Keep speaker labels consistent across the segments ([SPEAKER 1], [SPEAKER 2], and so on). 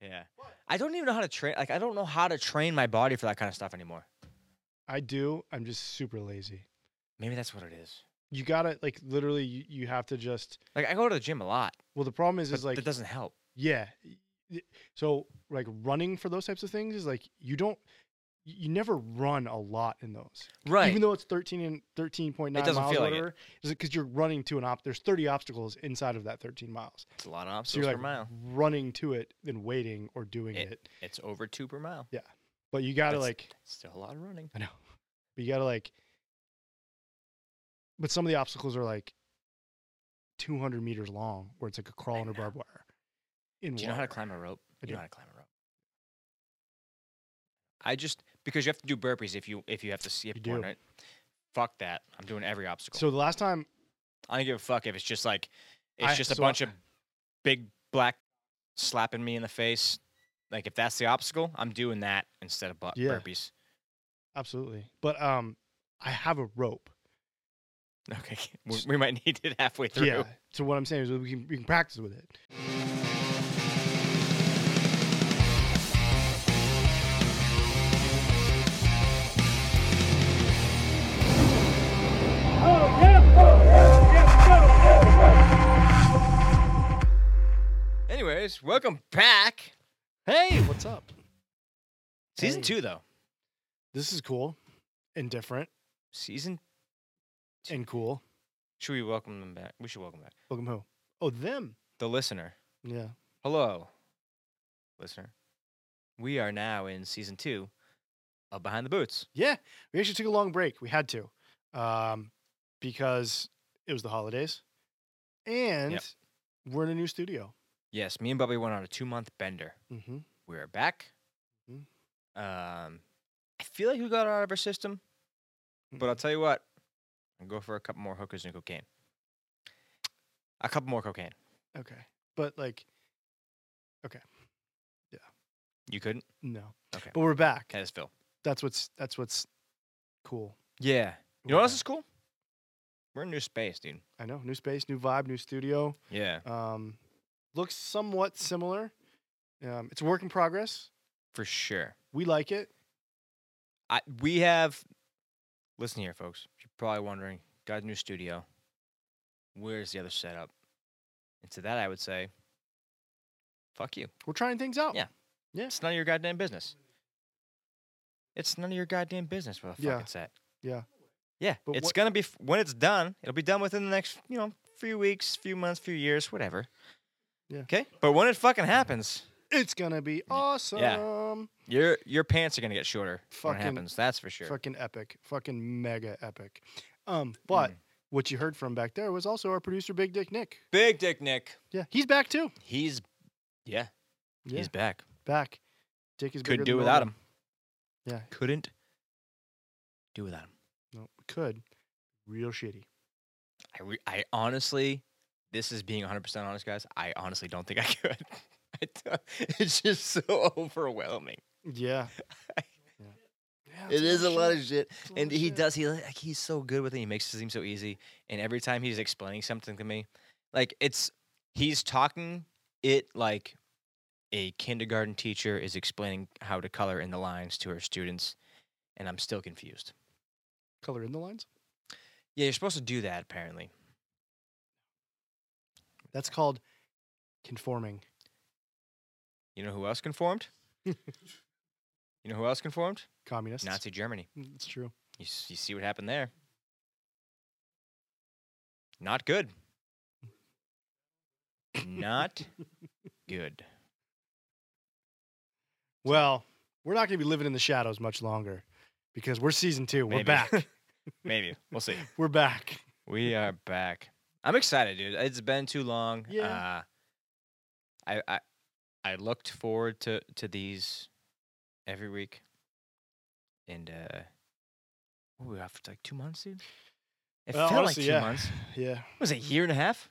[SPEAKER 1] Yeah. I don't even know how to train. Like I don't know how to train my body for that kind of stuff anymore.
[SPEAKER 2] I do. I'm just super lazy.
[SPEAKER 1] Maybe that's what it is.
[SPEAKER 2] You gotta like literally. You, you have to just.
[SPEAKER 1] Like I go to the gym a lot,
[SPEAKER 2] Well, the problem is,
[SPEAKER 1] but
[SPEAKER 2] is like
[SPEAKER 1] that doesn't help.
[SPEAKER 2] Yeah. Y- So like running for those types of things is like you don't you you never run a lot in those.
[SPEAKER 1] Right.
[SPEAKER 2] Even though it's 13 and 13.9
[SPEAKER 1] doesn't
[SPEAKER 2] miles
[SPEAKER 1] feel
[SPEAKER 2] or
[SPEAKER 1] like it.
[SPEAKER 2] whatever, because you're running to an op there's 30 obstacles inside of that 13 miles.
[SPEAKER 1] it's a lot of
[SPEAKER 2] So
[SPEAKER 1] obstacles
[SPEAKER 2] you're
[SPEAKER 1] per
[SPEAKER 2] like
[SPEAKER 1] mile.
[SPEAKER 2] running to it then waiting or doing it.
[SPEAKER 1] It's over two per mile.
[SPEAKER 2] But you got to
[SPEAKER 1] That's-
[SPEAKER 2] like
[SPEAKER 1] Still a lot of running.
[SPEAKER 2] I know. But you got to like but some of the obstacles are like 200 meters long where it's like a crawl
[SPEAKER 1] I
[SPEAKER 2] under
[SPEAKER 1] know.
[SPEAKER 2] barbed wire. In
[SPEAKER 1] Do you know how to
[SPEAKER 2] water.
[SPEAKER 1] climb a rope?
[SPEAKER 2] I
[SPEAKER 1] you
[SPEAKER 2] do.
[SPEAKER 1] know how to climb a rope. I just because you have to do burpees if you if you have to skip
[SPEAKER 2] You
[SPEAKER 1] one,
[SPEAKER 2] do.
[SPEAKER 1] right? Fuck that. I'm doing every obstacle.
[SPEAKER 2] So the last time
[SPEAKER 1] I don't give a fuck if it's just like it's
[SPEAKER 2] I-
[SPEAKER 1] just a
[SPEAKER 2] so I-
[SPEAKER 1] bunch of big black slapping me in the face. Like if that's the obstacle, I'm doing that instead of bu-
[SPEAKER 2] Yeah.
[SPEAKER 1] burpees.
[SPEAKER 2] Absolutely. But um I have a rope.
[SPEAKER 1] Okay, we, we might need it halfway through.
[SPEAKER 2] Yeah. So what I'm saying is we can we can practice with it.
[SPEAKER 1] Anyways, welcome back.
[SPEAKER 2] Hey, what's up?
[SPEAKER 1] Season
[SPEAKER 2] Hey.
[SPEAKER 1] two though.
[SPEAKER 2] This is cool and different
[SPEAKER 1] Season.
[SPEAKER 2] and cool.
[SPEAKER 1] Should we welcome them back? We should welcome back
[SPEAKER 2] Welcome who? Oh, them.
[SPEAKER 1] the listener.
[SPEAKER 2] Yeah.
[SPEAKER 1] Hello, listener. We are now in season two of Behind the Boots.
[SPEAKER 2] Yeah. We actually took a long break. We had to. Um because it was the holidays. And we're in a new studio.
[SPEAKER 1] Yes, me and Bubby went on a two month bender.
[SPEAKER 2] Mm-hmm.
[SPEAKER 1] We are back.
[SPEAKER 2] Mhm.
[SPEAKER 1] Um, I feel like we got it out of our system,
[SPEAKER 2] Mm,
[SPEAKER 1] but I'll tell you what, I'll go for a couple more hookers and cocaine. A couple more cocaine.
[SPEAKER 2] Okay. But like
[SPEAKER 1] You couldn't?
[SPEAKER 2] no.
[SPEAKER 1] Okay.
[SPEAKER 2] But we're back.
[SPEAKER 1] That is Phil.
[SPEAKER 2] That's what's that's what's cool.
[SPEAKER 1] Yeah. You know what else
[SPEAKER 2] We're
[SPEAKER 1] is cool? We're in a new space, dude.
[SPEAKER 2] back. I know. New space, new vibe, new studio.
[SPEAKER 1] Yeah,
[SPEAKER 2] um, looks somewhat similar. Um, it's a work in progress.
[SPEAKER 1] for sure.
[SPEAKER 2] We like it.
[SPEAKER 1] I we have listen here, folks. You're probably wondering, got a new studio. Where's the other setup? And to that I would say, fuck you.
[SPEAKER 2] We're trying things out.
[SPEAKER 1] Yeah.
[SPEAKER 2] Yeah.
[SPEAKER 1] It's none of your goddamn business. It's none of your goddamn business where the fuck
[SPEAKER 2] Yeah.
[SPEAKER 1] it's at.
[SPEAKER 2] Yeah.
[SPEAKER 1] Yeah.
[SPEAKER 2] But
[SPEAKER 1] it's
[SPEAKER 2] what-
[SPEAKER 1] gonna be f- when it's done, it'll be done within the next, you know, few weeks, few months, few years, whatever.
[SPEAKER 2] Yeah.
[SPEAKER 1] Okay? But when it fucking happens,
[SPEAKER 2] It's gonna be awesome.
[SPEAKER 1] your your pants are gonna get shorter when
[SPEAKER 2] Fucking-
[SPEAKER 1] it happens, that's for sure.
[SPEAKER 2] Fucking epic. Fucking mega epic. Um, but
[SPEAKER 1] Mm.
[SPEAKER 2] what you heard from back there was also our producer, Big Dick Nick.
[SPEAKER 1] Big dick Nick.
[SPEAKER 2] Yeah, he's back too.
[SPEAKER 1] He's yeah.
[SPEAKER 2] Yeah,
[SPEAKER 1] He's back.
[SPEAKER 2] back. Dick is bigger
[SPEAKER 1] Couldn't do
[SPEAKER 2] than
[SPEAKER 1] without
[SPEAKER 2] normal.
[SPEAKER 1] him.
[SPEAKER 2] Yeah,
[SPEAKER 1] Couldn't do without him.
[SPEAKER 2] no, we could. Real shitty.
[SPEAKER 1] I, re- I honestly, this is being 100% honest, guys. I honestly don't think I could. I d- it's just so overwhelming.
[SPEAKER 2] Yeah. yeah. Yeah, it's
[SPEAKER 1] It is a lot of shit.
[SPEAKER 2] It's a lot
[SPEAKER 1] And
[SPEAKER 2] of
[SPEAKER 1] he
[SPEAKER 2] shit.
[SPEAKER 1] does, he like, he's so good with it. He makes it seem so easy. And every time he's explaining something to me, like it's, he's talking it like a kindergarten teacher is explaining how to color in the lines to her students. And I'm still confused.
[SPEAKER 2] color in the lines.
[SPEAKER 1] Yeah, you're supposed to do that apparently.
[SPEAKER 2] That's called conforming.
[SPEAKER 1] You know who else conformed? you know who else conformed?
[SPEAKER 2] Communists.
[SPEAKER 1] Nazi Germany.
[SPEAKER 2] It's true.
[SPEAKER 1] You, s- you see what happened there. Not good. Not good.
[SPEAKER 2] Well, we're not going to be living in the shadows much longer because we're season two. We're
[SPEAKER 1] Maybe.
[SPEAKER 2] back.
[SPEAKER 1] Maybe. We'll see.
[SPEAKER 2] we're back.
[SPEAKER 1] We are back. I'm excited, dude. It's been too long.
[SPEAKER 2] Yeah.
[SPEAKER 1] Uh, I, I I looked forward to to these every week. And uh what were we off for like two months, dude? It
[SPEAKER 2] Well,
[SPEAKER 1] felt
[SPEAKER 2] honestly,
[SPEAKER 1] like two
[SPEAKER 2] yeah.
[SPEAKER 1] months.
[SPEAKER 2] Yeah.
[SPEAKER 1] It was a year and a half?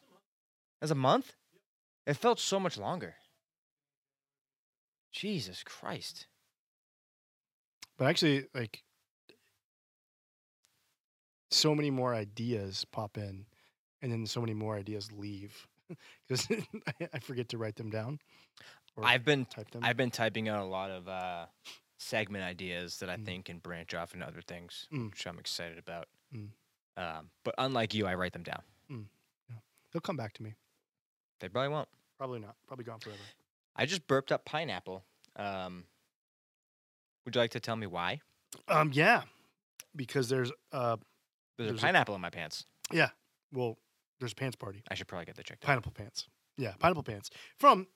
[SPEAKER 1] As a month? It felt so much longer. Jesus Christ.
[SPEAKER 2] But actually, like, so many more ideas pop in and then so many more ideas leave because I, I forget to write them down. Or um,
[SPEAKER 1] I've been
[SPEAKER 2] type them.
[SPEAKER 1] I've been typing out a lot of uh, segment ideas that I
[SPEAKER 2] Mm.
[SPEAKER 1] think can branch off into other things,
[SPEAKER 2] Mm.
[SPEAKER 1] which I'm excited about.
[SPEAKER 2] Mm.
[SPEAKER 1] Um, but unlike you, I write them down.
[SPEAKER 2] They'll come back to me.
[SPEAKER 1] They probably won't.
[SPEAKER 2] Probably not. Probably gone forever.
[SPEAKER 1] I just burped up pineapple. Um, would you like to tell me why?
[SPEAKER 2] Um, yeah, because there's uh,
[SPEAKER 1] There's,
[SPEAKER 2] There's
[SPEAKER 1] a
[SPEAKER 2] a-
[SPEAKER 1] pineapple in my pants.
[SPEAKER 2] well, there's a pants party.
[SPEAKER 1] I should probably get that checked out.
[SPEAKER 2] Pineapple pants. Yeah, pineapple pants from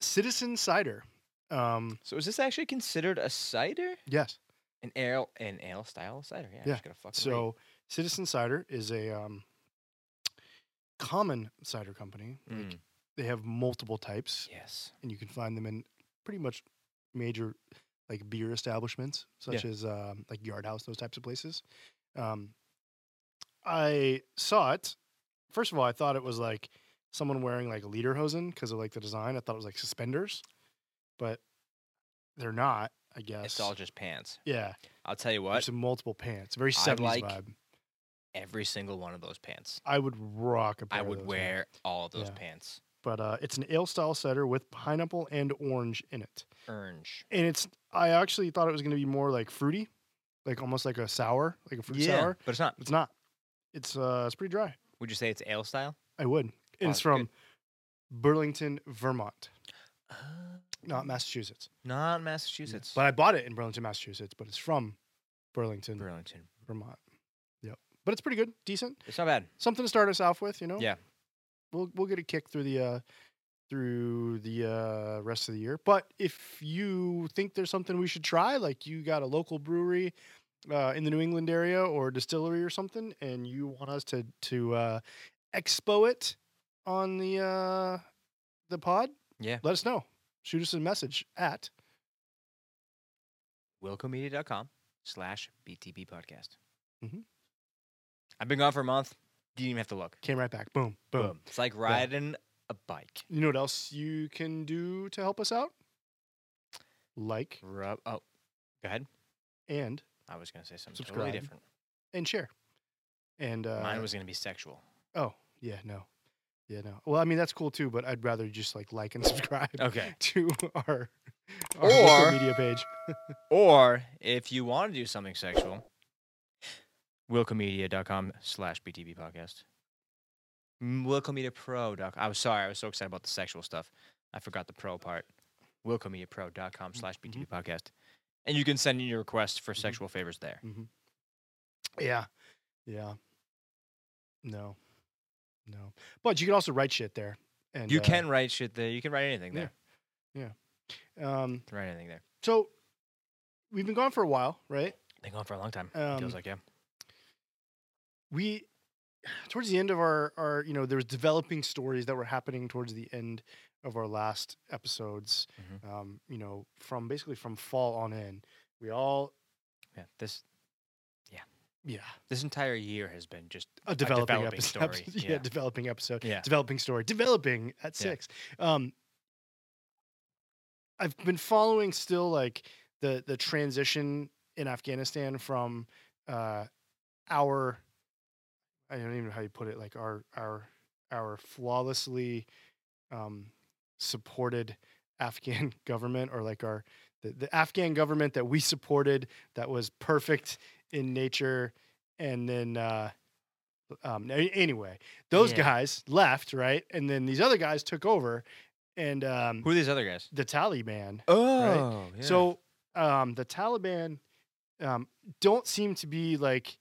[SPEAKER 2] Citizen Cider. Um,
[SPEAKER 1] So is this actually considered a cider?
[SPEAKER 2] yes.
[SPEAKER 1] An ale, an ale style cider? Yeah.
[SPEAKER 2] Yeah.
[SPEAKER 1] I'm just gonna fucking read.
[SPEAKER 2] So Citizen Cider is a um, common cider company. Like,
[SPEAKER 1] Mm,
[SPEAKER 2] They have multiple types,
[SPEAKER 1] yes.
[SPEAKER 2] and you can find them in pretty much major like beer establishments, such as um, like Yard House, those types of places. Um, I saw it. First of all, I thought it was like someone wearing like a lederhosen because of like the design. I thought it was like suspenders, but they're not. I guess
[SPEAKER 1] It's all just pants.
[SPEAKER 2] yeah.
[SPEAKER 1] I'll tell you
[SPEAKER 2] There's
[SPEAKER 1] what.
[SPEAKER 2] some multiple pants. Very
[SPEAKER 1] I
[SPEAKER 2] seventies
[SPEAKER 1] like-
[SPEAKER 2] vibe.
[SPEAKER 1] Every single one of those pants.
[SPEAKER 2] I would rock a pair
[SPEAKER 1] I
[SPEAKER 2] of
[SPEAKER 1] would
[SPEAKER 2] those, man.
[SPEAKER 1] wear all of those
[SPEAKER 2] Yeah.
[SPEAKER 1] pants.
[SPEAKER 2] But uh, it's an ale style cider with pineapple and orange in it.
[SPEAKER 1] Orange.
[SPEAKER 2] And it's I actually thought it was going to be more like fruity, like almost like a sour, like a fruit sour.
[SPEAKER 1] but it's not.
[SPEAKER 2] It's not. It's uh it's pretty dry.
[SPEAKER 1] Would you say it's ale style?
[SPEAKER 2] I would. And
[SPEAKER 1] Oh,
[SPEAKER 2] it's
[SPEAKER 1] good.
[SPEAKER 2] from Burlington, Vermont,
[SPEAKER 1] Uh,
[SPEAKER 2] not Massachusetts.
[SPEAKER 1] Not Massachusetts.
[SPEAKER 2] But I bought it in Burlington, Massachusetts, but it's from Burlington,
[SPEAKER 1] Burlington.
[SPEAKER 2] Vermont. Yep. But it's pretty good, decent.
[SPEAKER 1] It's not bad.
[SPEAKER 2] Something to start us off with, you know?
[SPEAKER 1] Yeah.
[SPEAKER 2] we'll we'll get a kick through the uh, through the uh, rest of the year. But if you think there's something we should try, like you got a local brewery uh, in the New England area or distillery or something, and you want us to to uh, expo it on the uh, the pod,
[SPEAKER 1] Yeah.
[SPEAKER 2] let us know. Shoot us a message at
[SPEAKER 1] Wilcomedia.com slash BTB podcast.
[SPEAKER 2] Mhm.
[SPEAKER 1] I've been gone for a month. Didn't even have to look.
[SPEAKER 2] came right back. Boom, boom.
[SPEAKER 1] It's like riding a bike.
[SPEAKER 2] You know what else you can do to help us out? Like
[SPEAKER 1] Rub. Oh, go ahead.
[SPEAKER 2] and
[SPEAKER 1] I was going to say something
[SPEAKER 2] Subscribe.
[SPEAKER 1] totally different.
[SPEAKER 2] and share. And uh,
[SPEAKER 1] Mine was going to be sexual.
[SPEAKER 2] Oh, yeah, no. Yeah, no. Well, I mean that's cool too, but I'd rather just like like and subscribe
[SPEAKER 1] Okay.
[SPEAKER 2] to our, our social
[SPEAKER 1] Or-
[SPEAKER 2] media page.
[SPEAKER 1] Or if you want to do something sexual, wilcomedia.com slash BTB podcast. Wilcomedia Pro. doc- I was sorry. I was so excited about the sexual stuff. I forgot the pro part.
[SPEAKER 2] Mm-hmm.
[SPEAKER 1] Wilcomediapro.com slash BTB podcast. And you can send in your requests for
[SPEAKER 2] Mhm.
[SPEAKER 1] sexual favors there.
[SPEAKER 2] Yeah. Yeah. No. No. But you can also write shit there. And
[SPEAKER 1] You
[SPEAKER 2] uh,
[SPEAKER 1] can write shit there. You can write anything
[SPEAKER 2] yeah.
[SPEAKER 1] there.
[SPEAKER 2] um
[SPEAKER 1] You can write anything there.
[SPEAKER 2] so we've been gone for a while, right?
[SPEAKER 1] Been gone for a long time.
[SPEAKER 2] Um,
[SPEAKER 1] Feels like, yeah.
[SPEAKER 2] we towards the end of our our you know there was developing stories that were happening towards the end of our last episodes
[SPEAKER 1] Mhm.
[SPEAKER 2] um you know from basically from fall on in we all
[SPEAKER 1] Yeah. This
[SPEAKER 2] yeah
[SPEAKER 1] this entire year has been just
[SPEAKER 2] a developing,
[SPEAKER 1] developing
[SPEAKER 2] episode
[SPEAKER 1] story,
[SPEAKER 2] yeah.
[SPEAKER 1] yeah.
[SPEAKER 2] developing episode
[SPEAKER 1] Yeah.
[SPEAKER 2] developing story developing at
[SPEAKER 1] Yeah.
[SPEAKER 2] 6 um i've been following still like the the transition in afghanistan from uh our i don't even know how you put it like our our our flawlessly um supported afghan government or like our the, the afghan government that we supported that was perfect in nature and then uh um a- anyway those
[SPEAKER 1] Yeah.
[SPEAKER 2] guys left right and then these other guys took over and um
[SPEAKER 1] Who are these other guys?
[SPEAKER 2] the taliban
[SPEAKER 1] Oh. yeah.
[SPEAKER 2] so um, the Taliban um, don't seem to be like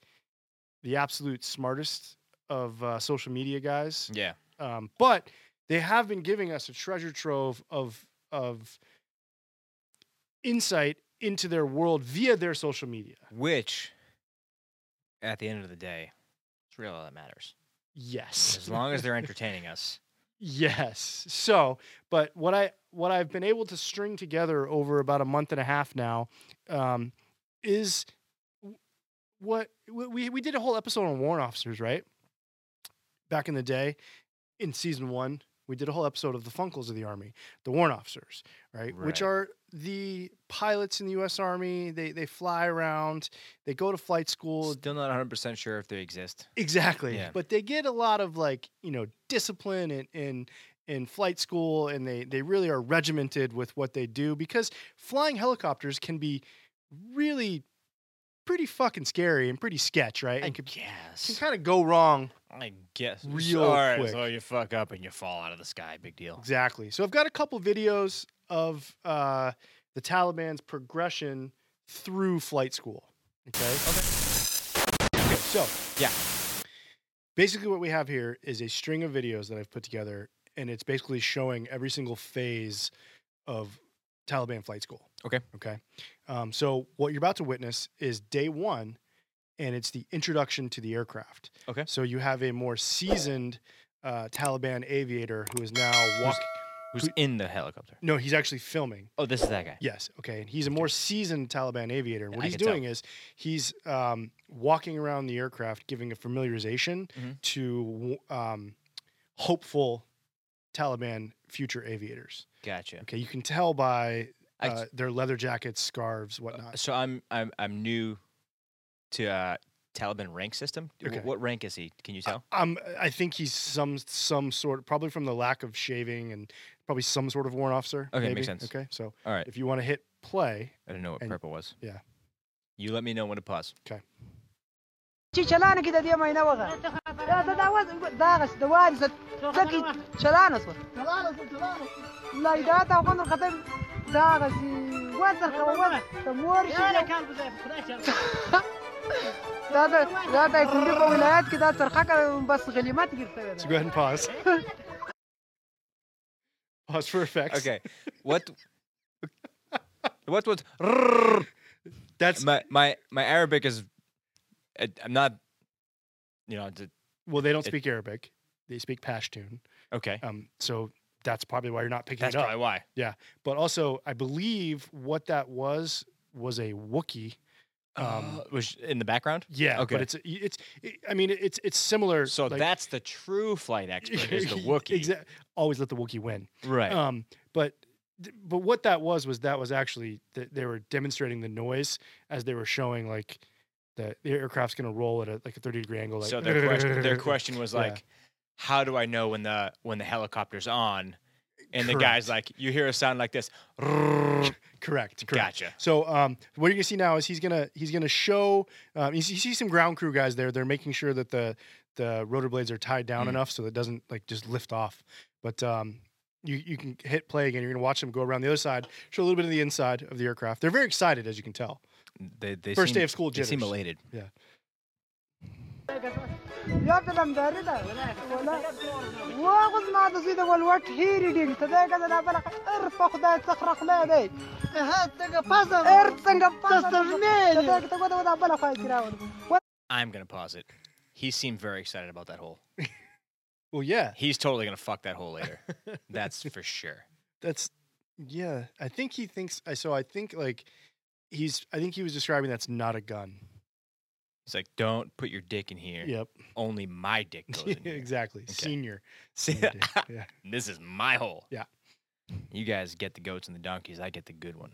[SPEAKER 2] the absolute smartest of uh, social media guys,
[SPEAKER 1] Yeah.
[SPEAKER 2] um, but they have been giving us a treasure trove of of insight into their world via their social media.
[SPEAKER 1] Which, at the end of the day, it's really all that matters.
[SPEAKER 2] Yes,
[SPEAKER 1] As long as they're entertaining us.
[SPEAKER 2] Yes. So, but what I what I've been able to string together over about a month and a half now um, is w- what w- we we did a whole episode on warrant officers, right? Back in the day, in season one, we did a whole episode of the Funkles of the Army, the warrant officers, right? Which
[SPEAKER 1] Right.
[SPEAKER 2] are the pilots in the U.S. Army. They they fly around. They go to flight school.
[SPEAKER 1] Still not 100% sure if they exist.
[SPEAKER 2] Exactly.
[SPEAKER 1] Yeah.
[SPEAKER 2] But they get a lot of like, you know, discipline and and in flight school and they they really are regimented with what they do because flying helicopters can be really pretty fucking scary and pretty sketch, right?
[SPEAKER 1] I
[SPEAKER 2] And can, can
[SPEAKER 1] guess.
[SPEAKER 2] kind of go wrong
[SPEAKER 1] I guess.
[SPEAKER 2] real
[SPEAKER 1] Sorry,
[SPEAKER 2] quick.
[SPEAKER 1] So you fuck up and you fall out of the sky. Big deal.
[SPEAKER 2] Exactly. So I've got a couple videos of uh, the Taliban's progression through flight school. Okay. Okay. Okay. So
[SPEAKER 1] Yeah.
[SPEAKER 2] Basically, what we have here is a string of videos that I've put together, and it's basically showing every single phase of Taliban flight school.
[SPEAKER 1] Okay.
[SPEAKER 2] Okay. Um, so what you're about to witness is day one, and it's the introduction to the aircraft.
[SPEAKER 1] Okay.
[SPEAKER 2] So you have a more seasoned uh, Taliban aviator who is now walking.
[SPEAKER 1] Who's in the helicopter?
[SPEAKER 2] No, he's actually filming.
[SPEAKER 1] Oh, this is that guy.
[SPEAKER 2] Yes. Okay. And he's a more seasoned Taliban aviator. And
[SPEAKER 1] Yeah,
[SPEAKER 2] what
[SPEAKER 1] I
[SPEAKER 2] he's
[SPEAKER 1] can tell.
[SPEAKER 2] doing is he's um, walking around the aircraft, giving a familiarization
[SPEAKER 1] Mhm.
[SPEAKER 2] to w- um, hopeful Taliban future aviators.
[SPEAKER 1] Gotcha.
[SPEAKER 2] Okay. You can tell by
[SPEAKER 1] I- Oh,
[SPEAKER 2] uh, their leather jackets, scarves, whatnot.
[SPEAKER 1] so I'm I'm I'm new to uh, Taliban rank system. Wh-
[SPEAKER 2] Okay.
[SPEAKER 1] What rank is he? Can you
[SPEAKER 2] I-
[SPEAKER 1] tell?
[SPEAKER 2] Um, I think he's some some sort, probably from the lack of shaving and probably some sort of warrant officer.
[SPEAKER 1] Okay,
[SPEAKER 2] maybe.
[SPEAKER 1] makes sense.
[SPEAKER 2] Okay, so
[SPEAKER 1] All right.
[SPEAKER 2] if you want to hit play,
[SPEAKER 1] I didn't know what
[SPEAKER 2] and-
[SPEAKER 1] purple was.
[SPEAKER 2] yeah.
[SPEAKER 1] You let me know when to pause.
[SPEAKER 3] شي چلانه کې د دې مینه وغه دا دا دا وز دا غس د واري ست ځکه چلانه سو لا دا تا خو نو خطر دا غسی وځه خو وځه ته مور شي دا دا دا دا کومه په ولایت کې دا ترخه کړ بس غلیمت ګرځوي
[SPEAKER 2] so go ahead and pause. pause for effects.
[SPEAKER 1] Okay. What? what was?
[SPEAKER 2] that's
[SPEAKER 1] my my my Arabic is. I- I'm not. You know. d-
[SPEAKER 2] Well, they don't
[SPEAKER 1] It-
[SPEAKER 2] speak Arabic. They speak Pashtun.
[SPEAKER 1] Okay.
[SPEAKER 2] Um, so that's probably why you're not picking
[SPEAKER 1] That's
[SPEAKER 2] it up.
[SPEAKER 1] probably why.
[SPEAKER 2] But also, I believe what that was was a Wookiee. Um,
[SPEAKER 1] Um, was in the background.
[SPEAKER 2] yeah, but
[SPEAKER 1] Okay.
[SPEAKER 2] it's it's. It, I mean, it's it's similar.
[SPEAKER 1] So
[SPEAKER 2] er, like-
[SPEAKER 1] that's the true flight expert is the Wookiee.
[SPEAKER 2] Exa- Always let the Wookiee win.
[SPEAKER 1] Right.
[SPEAKER 2] Um, but th- but what that was was that was actually that they were demonstrating the noise as they were showing like the, the aircraft's going to roll at a, like a thirty degree angle. Like
[SPEAKER 1] so their question, their question was
[SPEAKER 2] Yeah.
[SPEAKER 1] like, "How do I know when the when the helicopter's on?" And the guy's like, "You hear a sound like this."
[SPEAKER 2] Correct. Correct.
[SPEAKER 1] Gotcha.
[SPEAKER 2] So um, what you're gonna see now is he's gonna he's gonna show um, you, see, you see some ground crew guys there. They're making sure that the the rotor blades are tied down
[SPEAKER 1] Mhm.
[SPEAKER 2] enough so that it doesn't like just lift off. But um, you you can hit play again. You're gonna watch them go around the other side, show a little bit of the inside of the aircraft. They're very excited, as you can tell.
[SPEAKER 1] They, they
[SPEAKER 2] First
[SPEAKER 1] seem,
[SPEAKER 2] day of school
[SPEAKER 1] They
[SPEAKER 2] jitters.
[SPEAKER 1] seem elated.
[SPEAKER 3] يا فلم داري ده ولا واخذ ما تزيد والوقت هيري دي تذاك انا بلق ارفع خداي تخرق لا دي هات تنقى بازا ارت تنقى بازا تسترميني تذاك تقول ودا بلق هاي كراون
[SPEAKER 1] I'm gonna pause it. He seemed very excited about that hole.
[SPEAKER 2] Well, yeah,
[SPEAKER 1] He's totally gonna fuck that hole later. That's for sure.
[SPEAKER 2] that's yeah. I think he thinks. I So I think like he's. I think he was describing that's not a gun.
[SPEAKER 1] He's like, "Don't put your dick in here.
[SPEAKER 2] Yep.
[SPEAKER 1] Only my dick goes in here.
[SPEAKER 2] exactly.
[SPEAKER 1] Okay.
[SPEAKER 2] Senior.
[SPEAKER 1] See,
[SPEAKER 2] Senior dick. yeah.
[SPEAKER 1] this is my hole."
[SPEAKER 2] Yeah.
[SPEAKER 1] You guys get the goats and the donkeys. I get the good one.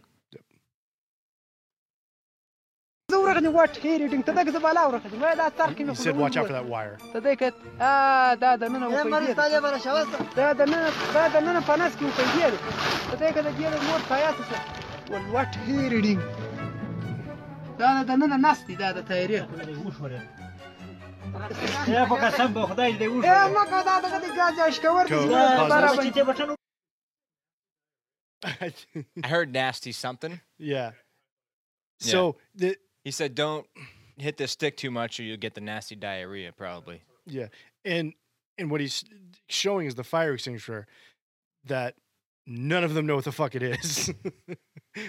[SPEAKER 3] زورغني وات هيري دي تذاك زبالا ورغني ما دا تركي
[SPEAKER 2] He said, watch out for that wire.
[SPEAKER 3] تذاك اه دا دا ننا وقيدير دا دا ننا دا دا ننا فناس كي وقيدير تذاك دا جير المور تاياتي والوات هيري دي دا دا ننا ناس دي دا دا تايريخ
[SPEAKER 4] یا په قسم به خدای دې
[SPEAKER 3] اے
[SPEAKER 4] وښه
[SPEAKER 3] مګه دا دغه د ګاز اشکور
[SPEAKER 2] Go.
[SPEAKER 3] دي
[SPEAKER 2] Pause
[SPEAKER 4] دا
[SPEAKER 3] برابر
[SPEAKER 4] چې ته بټن
[SPEAKER 1] I heard nasty something.
[SPEAKER 2] yeah.
[SPEAKER 1] Yeah.
[SPEAKER 2] So the
[SPEAKER 1] He said, "Don't hit the stick too much, or you'll get the nasty diarrhea." Probably.
[SPEAKER 2] Yeah, and and what he's showing is the fire extinguisher that none of them know what the fuck it is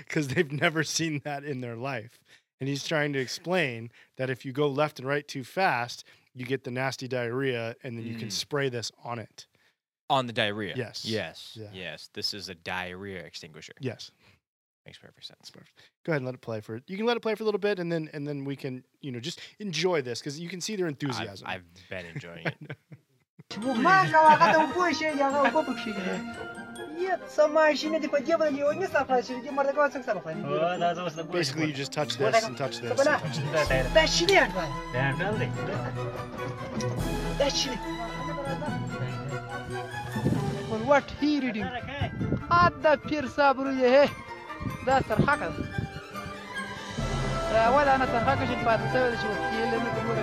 [SPEAKER 2] because they've never seen that in their life. And he's trying to explain that if you go left and right too fast, you get the nasty diarrhea, and then you can
[SPEAKER 1] Mm.
[SPEAKER 2] spray this on it.
[SPEAKER 1] On the diarrhea.
[SPEAKER 2] Yes.
[SPEAKER 1] Yes.
[SPEAKER 2] Yeah.
[SPEAKER 1] Yes. This is a diarrhea extinguisher.
[SPEAKER 2] Yes,
[SPEAKER 1] Makes perfect sense.
[SPEAKER 2] go ahead and let it play for you can let it play for a little bit, and then and then we can you know just enjoy this because you can see their enthusiasm.
[SPEAKER 1] I've, I've been enjoying it.
[SPEAKER 3] ما کا هغه ته پوه شي یا هغه په پښې کې یت سما شي نه دی په جیب دی او نه صفه شي دی مرګه وسنګ سره خو
[SPEAKER 4] او دا زه اوس د ګوښه
[SPEAKER 2] Basically, you just touch this and touch this. And touch this.
[SPEAKER 3] دا شي نه انګا
[SPEAKER 4] دا ټول دی
[SPEAKER 3] دا شي نه ول what he reading حتى بير صابرويه هي دا سرخکه ده دا اول انا سرخکه چې پاتې شوی دی چې وکیل یې نه کومه کړه دا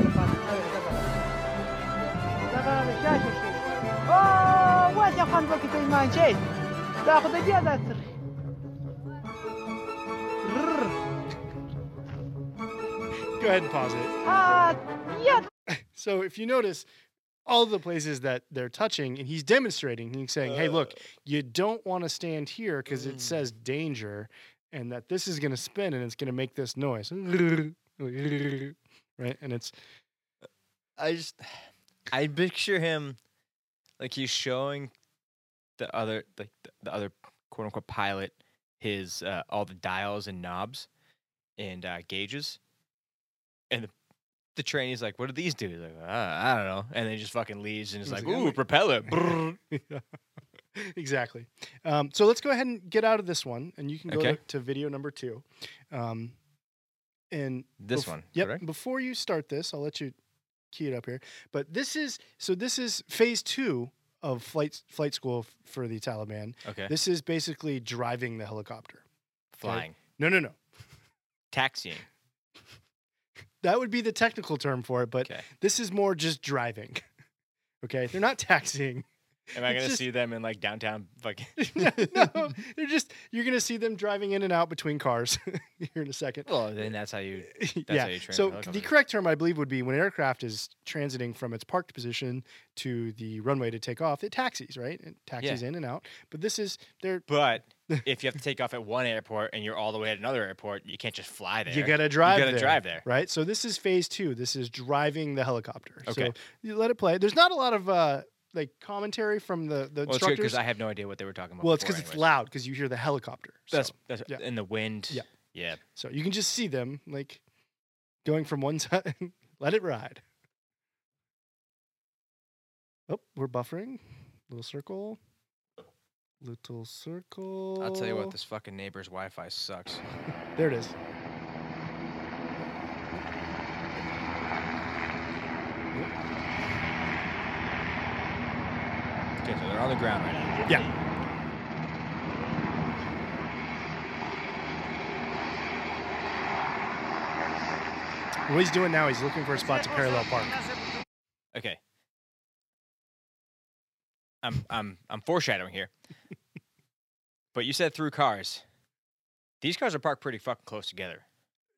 [SPEAKER 3] د پاتې شوی دی دا دا د شاشه شي او وځه خان وکړه ته ایمان شي دا خو دې دا سرخ
[SPEAKER 2] Go ahead and pause it.
[SPEAKER 3] ها یا
[SPEAKER 2] So if you notice, all the places that they're touching, and he's demonstrating, he's saying, "Hey, look, you don't want to stand here because it says danger, and that this is going to spin and it's going to make this noise, right?" And it's
[SPEAKER 1] I just I picture him like he's showing the other like the, the other quote unquote pilot his uh, all the dials and knobs and uh, gauges, and the, the trainee's like, "What do these do?" He's like, uh, "I don't know," and then he just fucking leaves and is
[SPEAKER 2] He's
[SPEAKER 1] like,
[SPEAKER 2] like, "Oh
[SPEAKER 1] "Ooh,
[SPEAKER 2] my-
[SPEAKER 1] propeller." brrr."
[SPEAKER 2] exactly. Um, so let's go ahead and get out of this one, and you can go
[SPEAKER 1] Okay.
[SPEAKER 2] to, to video number two. Um, and
[SPEAKER 1] This
[SPEAKER 2] Bef-
[SPEAKER 1] one,
[SPEAKER 2] Yep.
[SPEAKER 1] correct?
[SPEAKER 2] Before you start this, I'll let you key it up here. But this is so this is phase two of flight flight school f- for the Taliban.
[SPEAKER 1] Okay,
[SPEAKER 2] This is basically driving the helicopter.
[SPEAKER 1] flying,
[SPEAKER 2] No, no, no.
[SPEAKER 1] taxiing.
[SPEAKER 2] That would be the technical term for it, but
[SPEAKER 1] Okay,
[SPEAKER 2] this is more just driving. okay, they're not taxiing.
[SPEAKER 1] am I
[SPEAKER 2] It's
[SPEAKER 1] gonna
[SPEAKER 2] just-
[SPEAKER 1] see them in like downtown? Fucking
[SPEAKER 2] no, they're just you're gonna see them driving in and out between cars here in a second.
[SPEAKER 1] well, then that's how you. That's
[SPEAKER 2] yeah.
[SPEAKER 1] how you train a
[SPEAKER 2] so the
[SPEAKER 1] helicopter.
[SPEAKER 2] correct term, I believe, would be when an aircraft is transiting from its parked position to the runway to take off. It taxis, right? It taxis in and out. But this is they're
[SPEAKER 1] But if you have to take off at one airport and you're all the way at another airport, you can't just fly there.
[SPEAKER 2] you gotta drive.
[SPEAKER 1] You gotta
[SPEAKER 2] there,
[SPEAKER 1] drive there.
[SPEAKER 2] right? So this is phase two. This is driving the helicopter. So
[SPEAKER 1] Okay.
[SPEAKER 2] you let it play. There's not a lot of uh, like commentary from the the
[SPEAKER 1] Well, it's good
[SPEAKER 2] instructors.
[SPEAKER 1] because I have no idea what they were talking about.
[SPEAKER 2] well, it's
[SPEAKER 1] because
[SPEAKER 2] because it's loud because you hear the helicopter. So,
[SPEAKER 1] That's, that's
[SPEAKER 2] yeah.
[SPEAKER 1] in the wind.
[SPEAKER 2] Yeah.
[SPEAKER 1] Yeah.
[SPEAKER 2] so you can just see them like going from one side. let it ride. Oh, we're buffering. Little circle. Little circle.
[SPEAKER 1] I'll tell you
[SPEAKER 2] Oh.
[SPEAKER 1] what, this fucking neighbor's Wi-Fi sucks.
[SPEAKER 2] There it is.
[SPEAKER 1] Okay, so they're on the ground right now.
[SPEAKER 2] Yeah. What he's doing now, he's looking for a spot to parallel park.
[SPEAKER 1] Okay. I'm I'm I'm foreshadowing here. but you said through cars. These cars are parked pretty fucking close together.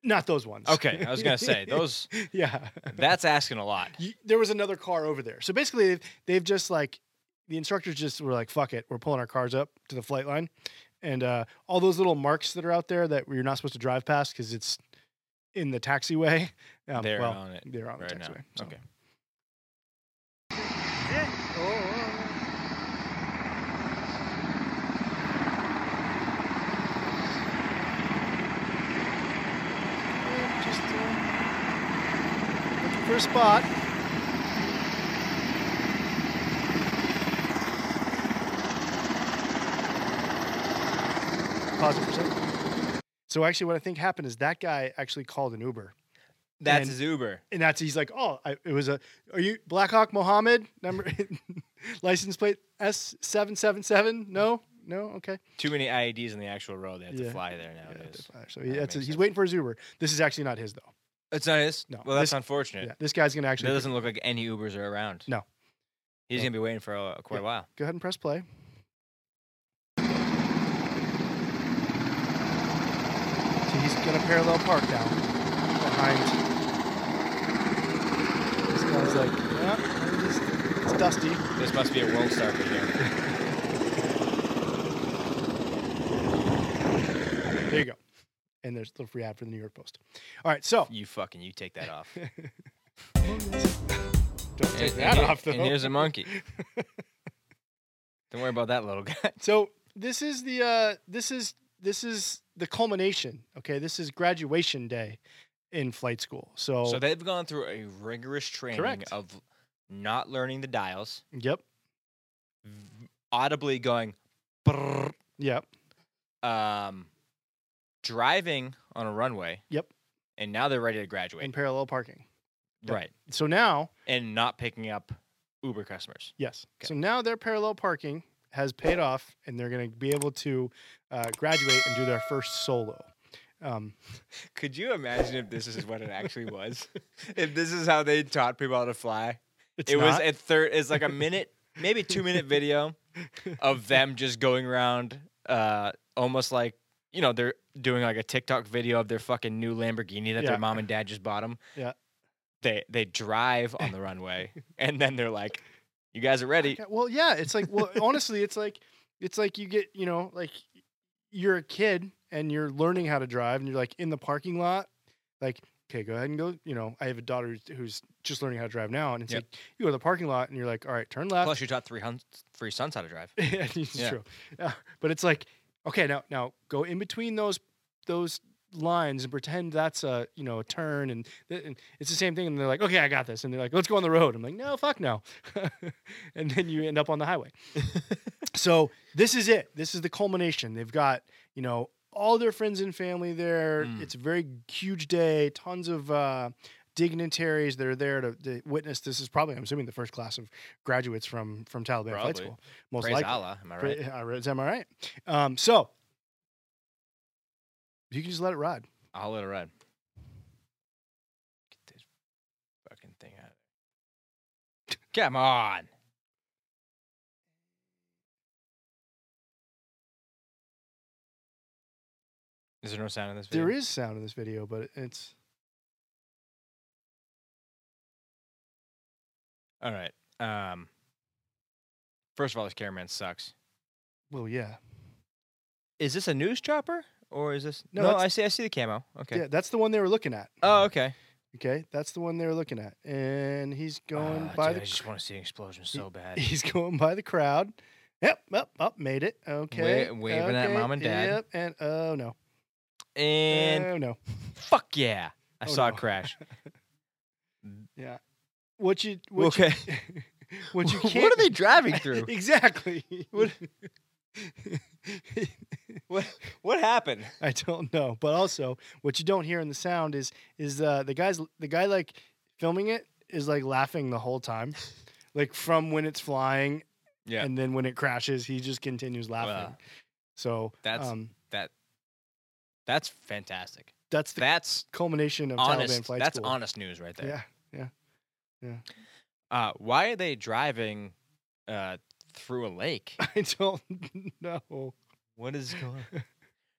[SPEAKER 2] Not those ones.
[SPEAKER 1] Okay, I was gonna say those.
[SPEAKER 2] yeah.
[SPEAKER 1] That's asking a lot.
[SPEAKER 2] You, there was another car over there. So basically, they've, they've just like, the instructors just were like, fuck it. We're pulling our cars up to the flight line. And uh, all those little marks that are out there that you're not supposed to drive past because it's in the taxiway. Um,
[SPEAKER 1] They're
[SPEAKER 2] well,
[SPEAKER 1] on it
[SPEAKER 2] They're on the
[SPEAKER 1] right now.
[SPEAKER 2] taxiway. so.
[SPEAKER 1] Okay.
[SPEAKER 3] 哎哦
[SPEAKER 2] Just uh, looking for a spot. Pause it for a second. So actually, what I think happened is that guy actually called an Uber,
[SPEAKER 1] That's
[SPEAKER 2] And-
[SPEAKER 1] his Uber.
[SPEAKER 2] and that's he's like, "Oh, I, it was a are you Blackhawk Mohammed number license plate S seven seven seven? No, no, okay."
[SPEAKER 1] Too many IEDs on the actual road. They have
[SPEAKER 2] Yeah.
[SPEAKER 1] to fly there
[SPEAKER 2] Yeah,
[SPEAKER 1] nowadays.
[SPEAKER 2] that's- so
[SPEAKER 1] That
[SPEAKER 2] that's
[SPEAKER 1] makes
[SPEAKER 2] he's
[SPEAKER 1] sense.
[SPEAKER 2] waiting for his Uber. This is actually not his though.
[SPEAKER 1] It's not his.
[SPEAKER 2] No,
[SPEAKER 1] Well, that's
[SPEAKER 2] this-
[SPEAKER 1] unfortunate.
[SPEAKER 2] Yeah, this guy's gonna actually
[SPEAKER 1] That doesn't look like any Ubers are around.
[SPEAKER 2] No.
[SPEAKER 1] He's
[SPEAKER 2] No.
[SPEAKER 1] gonna be waiting for uh, quite
[SPEAKER 2] Yeah.
[SPEAKER 1] a while.
[SPEAKER 2] go ahead and press play. So he's gonna parallel park now behind. This guy's like, yeah, it is- it's dusty.
[SPEAKER 1] This must be a world star for here.
[SPEAKER 2] There you go. And there's a little free ad for the New York Post. All right, so
[SPEAKER 1] You fucking, you take that off.
[SPEAKER 2] don't take
[SPEAKER 1] And-
[SPEAKER 2] that
[SPEAKER 1] and-
[SPEAKER 2] off though.
[SPEAKER 1] And here's a monkey. Don't worry about that little guy.
[SPEAKER 2] So this is the uh, this is this is the culmination. Okay, this is graduation day in flight school. So,
[SPEAKER 1] So they've gone through a rigorous training
[SPEAKER 2] Oh. Correct.
[SPEAKER 1] of not learning the dials,
[SPEAKER 2] yep,
[SPEAKER 1] audibly going, brrr,
[SPEAKER 2] yep,
[SPEAKER 1] um, driving on a runway.
[SPEAKER 2] Yep.
[SPEAKER 1] And now they're ready to graduate.
[SPEAKER 2] and parallel parking. yep.
[SPEAKER 1] Right.
[SPEAKER 2] So now
[SPEAKER 1] And not picking up Uber customers.
[SPEAKER 2] Yes.
[SPEAKER 1] Okay.
[SPEAKER 2] So now their parallel parking has paid off, and they're going to be able to uh, graduate and do their first solo. Um,
[SPEAKER 1] Could you imagine if this is what it actually was? if this is how they taught people how to fly?
[SPEAKER 2] it's
[SPEAKER 1] it was
[SPEAKER 2] not-
[SPEAKER 1] a third. It's like a minute, maybe two minute video of them just going around, uh, almost like you know they're doing like a TikTok video of their fucking new Lamborghini that
[SPEAKER 2] Yeah.
[SPEAKER 1] their mom and dad just bought them.
[SPEAKER 2] Yeah.
[SPEAKER 1] They they drive on the runway and then they're like, "You guys are ready."
[SPEAKER 2] Yeah, well, yeah, it's like well, honestly, it's like it's like you get you know like you're a kid and you're learning how to drive, and you're like in the parking lot, like okay, go ahead and go. You know, I have a daughter who's- who's just learning how to drive now, and it's
[SPEAKER 1] Yep.
[SPEAKER 2] like you go to the parking lot and you're like, all right, turn left.
[SPEAKER 1] Plus, you taught three hun- three sons how to drive.
[SPEAKER 2] yeah, it's
[SPEAKER 1] Yeah.
[SPEAKER 2] true. Yeah, but it's like, okay, now now go in between those those lines and pretend that's a you know a turn, and, th- and it's the same thing. And they're like, okay, I got this, and they're like, let's go on the road. I'm like, no, fuck no, and then you end up on the highway. so this is it. This is the culmination. They've got you know all their friends and family there.
[SPEAKER 1] Mm.
[SPEAKER 2] It's a very huge day. Tons of. Uh, dignitaries that are there to, to witness this is probably i'm assuming the first class of graduates from from taliban flight
[SPEAKER 1] Probably.
[SPEAKER 2] school most
[SPEAKER 1] Praise
[SPEAKER 2] likely
[SPEAKER 1] Allah, am I
[SPEAKER 2] Pra-
[SPEAKER 1] right?
[SPEAKER 2] I read- Is that my right? Um, so you can just let it ride.
[SPEAKER 1] I'll let it ride. Get this fucking thing out of there. Come on. Is there no sound in this video?
[SPEAKER 2] There is sound in this video, but it's
[SPEAKER 1] All right. Um, first of all, this cameraman sucks.
[SPEAKER 2] well, yeah,
[SPEAKER 1] Is this a news chopper or is this?
[SPEAKER 2] No,
[SPEAKER 1] No,
[SPEAKER 2] that's-
[SPEAKER 1] I see. I see the camo. Okay.
[SPEAKER 2] yeah. That's the one they were looking at.
[SPEAKER 1] Oh, okay.
[SPEAKER 2] Okay, that's the one they were looking at, and he's going
[SPEAKER 1] Ah,
[SPEAKER 2] by
[SPEAKER 1] dude,
[SPEAKER 2] the
[SPEAKER 1] I just want to see an explosion so bad.
[SPEAKER 2] he's going by the crowd. Yep, up, up, made it. Okay,
[SPEAKER 1] waving at
[SPEAKER 2] okay,
[SPEAKER 1] mom and dad.
[SPEAKER 2] Yep, and oh no,
[SPEAKER 1] And
[SPEAKER 2] oh no.
[SPEAKER 1] fuck yeah, I
[SPEAKER 2] Oh,
[SPEAKER 1] saw
[SPEAKER 2] no.
[SPEAKER 1] it crash.
[SPEAKER 2] What you what
[SPEAKER 1] okay.
[SPEAKER 2] You, what you can't
[SPEAKER 1] what are they driving through?
[SPEAKER 2] exactly? What,
[SPEAKER 1] what what happened?
[SPEAKER 2] I don't know. But also, what you don't hear in the sound is is uh, the guys the guy like filming it is like laughing the whole time, like from when it's flying,
[SPEAKER 1] Yeah.
[SPEAKER 2] and then when it crashes, he just continues laughing.
[SPEAKER 1] Wow.
[SPEAKER 2] so
[SPEAKER 1] That's-
[SPEAKER 2] um,
[SPEAKER 1] That's fantastic.
[SPEAKER 2] that's the
[SPEAKER 1] That's
[SPEAKER 2] culmination of
[SPEAKER 1] honest.
[SPEAKER 2] Taliban flight
[SPEAKER 1] That's
[SPEAKER 2] school.
[SPEAKER 1] honest news right there.
[SPEAKER 2] Yeah,
[SPEAKER 1] Uh, why are they driving uh, through a lake?
[SPEAKER 2] I don't know.
[SPEAKER 1] what is going? on?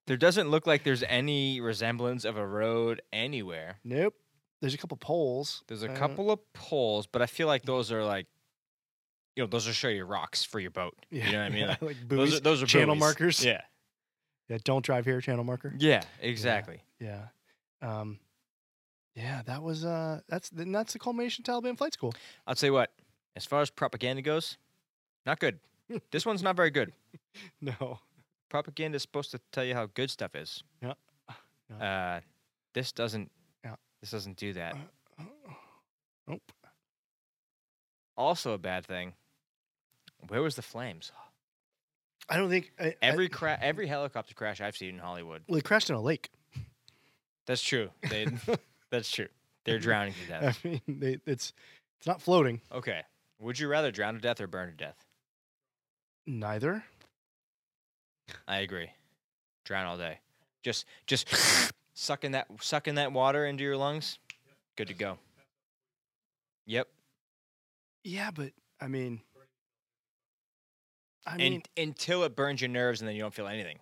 [SPEAKER 1] There doesn't look like there's any resemblance of a road anywhere.
[SPEAKER 2] Nope. There's a couple poles.
[SPEAKER 1] There's a
[SPEAKER 2] I don't-
[SPEAKER 1] couple of poles, but I feel like those are like, you know, those are sure your rocks for your boat. You know what I mean?
[SPEAKER 2] yeah,
[SPEAKER 1] Like,
[SPEAKER 2] like buoys.
[SPEAKER 1] those are those are
[SPEAKER 2] channel
[SPEAKER 1] buoys.
[SPEAKER 2] markers.
[SPEAKER 1] Yeah.
[SPEAKER 2] yeah, don't drive here. Channel marker.
[SPEAKER 1] Yeah. Exactly.
[SPEAKER 2] Yeah. Um, yeah, that was uh that's then that's the culmination of Taliban flight school.
[SPEAKER 1] I'll tell you what. As far as propaganda goes, not good. this one's not very good.
[SPEAKER 2] No.
[SPEAKER 1] propaganda is supposed to tell you how good stuff is.
[SPEAKER 2] Yeah.
[SPEAKER 1] Uh, this doesn't.
[SPEAKER 2] Yeah.
[SPEAKER 1] This doesn't do that.
[SPEAKER 2] Uh, Nope.
[SPEAKER 1] Also, a bad thing. Where was the flames?
[SPEAKER 2] I don't think I,
[SPEAKER 1] Every
[SPEAKER 2] I,
[SPEAKER 1] cra- every helicopter crash I've seen in Hollywood.
[SPEAKER 2] well, it crashed in a lake.
[SPEAKER 1] That's true. They, that's true. They're drowning to
[SPEAKER 2] I
[SPEAKER 1] death.
[SPEAKER 2] mean, they, it's it's not floating.
[SPEAKER 1] Okay. Would you rather drown to death or burn to death?
[SPEAKER 2] Neither.
[SPEAKER 1] I agree. Drown all day. Just just sucking that sucking that water into your lungs. Good to go. Yep.
[SPEAKER 2] Yeah, but I mean, I
[SPEAKER 1] and
[SPEAKER 2] mean,
[SPEAKER 1] until it burns your nerves and then you don't feel anything.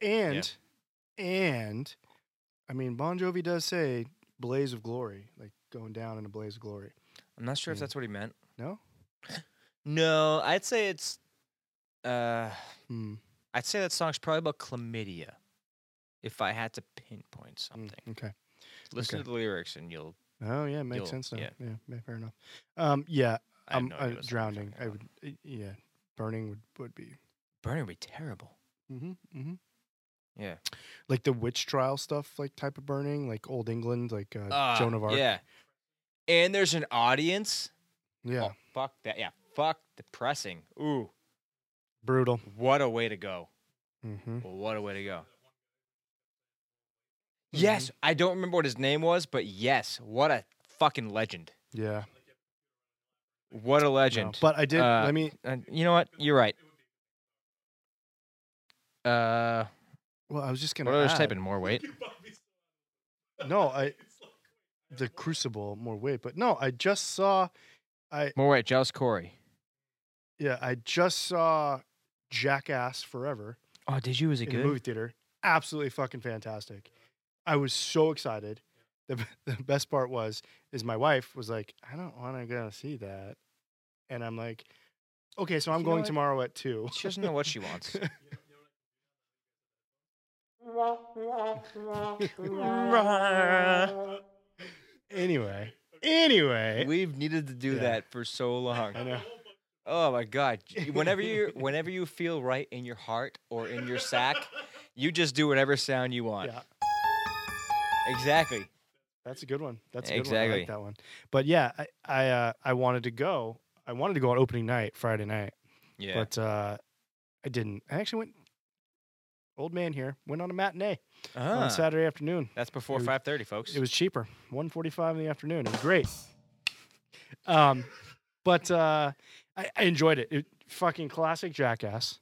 [SPEAKER 2] and and I mean, Bon Jovi does say "blaze of glory," like going down in a blaze of glory.
[SPEAKER 1] I'm not sure if
[SPEAKER 2] Mm.
[SPEAKER 1] that's what he meant.
[SPEAKER 2] No?
[SPEAKER 1] No, I'd say it's. Uh,
[SPEAKER 2] Hmm.
[SPEAKER 1] I'd say that song's probably about chlamydia. If I had to pinpoint
[SPEAKER 2] Mm,
[SPEAKER 1] something,
[SPEAKER 2] Okay.
[SPEAKER 1] listen
[SPEAKER 2] okay.
[SPEAKER 1] to the lyrics and you'll.
[SPEAKER 2] Oh yeah, makes
[SPEAKER 1] You'll-
[SPEAKER 2] sense now. Yeah.
[SPEAKER 1] yeah.
[SPEAKER 2] yeah, fair enough. Um, yeah,
[SPEAKER 1] I have
[SPEAKER 2] I'm
[SPEAKER 1] no
[SPEAKER 2] uh,
[SPEAKER 1] idea what song you're
[SPEAKER 2] drowning.
[SPEAKER 1] talking
[SPEAKER 2] I
[SPEAKER 1] about.
[SPEAKER 2] would, y- yeah, burning would would be.
[SPEAKER 1] Burning would be terrible.
[SPEAKER 2] Mm-hmm, mm-hmm.
[SPEAKER 1] Yeah.
[SPEAKER 2] Like the witch trial stuff, like type of burning, like old England, like uh, Joan
[SPEAKER 1] Ah,
[SPEAKER 2] of Arc.
[SPEAKER 1] Yeah. And there's an audience.
[SPEAKER 2] Yeah,
[SPEAKER 1] Oh, fuck that. Yeah. Fuck the pressing. Ooh,
[SPEAKER 2] brutal.
[SPEAKER 1] what a way to go.
[SPEAKER 2] Mm-hmm.
[SPEAKER 1] Well, what a way to go.
[SPEAKER 2] Mm-hmm.
[SPEAKER 1] Yes, I don't remember what his name was, but yes, what a fucking legend.
[SPEAKER 2] Yeah.
[SPEAKER 1] What a
[SPEAKER 2] no.
[SPEAKER 1] legend.
[SPEAKER 2] But I did.
[SPEAKER 1] Uh,
[SPEAKER 2] let me.
[SPEAKER 1] Uh, you know what? You're right. Uh,
[SPEAKER 2] Well, I was just gonna.
[SPEAKER 1] what I just
[SPEAKER 2] add,
[SPEAKER 1] typing more weight.
[SPEAKER 2] No, I. The Crucible more weight, but no, I just saw.
[SPEAKER 1] More weight. Jealous Corey.
[SPEAKER 2] Yeah, I just saw Jackass Forever
[SPEAKER 1] Oh, did you? Was it
[SPEAKER 2] in the
[SPEAKER 1] good?
[SPEAKER 2] movie theater. Absolutely fucking fantastic. I was so excited. The, b- the best part was is my wife was like, "I don't want to go see that," and I'm like, "Okay, so I'm
[SPEAKER 1] You know
[SPEAKER 2] going
[SPEAKER 1] what?
[SPEAKER 2] tomorrow at 2.
[SPEAKER 1] She doesn't know what she wants.
[SPEAKER 2] anyway, anyway,
[SPEAKER 1] We've needed to do
[SPEAKER 2] Yeah.
[SPEAKER 1] that for so long.
[SPEAKER 2] I know.
[SPEAKER 1] Oh my god! J- Whenever you whenever you feel right in your heart or in your sack, you just do whatever sound you want.
[SPEAKER 2] Yeah,
[SPEAKER 1] Exactly.
[SPEAKER 2] that's a good one. That's a good one. I
[SPEAKER 1] Exactly.
[SPEAKER 2] like that one. But yeah, I I, uh, I wanted to go. I wanted to go on opening night, Friday night,
[SPEAKER 1] Yeah.
[SPEAKER 2] but uh, I didn't. I actually went. Old man here went on a matinee
[SPEAKER 1] Ah,
[SPEAKER 2] on Saturday afternoon.
[SPEAKER 1] that's before
[SPEAKER 2] it was-
[SPEAKER 1] five thirty, folks.
[SPEAKER 2] It was cheaper, 145 in the afternoon. It was great. Um, but uh, I, I enjoyed it. it. Fucking classic Jackass.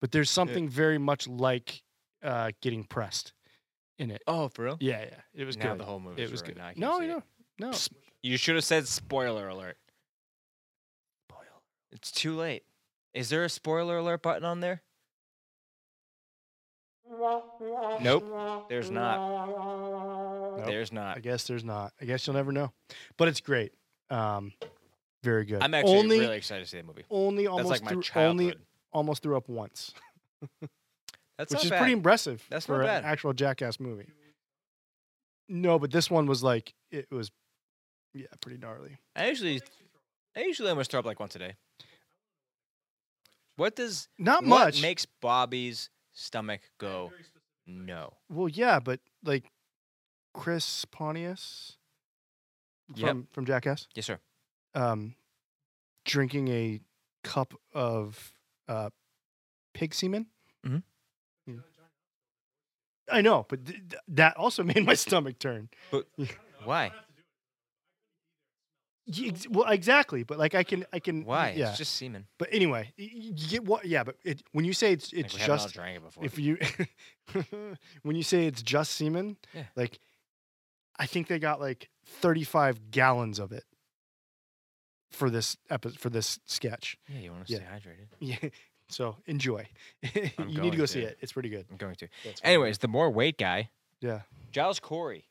[SPEAKER 2] But there's something very much like uh, getting pressed in it.
[SPEAKER 1] oh, for real?
[SPEAKER 2] Yeah, yeah. It was
[SPEAKER 1] now
[SPEAKER 2] good.
[SPEAKER 1] the whole movie.
[SPEAKER 2] it was good.
[SPEAKER 1] Now I can't
[SPEAKER 2] No,
[SPEAKER 1] see
[SPEAKER 2] no,
[SPEAKER 1] it.
[SPEAKER 2] no.
[SPEAKER 1] Psst. You should have said spoiler alert. It's too late. Is there a spoiler alert button on there? Nope. There's not.
[SPEAKER 2] Nope.
[SPEAKER 1] There's not.
[SPEAKER 2] I guess there's not. I guess you'll never know. But it's great. Um, very good.
[SPEAKER 1] I'm actually
[SPEAKER 2] only,
[SPEAKER 1] really excited to see that movie.
[SPEAKER 2] only
[SPEAKER 1] That's
[SPEAKER 2] almost
[SPEAKER 1] like my
[SPEAKER 2] threw,
[SPEAKER 1] childhood.
[SPEAKER 2] only almost threw up once,
[SPEAKER 1] that's
[SPEAKER 2] which
[SPEAKER 1] not
[SPEAKER 2] is
[SPEAKER 1] bad.
[SPEAKER 2] pretty impressive
[SPEAKER 1] That's
[SPEAKER 2] for
[SPEAKER 1] not bad.
[SPEAKER 2] an actual Jackass movie. No, but this one was like it was, yeah, pretty gnarly.
[SPEAKER 1] I usually, I usually almost throw up like once a day. What does
[SPEAKER 2] Not
[SPEAKER 1] what
[SPEAKER 2] much.
[SPEAKER 1] makes Bobby's stomach go no?
[SPEAKER 2] well, yeah, but like Chris Pontius
[SPEAKER 1] Yep.
[SPEAKER 2] from from Jackass.
[SPEAKER 1] Yes, sir.
[SPEAKER 2] um, drinking a cup of uh, pig semen.
[SPEAKER 1] Mhm.
[SPEAKER 2] Yeah. I know, but th- th- that also made my stomach turn.
[SPEAKER 1] Why?
[SPEAKER 2] Ye- ex- Well, exactly, but like I can, I can.
[SPEAKER 1] Why?
[SPEAKER 2] Yeah.
[SPEAKER 1] It's just semen.
[SPEAKER 2] but anyway, y- y- you get what? Yeah, but it, when you say it's,
[SPEAKER 1] like
[SPEAKER 2] it's
[SPEAKER 1] we haven't all
[SPEAKER 2] just
[SPEAKER 1] drank it before.
[SPEAKER 2] if you when you say it's just semen,
[SPEAKER 1] Yeah.
[SPEAKER 2] like I think they got like thirty-five gallons of it for this epi- for this sketch.
[SPEAKER 1] yeah, you want to
[SPEAKER 2] yeah.
[SPEAKER 1] stay hydrated.
[SPEAKER 2] Yeah. So enjoy. you need
[SPEAKER 1] going
[SPEAKER 2] to go see
[SPEAKER 1] to.
[SPEAKER 2] it. It's pretty good.
[SPEAKER 1] I'm going to.
[SPEAKER 2] That's fine.
[SPEAKER 1] Anyways, the more weight guy,
[SPEAKER 2] Yeah.
[SPEAKER 1] Giles Corey,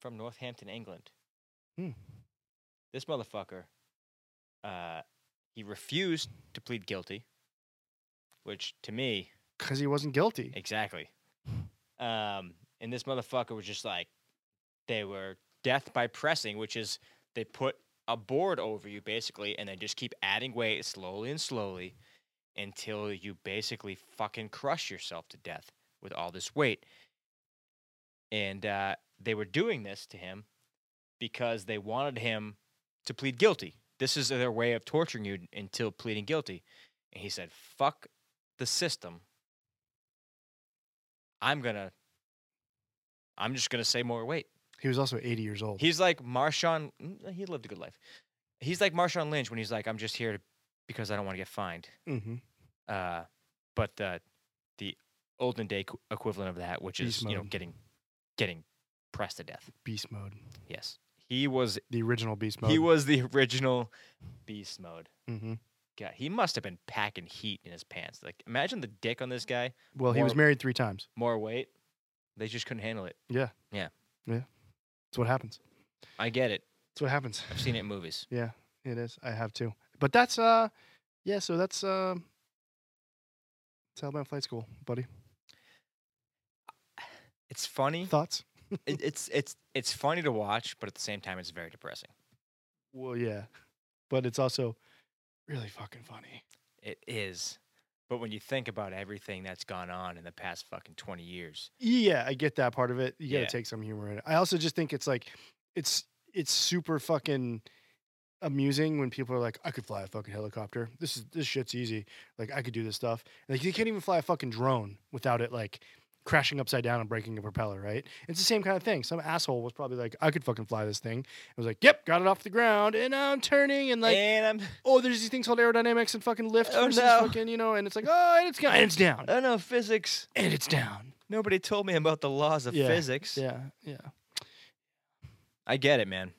[SPEAKER 1] from Northampton, England.
[SPEAKER 2] Hmm.
[SPEAKER 1] This motherfucker, uh, he refused to plead guilty, which to me
[SPEAKER 2] Because he wasn't guilty.
[SPEAKER 1] Exactly. Um, and this motherfucker was just like, they were death by pressing, which is they put a board over you basically, and then just keep adding weight slowly and slowly until you basically fucking crush yourself to death with all this weight. And uh, they were doing this to him because they wanted him to plead guilty. This is their way of torturing you until pleading guilty. And he said, fuck the system. I'm gonna I'm just gonna say more weight.
[SPEAKER 2] He was also 80 years old.
[SPEAKER 1] He's like Marshawn mm, he lived a good life. He's like Marshawn Lynch when he's like, I'm just here to, because I don't want to get fined.
[SPEAKER 2] mm-hmm.
[SPEAKER 1] Uh but the the olden day qu- equivalent of that, which
[SPEAKER 2] Beast
[SPEAKER 1] is you know,
[SPEAKER 2] mode.
[SPEAKER 1] getting getting pressed to death.
[SPEAKER 2] Beast mode.
[SPEAKER 1] Yes. He was
[SPEAKER 2] The original beast mode.
[SPEAKER 1] he was the original beast mode.
[SPEAKER 2] hmm
[SPEAKER 1] God, he must have been packing heat in his pants. Like imagine the dick on this guy,
[SPEAKER 2] Well, he was
[SPEAKER 1] More-
[SPEAKER 2] married three times.
[SPEAKER 1] more weight. They just couldn't handle it.
[SPEAKER 2] That's what happens.
[SPEAKER 1] I get it.
[SPEAKER 2] That's what happens.
[SPEAKER 1] I've seen it in movies.
[SPEAKER 2] Yeah, it is. I have too. But that's, uh, yeah, so that's, uh, it's Alabama Flight School, buddy.
[SPEAKER 1] It's funny.
[SPEAKER 2] Thoughts?
[SPEAKER 1] it, it's it's it's funny to watch, but at the same time, it's very depressing.
[SPEAKER 2] Well, yeah. But it's also really fucking funny.
[SPEAKER 1] It is, but when you think about everything that's gone on in the past fucking twenty years,
[SPEAKER 2] Yeah, I get that part of it. You got to
[SPEAKER 1] Yeah.
[SPEAKER 2] take some humor in it. I also just think it's like it's it's super fucking amusing when people are like, I could fly a fucking helicopter. This is this shit's easy. Like I could do this stuff. Like you can't even fly a fucking drone without it like crashing upside down and breaking a propeller, right? It's the same kind of thing. Some asshole was probably like, I could fucking fly this thing. It was like, yep, got it off the ground and now I'm turning and like,
[SPEAKER 1] and I'm
[SPEAKER 2] oh, there's these things called aerodynamics and fucking lift
[SPEAKER 1] Oh,
[SPEAKER 2] versus
[SPEAKER 1] no.
[SPEAKER 2] fucking, you know, and it's like, oh, and it's, go- and it's down.
[SPEAKER 1] I don't know physics.
[SPEAKER 2] And it's down.
[SPEAKER 1] Nobody told me about the laws of
[SPEAKER 2] Yeah,
[SPEAKER 1] physics.
[SPEAKER 2] Yeah, yeah.
[SPEAKER 1] I get it, man.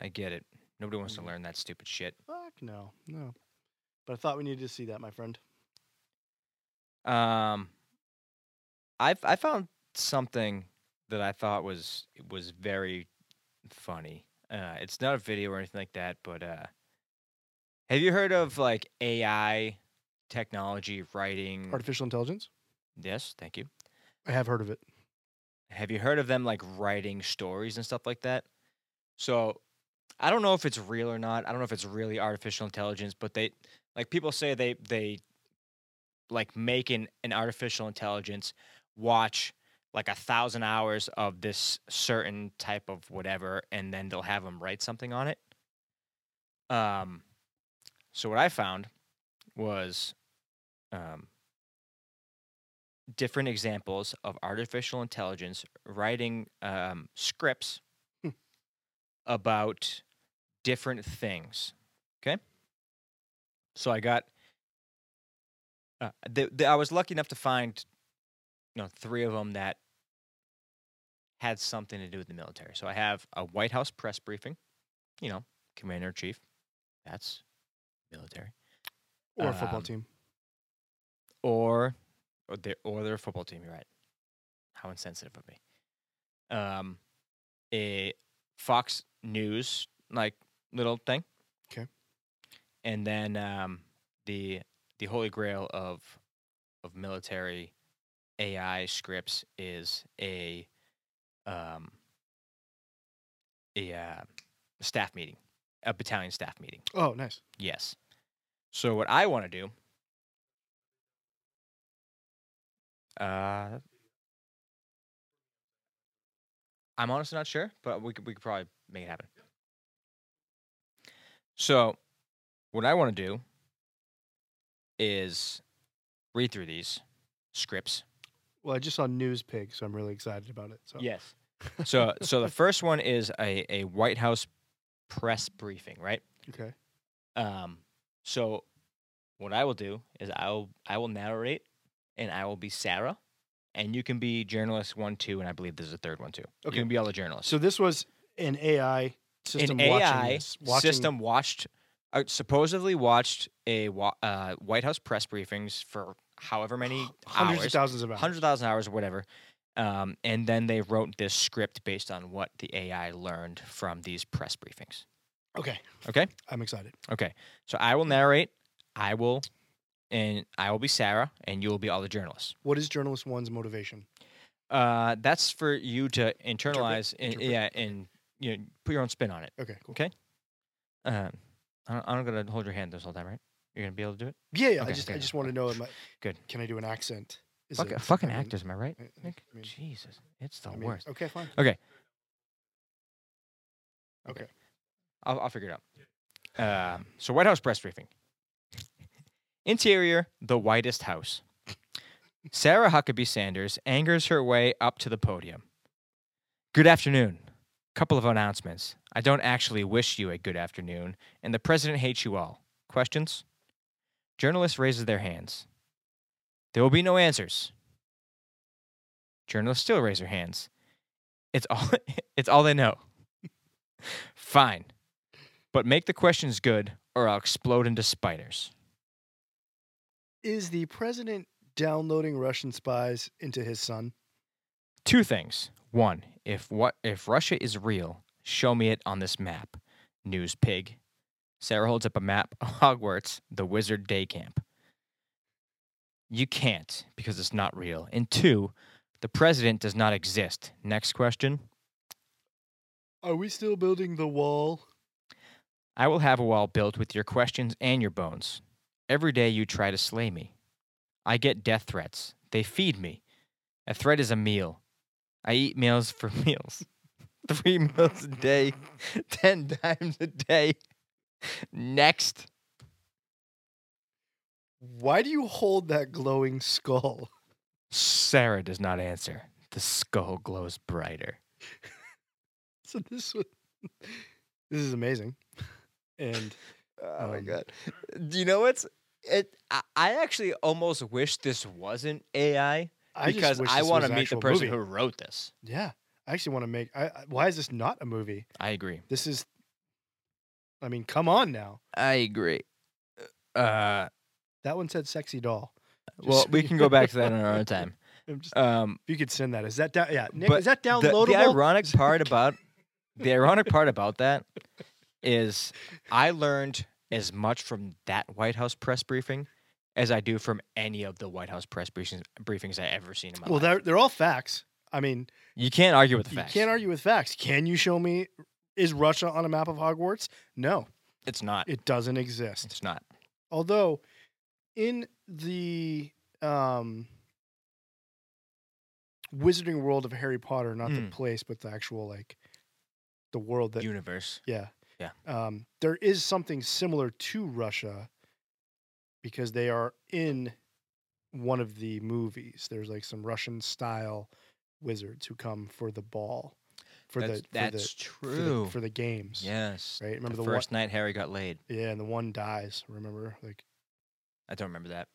[SPEAKER 1] I get it. Nobody wants to
[SPEAKER 2] Mm.
[SPEAKER 1] learn that stupid shit.
[SPEAKER 2] Fuck no, no. But I thought we needed to see that, my friend.
[SPEAKER 1] Um, I I found something that I thought was was very funny. Uh, it's not a video or anything like that, but uh, have you heard of like AI technology writing?
[SPEAKER 2] Artificial intelligence?
[SPEAKER 1] yes, thank you.
[SPEAKER 2] I have heard of it.
[SPEAKER 1] Have you heard of them like writing stories and stuff like that? So I don't know if it's real or not. I don't know if it's really artificial intelligence, but they like people say they they like make an, an artificial intelligence watch like a thousand hours of this certain type of whatever and then they'll have them write something on it. Um so what I found was um different examples of artificial intelligence writing um, scripts
[SPEAKER 2] Hmm.
[SPEAKER 1] about different things. Okay. So I got, uh, the, the, I was lucky enough to find, you know, three of them that had something to do with the military. So I have a White House press briefing, you know, commander in chief. That's military.
[SPEAKER 2] Or a football
[SPEAKER 1] Um,
[SPEAKER 2] team.
[SPEAKER 1] or or their or their football team. You're right. How insensitive of me. Um, a Fox News like little thing.
[SPEAKER 2] 'Kay.
[SPEAKER 1] And then um, the the holy grail of of military AI scripts is a um a uh, staff meeting, a battalion staff meeting.
[SPEAKER 2] Oh, nice.
[SPEAKER 1] Yes. So what I want to do. Uh, I'm honestly not sure, but we could, we could probably make it happen. So, what I want to do is read through these scripts.
[SPEAKER 2] Well, I just saw News Pig, so I'm really excited about it. So
[SPEAKER 1] Yes. So, so the first one is a, a White House press briefing, right?
[SPEAKER 2] Okay.
[SPEAKER 1] Um, so what I will do is I will I will narrate and I will be Sarah, and you can be journalist one, two, and I believe there's a third one too.
[SPEAKER 2] Okay.
[SPEAKER 1] You can be all the journalists.
[SPEAKER 2] So this was an AI system
[SPEAKER 1] An AI
[SPEAKER 2] watching this. Watching,
[SPEAKER 1] system watched, uh, supposedly watched a wa- uh, White House press briefings for however many
[SPEAKER 2] hundreds of
[SPEAKER 1] hours,
[SPEAKER 2] thousands of hours.
[SPEAKER 1] hundred thousand hours or whatever. Um, and then they wrote this script based on what the AI learned from these press briefings.
[SPEAKER 2] Okay.
[SPEAKER 1] Okay.
[SPEAKER 2] I'm excited.
[SPEAKER 1] Okay. So I will narrate. I will, and I will be Sarah, and you will be all the journalists.
[SPEAKER 2] What is journalist one's motivation?
[SPEAKER 1] Uh, that's for you to internalize and
[SPEAKER 2] interpret,
[SPEAKER 1] yeah, and you know, put your own spin on it.
[SPEAKER 2] Okay. Cool.
[SPEAKER 1] Okay. Um, I don't- I'm not gonna hold your hand this whole time, right? You're gonna be able to do it.
[SPEAKER 2] Yeah. yeah I
[SPEAKER 1] Okay,
[SPEAKER 2] just I
[SPEAKER 1] okay,
[SPEAKER 2] just want to
[SPEAKER 1] okay.
[SPEAKER 2] know. Am I,
[SPEAKER 1] Good.
[SPEAKER 2] Can I do an accent? Is
[SPEAKER 1] Fuck,
[SPEAKER 2] it-
[SPEAKER 1] fucking
[SPEAKER 2] I mean-
[SPEAKER 1] actors, am I right?
[SPEAKER 2] I- I
[SPEAKER 1] Nick?
[SPEAKER 2] mean-
[SPEAKER 1] Jesus, it's the
[SPEAKER 2] I mean,
[SPEAKER 1] worst.
[SPEAKER 2] Okay. Fine.
[SPEAKER 1] I'll, I'll figure it out. Um, so, White House press briefing. Interior, the whitest house. Sarah Huckabee Sanders angers her way up to the podium. Good afternoon. Couple of announcements. I don't actually wish you a good afternoon, and the president hates you all. Questions? Journalist raises their hands. There will be no answers. Journalists still raise their hands. It's all, it's all they know. Fine. But make the questions good or I'll explode into spiders.
[SPEAKER 2] Is the president downloading Russian spies into his son?
[SPEAKER 1] Two things. One, if what if Russia is real, show me it on this map. News pig. Sarah holds up a map of Hogwarts, the wizard day camp. You can't because it's not real. And two, the president does not exist. Next question.
[SPEAKER 2] Are we still building the wall?
[SPEAKER 1] I will have a wall built with your questions and your bones. Every day you try to slay me. I get death threats. They feed me. A threat is a meal. I eat meals for meals. Three meals a day, ten times a day. Next.
[SPEAKER 2] Why do you hold that glowing skull?
[SPEAKER 1] Sarah does not answer. The skull glows brighter.
[SPEAKER 2] So this was, this is amazing, and
[SPEAKER 1] Oh
[SPEAKER 2] my God.
[SPEAKER 1] You know what's it? I, I actually almost wish this wasn't AI
[SPEAKER 2] I
[SPEAKER 1] because I want to meet the person who wrote this.
[SPEAKER 2] Yeah, I actually want to make. I, I- why is this not a movie?
[SPEAKER 1] I agree.
[SPEAKER 2] This is. I mean, come on now.
[SPEAKER 1] I agree. Uh,
[SPEAKER 2] That one said "sexy doll." Just
[SPEAKER 1] well,
[SPEAKER 2] so
[SPEAKER 1] we
[SPEAKER 2] you
[SPEAKER 1] can go back to
[SPEAKER 2] know.
[SPEAKER 1] that in our own time.
[SPEAKER 2] I'm just-
[SPEAKER 1] Um,
[SPEAKER 2] if you could send that, is that down? Yeah, Nick,
[SPEAKER 1] But
[SPEAKER 2] is that
[SPEAKER 1] the,
[SPEAKER 2] downloadable?
[SPEAKER 1] the ironic part about the ironic part about that is I learned as much from that White House press briefing as I do from any of the White House press briefings, briefings I ever seen in my
[SPEAKER 2] well,
[SPEAKER 1] life.
[SPEAKER 2] they're they're all facts. I mean,
[SPEAKER 1] You can't argue with the facts.
[SPEAKER 2] You can't argue with facts. Can you show me is Russia on a map of Hogwarts? No,
[SPEAKER 1] It's not.
[SPEAKER 2] it doesn't exist.
[SPEAKER 1] It's not.
[SPEAKER 2] Although in the um Wizarding World of Harry Potter, not the
[SPEAKER 1] Mm.
[SPEAKER 2] place, but the actual like the world that
[SPEAKER 1] Universe.
[SPEAKER 2] yeah.
[SPEAKER 1] Yeah.
[SPEAKER 2] Um, there is something similar to Russia because they are in one of the movies. There's like some Russian style wizards who come for the ball. For
[SPEAKER 1] that's
[SPEAKER 2] the for
[SPEAKER 1] that's
[SPEAKER 2] the, for the-
[SPEAKER 1] true.
[SPEAKER 2] For the, games.
[SPEAKER 1] yes.
[SPEAKER 2] Right. Remember
[SPEAKER 1] the,
[SPEAKER 2] the,
[SPEAKER 1] first night Harry got laid.
[SPEAKER 2] one Yeah, and the one dies, remember? Like
[SPEAKER 1] I don't remember that.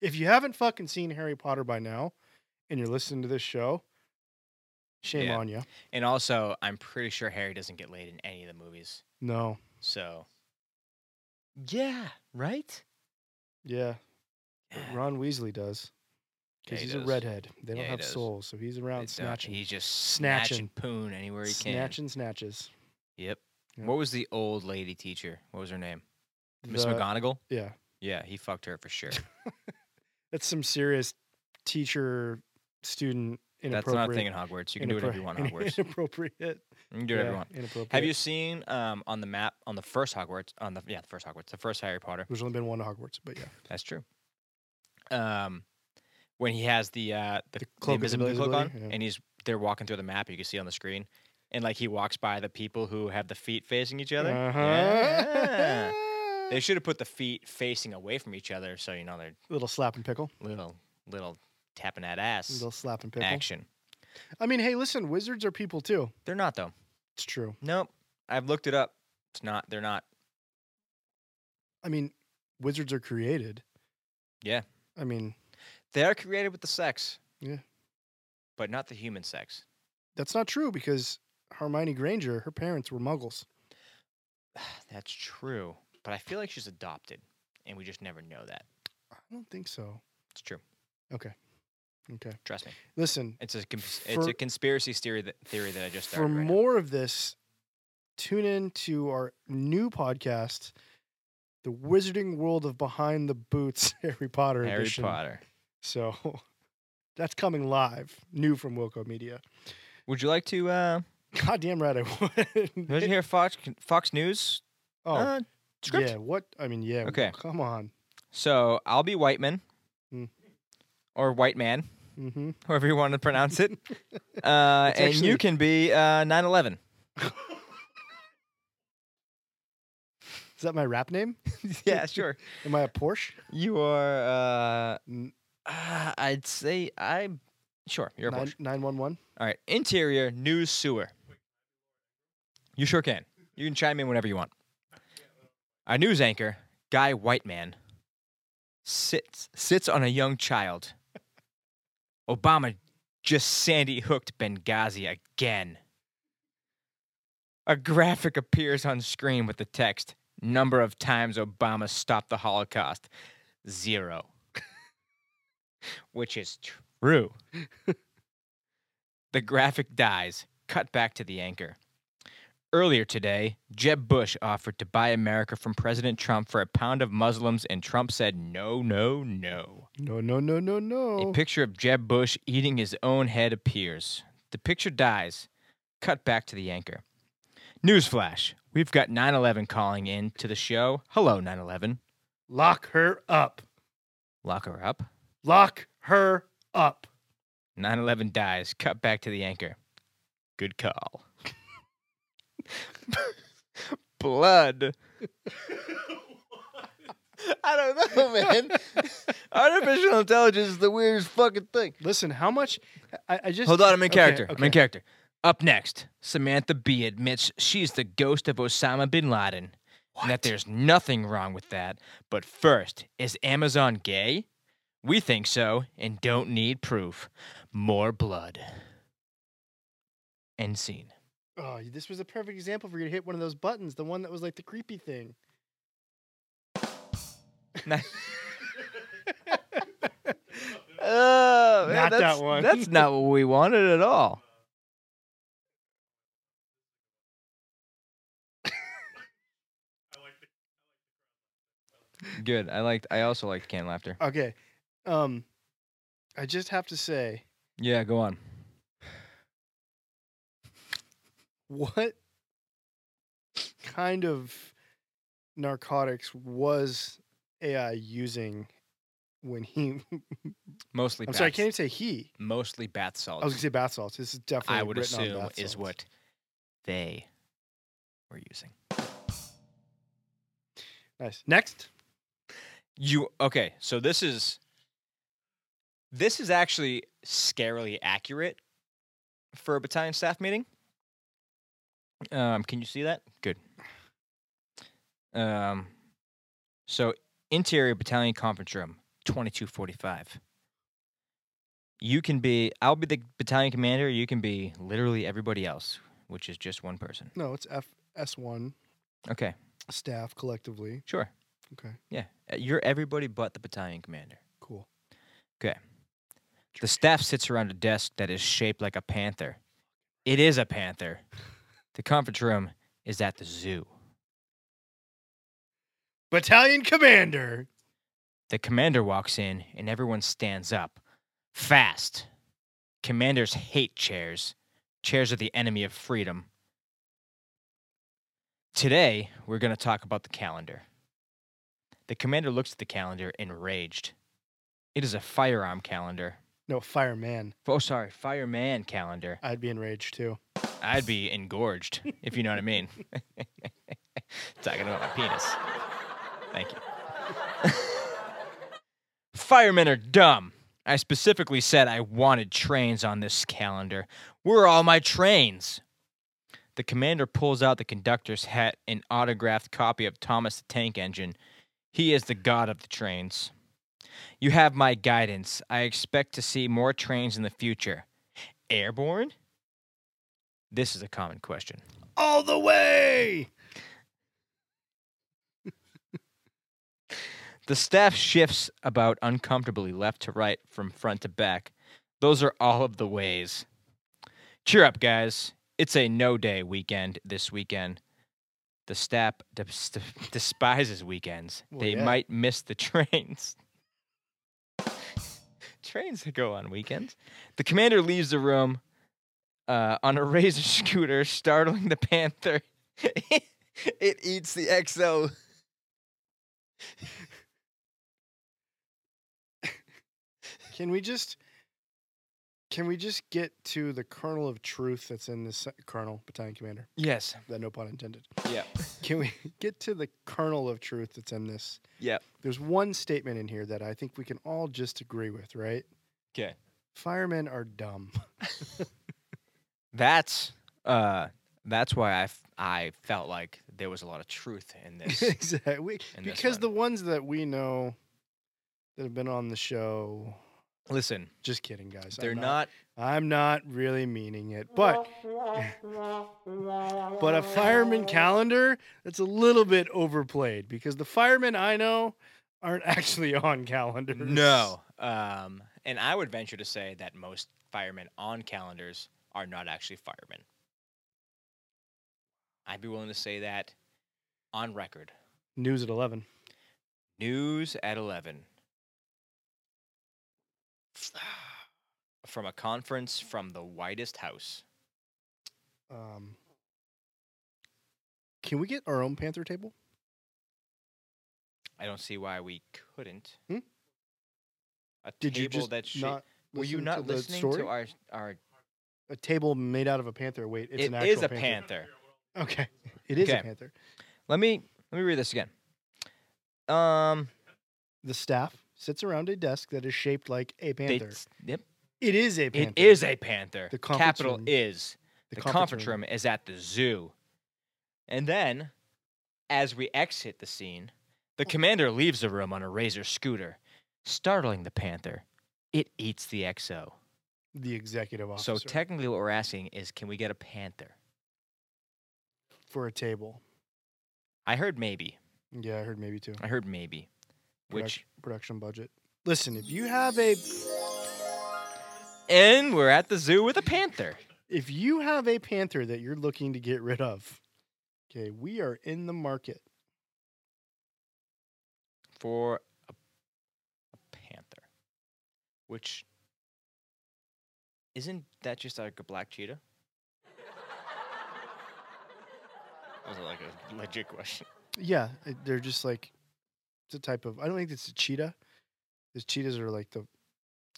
[SPEAKER 2] if you haven't fucking seen Harry Potter by now and you're listening to this show, shame
[SPEAKER 1] Yeah.
[SPEAKER 2] on you.
[SPEAKER 1] And also, I'm pretty sure Harry doesn't get laid in any of the movies.
[SPEAKER 2] No.
[SPEAKER 1] So. Yeah. Right.
[SPEAKER 2] Yeah. but
[SPEAKER 1] Yeah.
[SPEAKER 2] Ron Weasley does.
[SPEAKER 1] Yeah,
[SPEAKER 2] Because
[SPEAKER 1] he
[SPEAKER 2] he's
[SPEAKER 1] does.
[SPEAKER 2] a redhead. They don't
[SPEAKER 1] Yeah, he
[SPEAKER 2] have
[SPEAKER 1] does.
[SPEAKER 2] souls, so he's around
[SPEAKER 1] They don't.
[SPEAKER 2] snatching.
[SPEAKER 1] He's just snatching
[SPEAKER 2] Snatching.
[SPEAKER 1] poon anywhere he can.
[SPEAKER 2] snatching snatches.
[SPEAKER 1] Yep.
[SPEAKER 2] Yeah.
[SPEAKER 1] What was the old lady teacher? What was her name? Miss
[SPEAKER 2] The-
[SPEAKER 1] McGonagall.
[SPEAKER 2] Yeah,
[SPEAKER 1] Yeah, he fucked her for sure.
[SPEAKER 2] that's some serious teacher student
[SPEAKER 1] That's
[SPEAKER 2] inappropriate.
[SPEAKER 1] not a thing in Hogwarts. You can do whatever you want in Hogwarts.
[SPEAKER 2] Inappropriate.
[SPEAKER 1] You can do whatever
[SPEAKER 2] yeah,
[SPEAKER 1] you want.
[SPEAKER 2] Inappropriate.
[SPEAKER 1] Have you seen um, on the map on the first Hogwarts on the yeah the first Hogwarts the first Harry Potter?
[SPEAKER 2] There's only been one Hogwarts, but yeah,
[SPEAKER 1] That's true. Um, when he has the uh, the, the
[SPEAKER 2] cloak of
[SPEAKER 1] invisibility cloak on,
[SPEAKER 2] invisibility, yeah.
[SPEAKER 1] and he's they're walking through the map, you can see on the screen, and like he walks by the people who have the feet facing each other. Yeah.
[SPEAKER 2] Uh-huh.
[SPEAKER 1] They should have put the feet facing away from each other, so you know they're
[SPEAKER 2] little slap and pickle.
[SPEAKER 1] little little tapping that ass
[SPEAKER 2] Little slap and pickle.
[SPEAKER 1] action.
[SPEAKER 2] I mean, hey, listen, wizards are people too.
[SPEAKER 1] They're not though.
[SPEAKER 2] It's true.
[SPEAKER 1] Nope. I've looked it up. It's not. They're not.
[SPEAKER 2] I mean, wizards are created.
[SPEAKER 1] Yeah.
[SPEAKER 2] I mean,
[SPEAKER 1] They are created with the sex.
[SPEAKER 2] Yeah.
[SPEAKER 1] But not the human sex.
[SPEAKER 2] that's not true because Hermione Granger, her parents were muggles.
[SPEAKER 1] That's true. But I feel like she's adopted, and we just never know that.
[SPEAKER 2] I don't think so.
[SPEAKER 1] It's true.
[SPEAKER 2] Okay.
[SPEAKER 1] Trust me.
[SPEAKER 2] Listen,
[SPEAKER 1] It's a cons- it's
[SPEAKER 2] For-
[SPEAKER 1] a conspiracy theory that theory that I just started.
[SPEAKER 2] for
[SPEAKER 1] right now.
[SPEAKER 2] more of this, tune in to our new podcast, The Wizarding World of Behind the Boots Harry Potter
[SPEAKER 1] Harry
[SPEAKER 2] edition.
[SPEAKER 1] Potter.
[SPEAKER 2] So that's coming live, new from Wilco Media.
[SPEAKER 1] Would you like to? Uh,
[SPEAKER 2] Goddamn right I
[SPEAKER 1] did you
[SPEAKER 2] would.
[SPEAKER 1] hear Fox Fox News
[SPEAKER 2] oh,
[SPEAKER 1] uh, script?
[SPEAKER 2] yeah. What? I mean, yeah.
[SPEAKER 1] Okay.
[SPEAKER 2] Come on.
[SPEAKER 1] So I'll be Whiteman,
[SPEAKER 2] Mm.
[SPEAKER 1] or White Man,
[SPEAKER 2] Mm-hmm.
[SPEAKER 1] however you want to pronounce it, uh,
[SPEAKER 2] It's
[SPEAKER 1] and you
[SPEAKER 2] actually-
[SPEAKER 1] can be uh, 9/11.
[SPEAKER 2] Is that my rap name?
[SPEAKER 1] yeah, sure.
[SPEAKER 2] Am I a Porsche?
[SPEAKER 1] You are. Uh,
[SPEAKER 2] N-
[SPEAKER 1] uh, I'd say I'm. Sure, you're a Porsche.
[SPEAKER 2] Nine one one.
[SPEAKER 1] All right, interior news sewer. You sure can. You can chime in whenever you want. Our news anchor, Guy Whiteman, sits sits on a young child. Obama just Sandy hooked Benghazi again. A graphic appears on screen with the text: "Number of times Obama stopped the Holocaust, zero. which is true. The graphic dies. Cut back to the anchor. Earlier today, Jeb Bush offered to buy America from President Trump for a pound of Muslims, and Trump said no, no, no.
[SPEAKER 2] No, no, no, no,
[SPEAKER 1] A
[SPEAKER 2] no.
[SPEAKER 1] picture of Jeb Bush eating his own head appears. The picture dies. Cut back to the anchor. Newsflash We've got 9 11 calling in to the show. Hello, 9 11.
[SPEAKER 2] Lock her up.
[SPEAKER 1] Lock her up.
[SPEAKER 2] Lock her up.
[SPEAKER 1] 9 11 dies. Cut back to the anchor. Good call. Blood. I don't know, man. Artificial intelligence is the weirdest fucking thing.
[SPEAKER 2] Listen, how much? I, I just
[SPEAKER 1] Hold on, I'm in
[SPEAKER 2] okay,
[SPEAKER 1] character. I'm
[SPEAKER 2] okay.
[SPEAKER 1] in character. Up next, Samantha Bee admits she's the ghost of Osama bin Laden and that there's nothing wrong with that. But first, is Amazon gay? We think so and don't need proof. More blood. End scene.
[SPEAKER 2] Oh, this was a perfect example for you to hit one of those buttons, the one that was like the creepy thing.
[SPEAKER 1] Oh,
[SPEAKER 2] man, Not that that's- one. that's
[SPEAKER 1] That's not what we wanted at all. Good. I liked. I also liked canned laughter.
[SPEAKER 2] Okay, um, I just have to say,
[SPEAKER 1] Yeah, go on.
[SPEAKER 2] what kind of narcotics was AI using when he?
[SPEAKER 1] Mostly.
[SPEAKER 2] I'm
[SPEAKER 1] bath,
[SPEAKER 2] sorry, I can't even say he.
[SPEAKER 1] Mostly bath salts.
[SPEAKER 2] I was gonna say bath salts. This is definitely.
[SPEAKER 1] I would
[SPEAKER 2] written on
[SPEAKER 1] assume
[SPEAKER 2] bath
[SPEAKER 1] is
[SPEAKER 2] salts.
[SPEAKER 1] what they were using.
[SPEAKER 2] Nice. Next.
[SPEAKER 1] You okay? So this is this is actually scarily accurate for a battalion staff meeting. Um, can you see that? Good. Um, so interior battalion conference room, twenty two forty five. You can be. I'll be the battalion commander. You can be literally everybody else, which is just one person.
[SPEAKER 2] No, it's FS1
[SPEAKER 1] Okay,
[SPEAKER 2] staff collectively.
[SPEAKER 1] sure.
[SPEAKER 2] Okay.
[SPEAKER 1] Yeah, uh, you're everybody but the battalion commander.
[SPEAKER 2] Cool.
[SPEAKER 1] The staff sits around a desk that is shaped like a panther. It is a panther. The conference room is at the zoo.
[SPEAKER 2] Battalion commander.
[SPEAKER 1] The commander walks in and everyone stands up. Fast. Commanders hate chairs. Chairs are the enemy of freedom. Today, we're going to talk about the calendar. The commander looks at the calendar enraged. It is a firearm calendar.
[SPEAKER 2] No, fireman.
[SPEAKER 1] Oh, sorry, fireman calendar.
[SPEAKER 2] I'd be enraged too.
[SPEAKER 1] I'd be engorged, if you know what I mean. Talking about my penis. Thank you. Firemen are dumb. I specifically said I wanted trains on this calendar. Where are all my trains? The commander pulls out the conductor's hat and autographed copy of Thomas the Tank Engine. He is the god of the trains. You have my guidance. I expect to see more trains in the future. Airborne? This is a common question.
[SPEAKER 2] All the way.
[SPEAKER 1] The staff shifts about uncomfortably left to right from front to back. Those are all of the ways. Cheer up, guys. It's a no day weekend this weekend. The staff des- despises weekends.
[SPEAKER 2] Well,
[SPEAKER 1] they
[SPEAKER 2] yeah.
[SPEAKER 1] might miss the trains. trains that go on weekends. The commander leaves the room uh, on a razor scooter, startling the panther. it eats the XO.
[SPEAKER 2] Can we just can we just get to the kernel of truth that's in this se- colonel battalion commander?
[SPEAKER 1] Yes.
[SPEAKER 2] That no pun intended.
[SPEAKER 1] Yeah.
[SPEAKER 2] Can we get to the kernel of truth that's in this?
[SPEAKER 1] Yeah.
[SPEAKER 2] There's one statement in here that I think we can all just agree with, right?
[SPEAKER 1] 'Kay.
[SPEAKER 2] Firemen are dumb.
[SPEAKER 1] That's uh that's why I f- I felt like there was a lot of truth in this.
[SPEAKER 2] exactly. We-
[SPEAKER 1] in this
[SPEAKER 2] Because
[SPEAKER 1] one.
[SPEAKER 2] the ones that we know that have been on the show,
[SPEAKER 1] Listen,
[SPEAKER 2] just kidding, guys.
[SPEAKER 1] they're
[SPEAKER 2] I'm
[SPEAKER 1] not
[SPEAKER 2] I'm not really meaning it, but but a fireman calendar that's a little bit overplayed because the firemen I know aren't actually on calendars.
[SPEAKER 1] no. Um and I would venture to say that most firemen on calendars are not actually firemen. I'd be willing to say that on record.
[SPEAKER 2] News at eleven.
[SPEAKER 1] News at 11. From a conference from the whitest house.
[SPEAKER 2] Um, can we get our own Panther table?
[SPEAKER 1] I don't see why we couldn't.
[SPEAKER 2] Hmm?
[SPEAKER 1] A
[SPEAKER 2] Did you
[SPEAKER 1] table
[SPEAKER 2] just
[SPEAKER 1] that's shaped-
[SPEAKER 2] not?
[SPEAKER 1] Were you
[SPEAKER 2] listen
[SPEAKER 1] not
[SPEAKER 2] to the
[SPEAKER 1] listening
[SPEAKER 2] story?
[SPEAKER 1] to our our?
[SPEAKER 2] a table made out of a panther? Wait, it's an
[SPEAKER 1] it
[SPEAKER 2] actual
[SPEAKER 1] is a panther.
[SPEAKER 2] panther. Okay, it is a
[SPEAKER 1] Okay.
[SPEAKER 2] panther.
[SPEAKER 1] Let me let me read this again. Um,
[SPEAKER 2] The staff sits around a desk that is shaped like a
[SPEAKER 1] They-
[SPEAKER 2] panther.
[SPEAKER 1] yep.
[SPEAKER 2] it is a panther.
[SPEAKER 1] It is a panther.
[SPEAKER 2] The conference
[SPEAKER 1] capital
[SPEAKER 2] room.
[SPEAKER 1] is. The, conference room. is at the zoo. And then, as we exit the scene,
[SPEAKER 2] Oh.
[SPEAKER 1] the commander leaves the room on a razor scooter, startling the panther. It eats the XO.
[SPEAKER 2] The executive officer.
[SPEAKER 1] So technically, what we're asking is, can we get a panther?
[SPEAKER 2] for a table.
[SPEAKER 1] I heard maybe.
[SPEAKER 2] Yeah, I heard maybe two.
[SPEAKER 1] I heard maybe.
[SPEAKER 2] Produc-
[SPEAKER 1] Which
[SPEAKER 2] production budget? Listen, if you have a
[SPEAKER 1] and we're at the zoo with a panther.
[SPEAKER 2] if you have a panther that you're looking to get rid of, okay, we are in the market.
[SPEAKER 1] for a, a panther, which isn't that just like a black cheetah? That was like a legit question.
[SPEAKER 2] Yeah, uh, they're just like it's a type of. I don't think it's a cheetah. The cheetahs are like the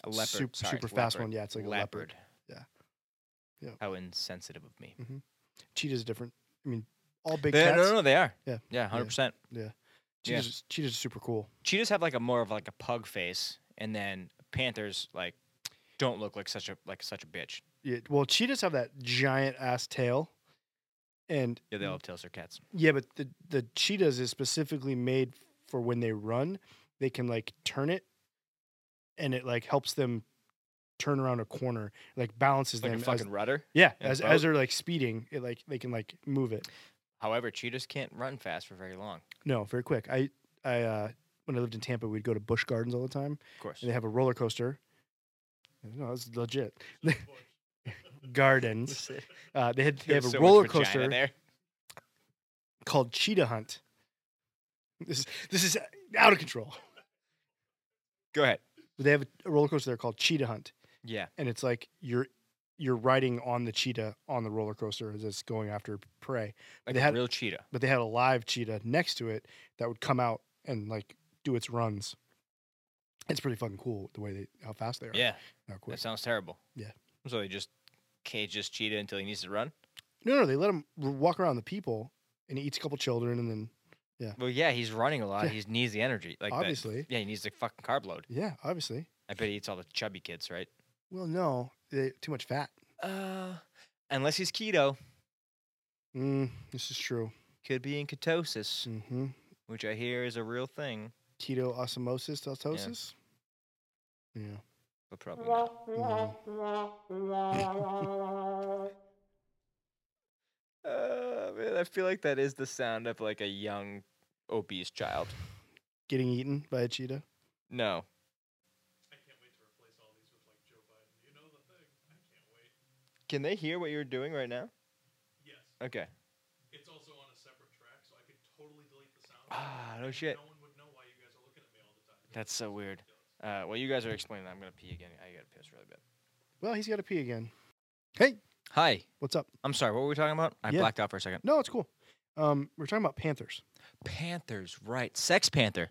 [SPEAKER 1] A leopard,
[SPEAKER 2] Sup-
[SPEAKER 1] sorry,
[SPEAKER 2] super fast
[SPEAKER 1] leopard.
[SPEAKER 2] one. Yeah, it's like a leopard.
[SPEAKER 1] leopard.
[SPEAKER 2] Yeah. Yeah.
[SPEAKER 1] How insensitive of me.
[SPEAKER 2] Cheetahs different. I mean, all big
[SPEAKER 1] They-
[SPEAKER 2] cats.
[SPEAKER 1] no, no, they are.
[SPEAKER 2] Yeah,
[SPEAKER 1] yeah, hundred percent. yeah.
[SPEAKER 2] Cheetahs, cheetahs are super cool.
[SPEAKER 1] Cheetahs have like a more of like a pug face, and then panthers like don't look like such a like such a bitch.
[SPEAKER 2] Yeah, well, cheetahs have that giant ass tail, and
[SPEAKER 1] Yeah, they all have tails. They're cats.
[SPEAKER 2] Yeah, but the the cheetahs is specifically made for when they run, they can like turn it, and it like helps them turn around a corner, like balances
[SPEAKER 1] Like a
[SPEAKER 2] them. as-
[SPEAKER 1] fucking rudder.
[SPEAKER 2] yeah,
[SPEAKER 1] in a
[SPEAKER 2] as as
[SPEAKER 1] boat.
[SPEAKER 2] they're like speeding, it like they can like move it.
[SPEAKER 1] However, cheetahs can't run fast for very long.
[SPEAKER 2] No, very quick. I I uh when I lived in Tampa, we'd go to Busch Gardens all the time,
[SPEAKER 1] Of course.
[SPEAKER 2] and they have a roller coaster. No, that's legit. Gardens. Uh, they had they
[SPEAKER 1] There's
[SPEAKER 2] have a
[SPEAKER 1] so much
[SPEAKER 2] roller
[SPEAKER 1] vagina
[SPEAKER 2] coaster.
[SPEAKER 1] there.
[SPEAKER 2] called Cheetah Hunt. This is this is out of control.
[SPEAKER 1] Go ahead.
[SPEAKER 2] They have a roller coaster there called Cheetah Hunt,
[SPEAKER 1] Yeah.
[SPEAKER 2] and it's like you're you're riding on the cheetah on the roller coaster as it's going after prey.
[SPEAKER 1] Like
[SPEAKER 2] They
[SPEAKER 1] a
[SPEAKER 2] had-
[SPEAKER 1] real cheetah.
[SPEAKER 2] But they had a live cheetah next to it that would come out and like do its runs. It's pretty fucking cool the way they how fast they are.
[SPEAKER 1] Yeah.
[SPEAKER 2] how quick.
[SPEAKER 1] That sounds terrible.
[SPEAKER 2] Yeah.
[SPEAKER 1] So they just cage this cheetah until he needs to run?
[SPEAKER 2] No, no, they let him walk around the people, and he eats a couple children, and then
[SPEAKER 1] Well, yeah, he's running a lot.
[SPEAKER 2] Yeah.
[SPEAKER 1] He needs the energy. Like that-
[SPEAKER 2] Obviously.
[SPEAKER 1] Yeah, he needs the fucking carb load.
[SPEAKER 2] yeah, obviously.
[SPEAKER 1] I bet he eats all the chubby kids, right?
[SPEAKER 2] Well, no, they, too much fat.
[SPEAKER 1] Uh unless he's keto.
[SPEAKER 2] Mm, this is true.
[SPEAKER 1] Could be in ketosis,
[SPEAKER 2] hmm
[SPEAKER 1] which I hear is a real thing,
[SPEAKER 2] keto osmosis deltosis. Yeah. Mm-hmm.
[SPEAKER 1] but probably not. Uh, man, I feel like that is the sound of like a young obese child.
[SPEAKER 2] Getting eaten by a cheetah.
[SPEAKER 1] No. Can they hear what you're doing right now?
[SPEAKER 5] Yes.
[SPEAKER 1] Okay.
[SPEAKER 5] It's also on a separate track, so I could totally delete the sound.
[SPEAKER 1] Ah, no shit.
[SPEAKER 5] No one would know why you guys are looking at me all the time.
[SPEAKER 1] That's so weird. Uh, well, you guys are explaining that. I'm gonna pee again. I gotta piss really bad.
[SPEAKER 2] Well, he's got to pee again.
[SPEAKER 1] Hi.
[SPEAKER 2] What's up?
[SPEAKER 1] I'm sorry. What were we talking about? I
[SPEAKER 2] Yeah.
[SPEAKER 1] blacked out for a second.
[SPEAKER 2] No, it's cool. Um, we're talking about panthers.
[SPEAKER 1] Panthers, right? Sex panther,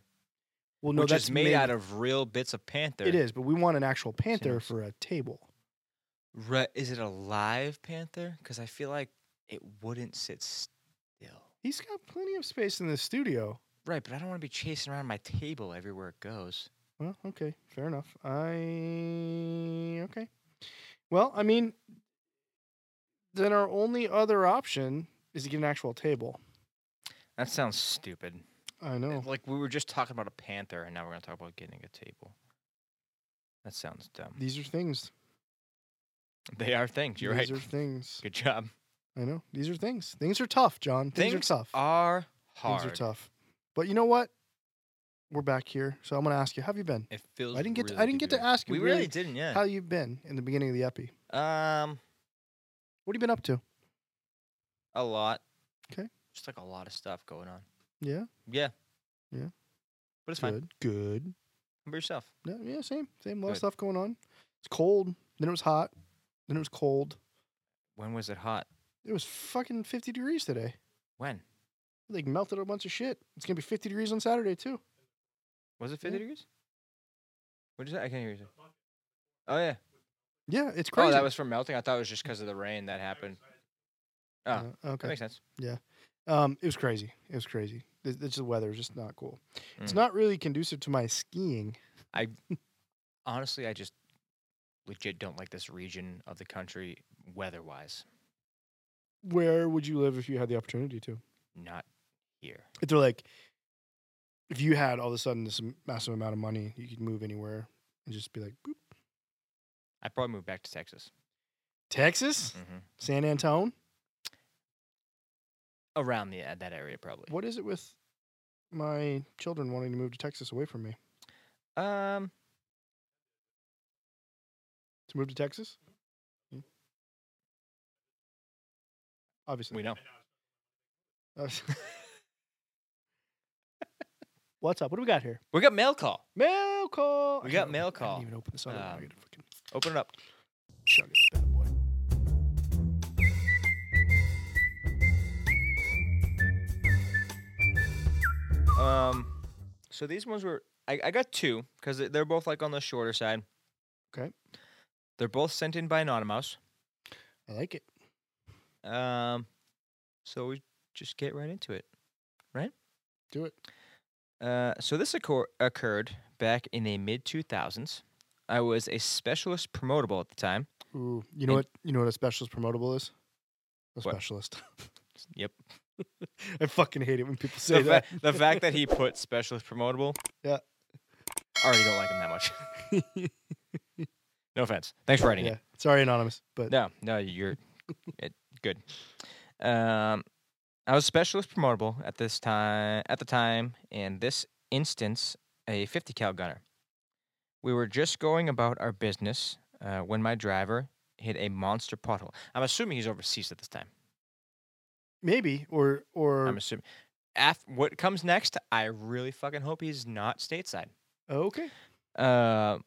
[SPEAKER 2] Well, no,
[SPEAKER 1] which
[SPEAKER 2] that's
[SPEAKER 1] is made, out of real bits of panther.
[SPEAKER 2] It is, but we want an actual panther
[SPEAKER 1] Sounds-
[SPEAKER 2] for a table.
[SPEAKER 1] Re- is it a live panther? Because I feel like it wouldn't sit still.
[SPEAKER 2] He's got plenty of space in the studio.
[SPEAKER 1] Right, but I don't want to be chasing around my table everywhere it goes.
[SPEAKER 2] Well, okay, fair enough. I okay. Well, I mean, then our only other option is to get an actual table.
[SPEAKER 1] That sounds stupid.
[SPEAKER 2] I know.
[SPEAKER 1] Like we were just talking about a panther, and now we're gonna talk about getting a table. That sounds dumb.
[SPEAKER 2] These are things.
[SPEAKER 1] They are things. You're
[SPEAKER 2] These
[SPEAKER 1] right.
[SPEAKER 2] are things.
[SPEAKER 1] Good job.
[SPEAKER 2] I know. These are things. Things are tough, John. Things, are tough.
[SPEAKER 1] Are hard.
[SPEAKER 2] Things are tough. But you know what? We're back here, so I'm gonna ask you, how have you been?
[SPEAKER 1] It feels.
[SPEAKER 2] I didn't get to- I
[SPEAKER 1] really
[SPEAKER 2] didn't get
[SPEAKER 1] good
[SPEAKER 2] to ask you
[SPEAKER 1] We really,
[SPEAKER 2] really
[SPEAKER 1] didn't. Yeah.
[SPEAKER 2] How you been in the beginning of the epi?
[SPEAKER 1] um,
[SPEAKER 2] What have you been up to?
[SPEAKER 1] a lot.
[SPEAKER 2] 'Kay.
[SPEAKER 1] Just like a lot of stuff going on.
[SPEAKER 2] Yeah,
[SPEAKER 1] Yeah.
[SPEAKER 2] Yeah.
[SPEAKER 1] But it's fine.
[SPEAKER 2] good, good.
[SPEAKER 1] Remember yourself.
[SPEAKER 2] No, yeah, same, same. A lot of
[SPEAKER 1] Good.
[SPEAKER 2] stuff going on. It's cold. Then it was hot. Then it was cold.
[SPEAKER 1] When was it hot?
[SPEAKER 2] It was fucking 50 degrees today.
[SPEAKER 1] When
[SPEAKER 2] Like melted a bunch of shit. It's gonna be 50 degrees on Saturday too.
[SPEAKER 1] was it? Fifty
[SPEAKER 2] Yeah.
[SPEAKER 1] degrees. What is that? I can't hear you. Oh yeah.
[SPEAKER 2] Yeah, it's crazy.
[SPEAKER 1] Oh, that was from melting. I thought it was just because of the rain that happened. Oh,
[SPEAKER 2] Uh,
[SPEAKER 1] that
[SPEAKER 2] okay.
[SPEAKER 1] makes sense.
[SPEAKER 2] Um, it was crazy. It was crazy. The, the, just the weather is just not cool. It's
[SPEAKER 1] Mm.
[SPEAKER 2] not really conducive to my skiing.
[SPEAKER 1] I honestly, I just legit don't like this region of the country weather-wise.
[SPEAKER 2] Where would you live if you had the opportunity to?
[SPEAKER 1] Not here.
[SPEAKER 2] If they're like, if you had all of a sudden this m- massive amount of money, you could move anywhere and just be like, boop.
[SPEAKER 1] I would probably move back to Texas. Mm-hmm.
[SPEAKER 2] Texas, San Antone.
[SPEAKER 1] Around the uh, that area, probably.
[SPEAKER 2] What is it with my children wanting to move to Texas away from me?
[SPEAKER 1] Um,
[SPEAKER 2] To move to Texas? Hmm. Obviously.
[SPEAKER 1] we know.
[SPEAKER 2] Uh, What's up? What do we got here?
[SPEAKER 1] We got mail call.
[SPEAKER 2] Mail call.
[SPEAKER 1] We
[SPEAKER 2] I
[SPEAKER 1] got
[SPEAKER 2] can't open-
[SPEAKER 1] mail
[SPEAKER 2] I
[SPEAKER 1] call.
[SPEAKER 2] didn't even open this other one. I
[SPEAKER 1] Um,
[SPEAKER 2] gotta fucking
[SPEAKER 1] Open it up.
[SPEAKER 2] chug this bad boy.
[SPEAKER 1] Um, so these ones were I, I got two because they're both like on the shorter side.
[SPEAKER 2] Okay.
[SPEAKER 1] They're both sent in by anonymous.
[SPEAKER 2] I like it.
[SPEAKER 1] Um, so we just get right into it.
[SPEAKER 2] Do it.
[SPEAKER 1] Uh, so this occur- occurred back in the mid two thousands. I was a specialist promotable at the time.
[SPEAKER 2] Ooh, you know
[SPEAKER 1] And-
[SPEAKER 2] what? You know what a specialist promotable is? A
[SPEAKER 1] What?
[SPEAKER 2] specialist.
[SPEAKER 1] Yep.
[SPEAKER 2] I fucking hate it when people say
[SPEAKER 1] The,
[SPEAKER 2] that.
[SPEAKER 1] fa- the fact that he put specialist promotable.
[SPEAKER 2] Yeah.
[SPEAKER 1] I already don't like him that much. no offense. Thanks for writing it.
[SPEAKER 2] yeah. Sorry, anonymous, but
[SPEAKER 1] No, no, you're it, good. Um, I was specialist promotable at this time. At the time, in this instance, a 50 cal gunner. We were just going about our business uh, when my driver hit a monster pothole. I'm assuming he's overseas at this time.
[SPEAKER 2] maybe or
[SPEAKER 1] I'm
[SPEAKER 2] or
[SPEAKER 1] assuming. Af- what comes next? I really fucking hope he's not stateside.
[SPEAKER 2] Oh, okay.
[SPEAKER 1] Uh,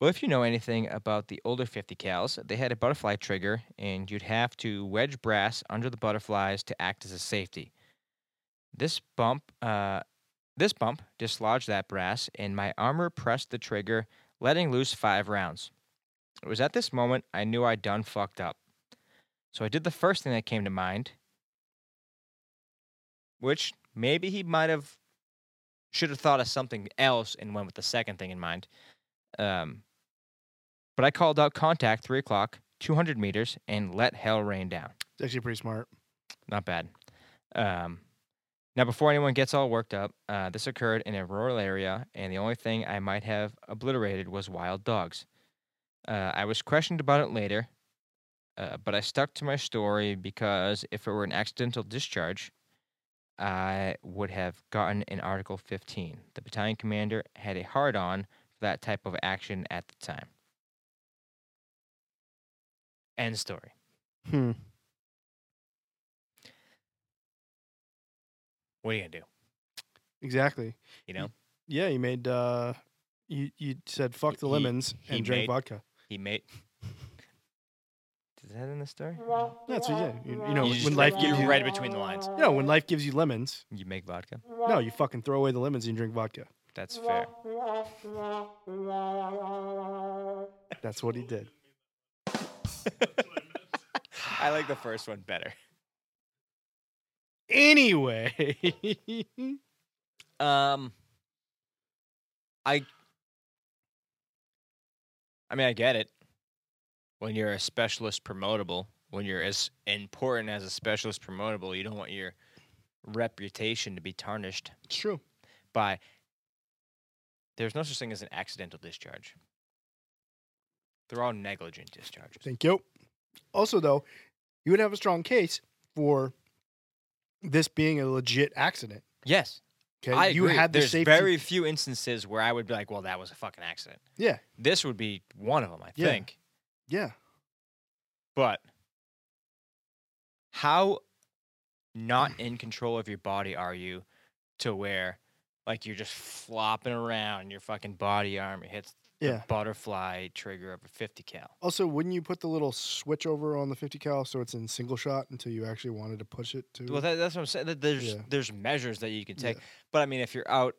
[SPEAKER 1] well, if you know anything about the older 50 cals, they had a butterfly trigger, and you'd have to wedge brass under the butterflies to act as a safety. This bump, uh, this bump dislodged that brass, and my armor pressed the trigger, letting loose five rounds. It was at this moment I knew I'd done fucked up. So I did the first thing that came to mind, which maybe he might have should have thought of something else and went with the second thing in mind. Um, but I called out contact three o'clock, 200 meters, and let hell rain down.
[SPEAKER 2] It's actually pretty smart.
[SPEAKER 1] Not bad. Um, now, before anyone gets all worked up, uh, this occurred in a rural area, and the only thing I might have obliterated was wild dogs. Uh, I was questioned about it later, uh, but I stuck to my story because if it were an accidental discharge, I would have gotten an Article 15. The battalion commander had a hard on for that type of action at the time. End story.
[SPEAKER 2] Hmm.
[SPEAKER 1] What are you going to do?
[SPEAKER 2] Exactly.
[SPEAKER 1] You know?
[SPEAKER 2] Yeah, you made uh you you said fuck the
[SPEAKER 1] He-
[SPEAKER 2] lemons
[SPEAKER 1] he
[SPEAKER 2] and drank
[SPEAKER 1] made-
[SPEAKER 2] vodka.
[SPEAKER 1] He made. Is that in the story?
[SPEAKER 2] That's yeah. You, you know,
[SPEAKER 1] You
[SPEAKER 2] when
[SPEAKER 1] just
[SPEAKER 2] life
[SPEAKER 1] read-
[SPEAKER 2] gives
[SPEAKER 1] you
[SPEAKER 2] you
[SPEAKER 1] read between the lines.
[SPEAKER 2] No, when life gives you lemons,
[SPEAKER 1] You make vodka.
[SPEAKER 2] no, you fucking throw away the lemons and you drink vodka.
[SPEAKER 1] That's fair.
[SPEAKER 2] That's what he did.
[SPEAKER 1] I like the first one better.
[SPEAKER 2] Anyway,
[SPEAKER 1] Um, I. I mean, I get it. When you're a specialist promotable, when you're as important as a specialist promotable, you don't want your reputation to be tarnished
[SPEAKER 2] it's true.
[SPEAKER 1] by. There's no such thing as an accidental discharge. They're all negligent discharges.
[SPEAKER 2] Thank you. Also, though, you would have a strong case for this being a legit accident.
[SPEAKER 1] Yes,
[SPEAKER 2] Okay,
[SPEAKER 1] I
[SPEAKER 2] you
[SPEAKER 1] agree.
[SPEAKER 2] had the
[SPEAKER 1] There's
[SPEAKER 2] safety.
[SPEAKER 1] very few instances where I would be like, "Well, that was a fucking accident."
[SPEAKER 2] Yeah.
[SPEAKER 1] This would be one of them, I
[SPEAKER 2] Yeah.
[SPEAKER 1] think.
[SPEAKER 2] yeah,
[SPEAKER 1] But how not in control of your body are you to where like you're just flopping around, your fucking body arm hits
[SPEAKER 2] yeah.
[SPEAKER 1] the butterfly trigger of a 50 cal.
[SPEAKER 2] Also, wouldn't you put the little switch over on the 50 cal so it's in single shot until you actually wanted to push it to?
[SPEAKER 1] Well, that, that's what I'm saying. that There's
[SPEAKER 2] Mm-hmm. Yeah.
[SPEAKER 1] there's measures that you can
[SPEAKER 2] Yeah.
[SPEAKER 1] take, but I mean, if you're out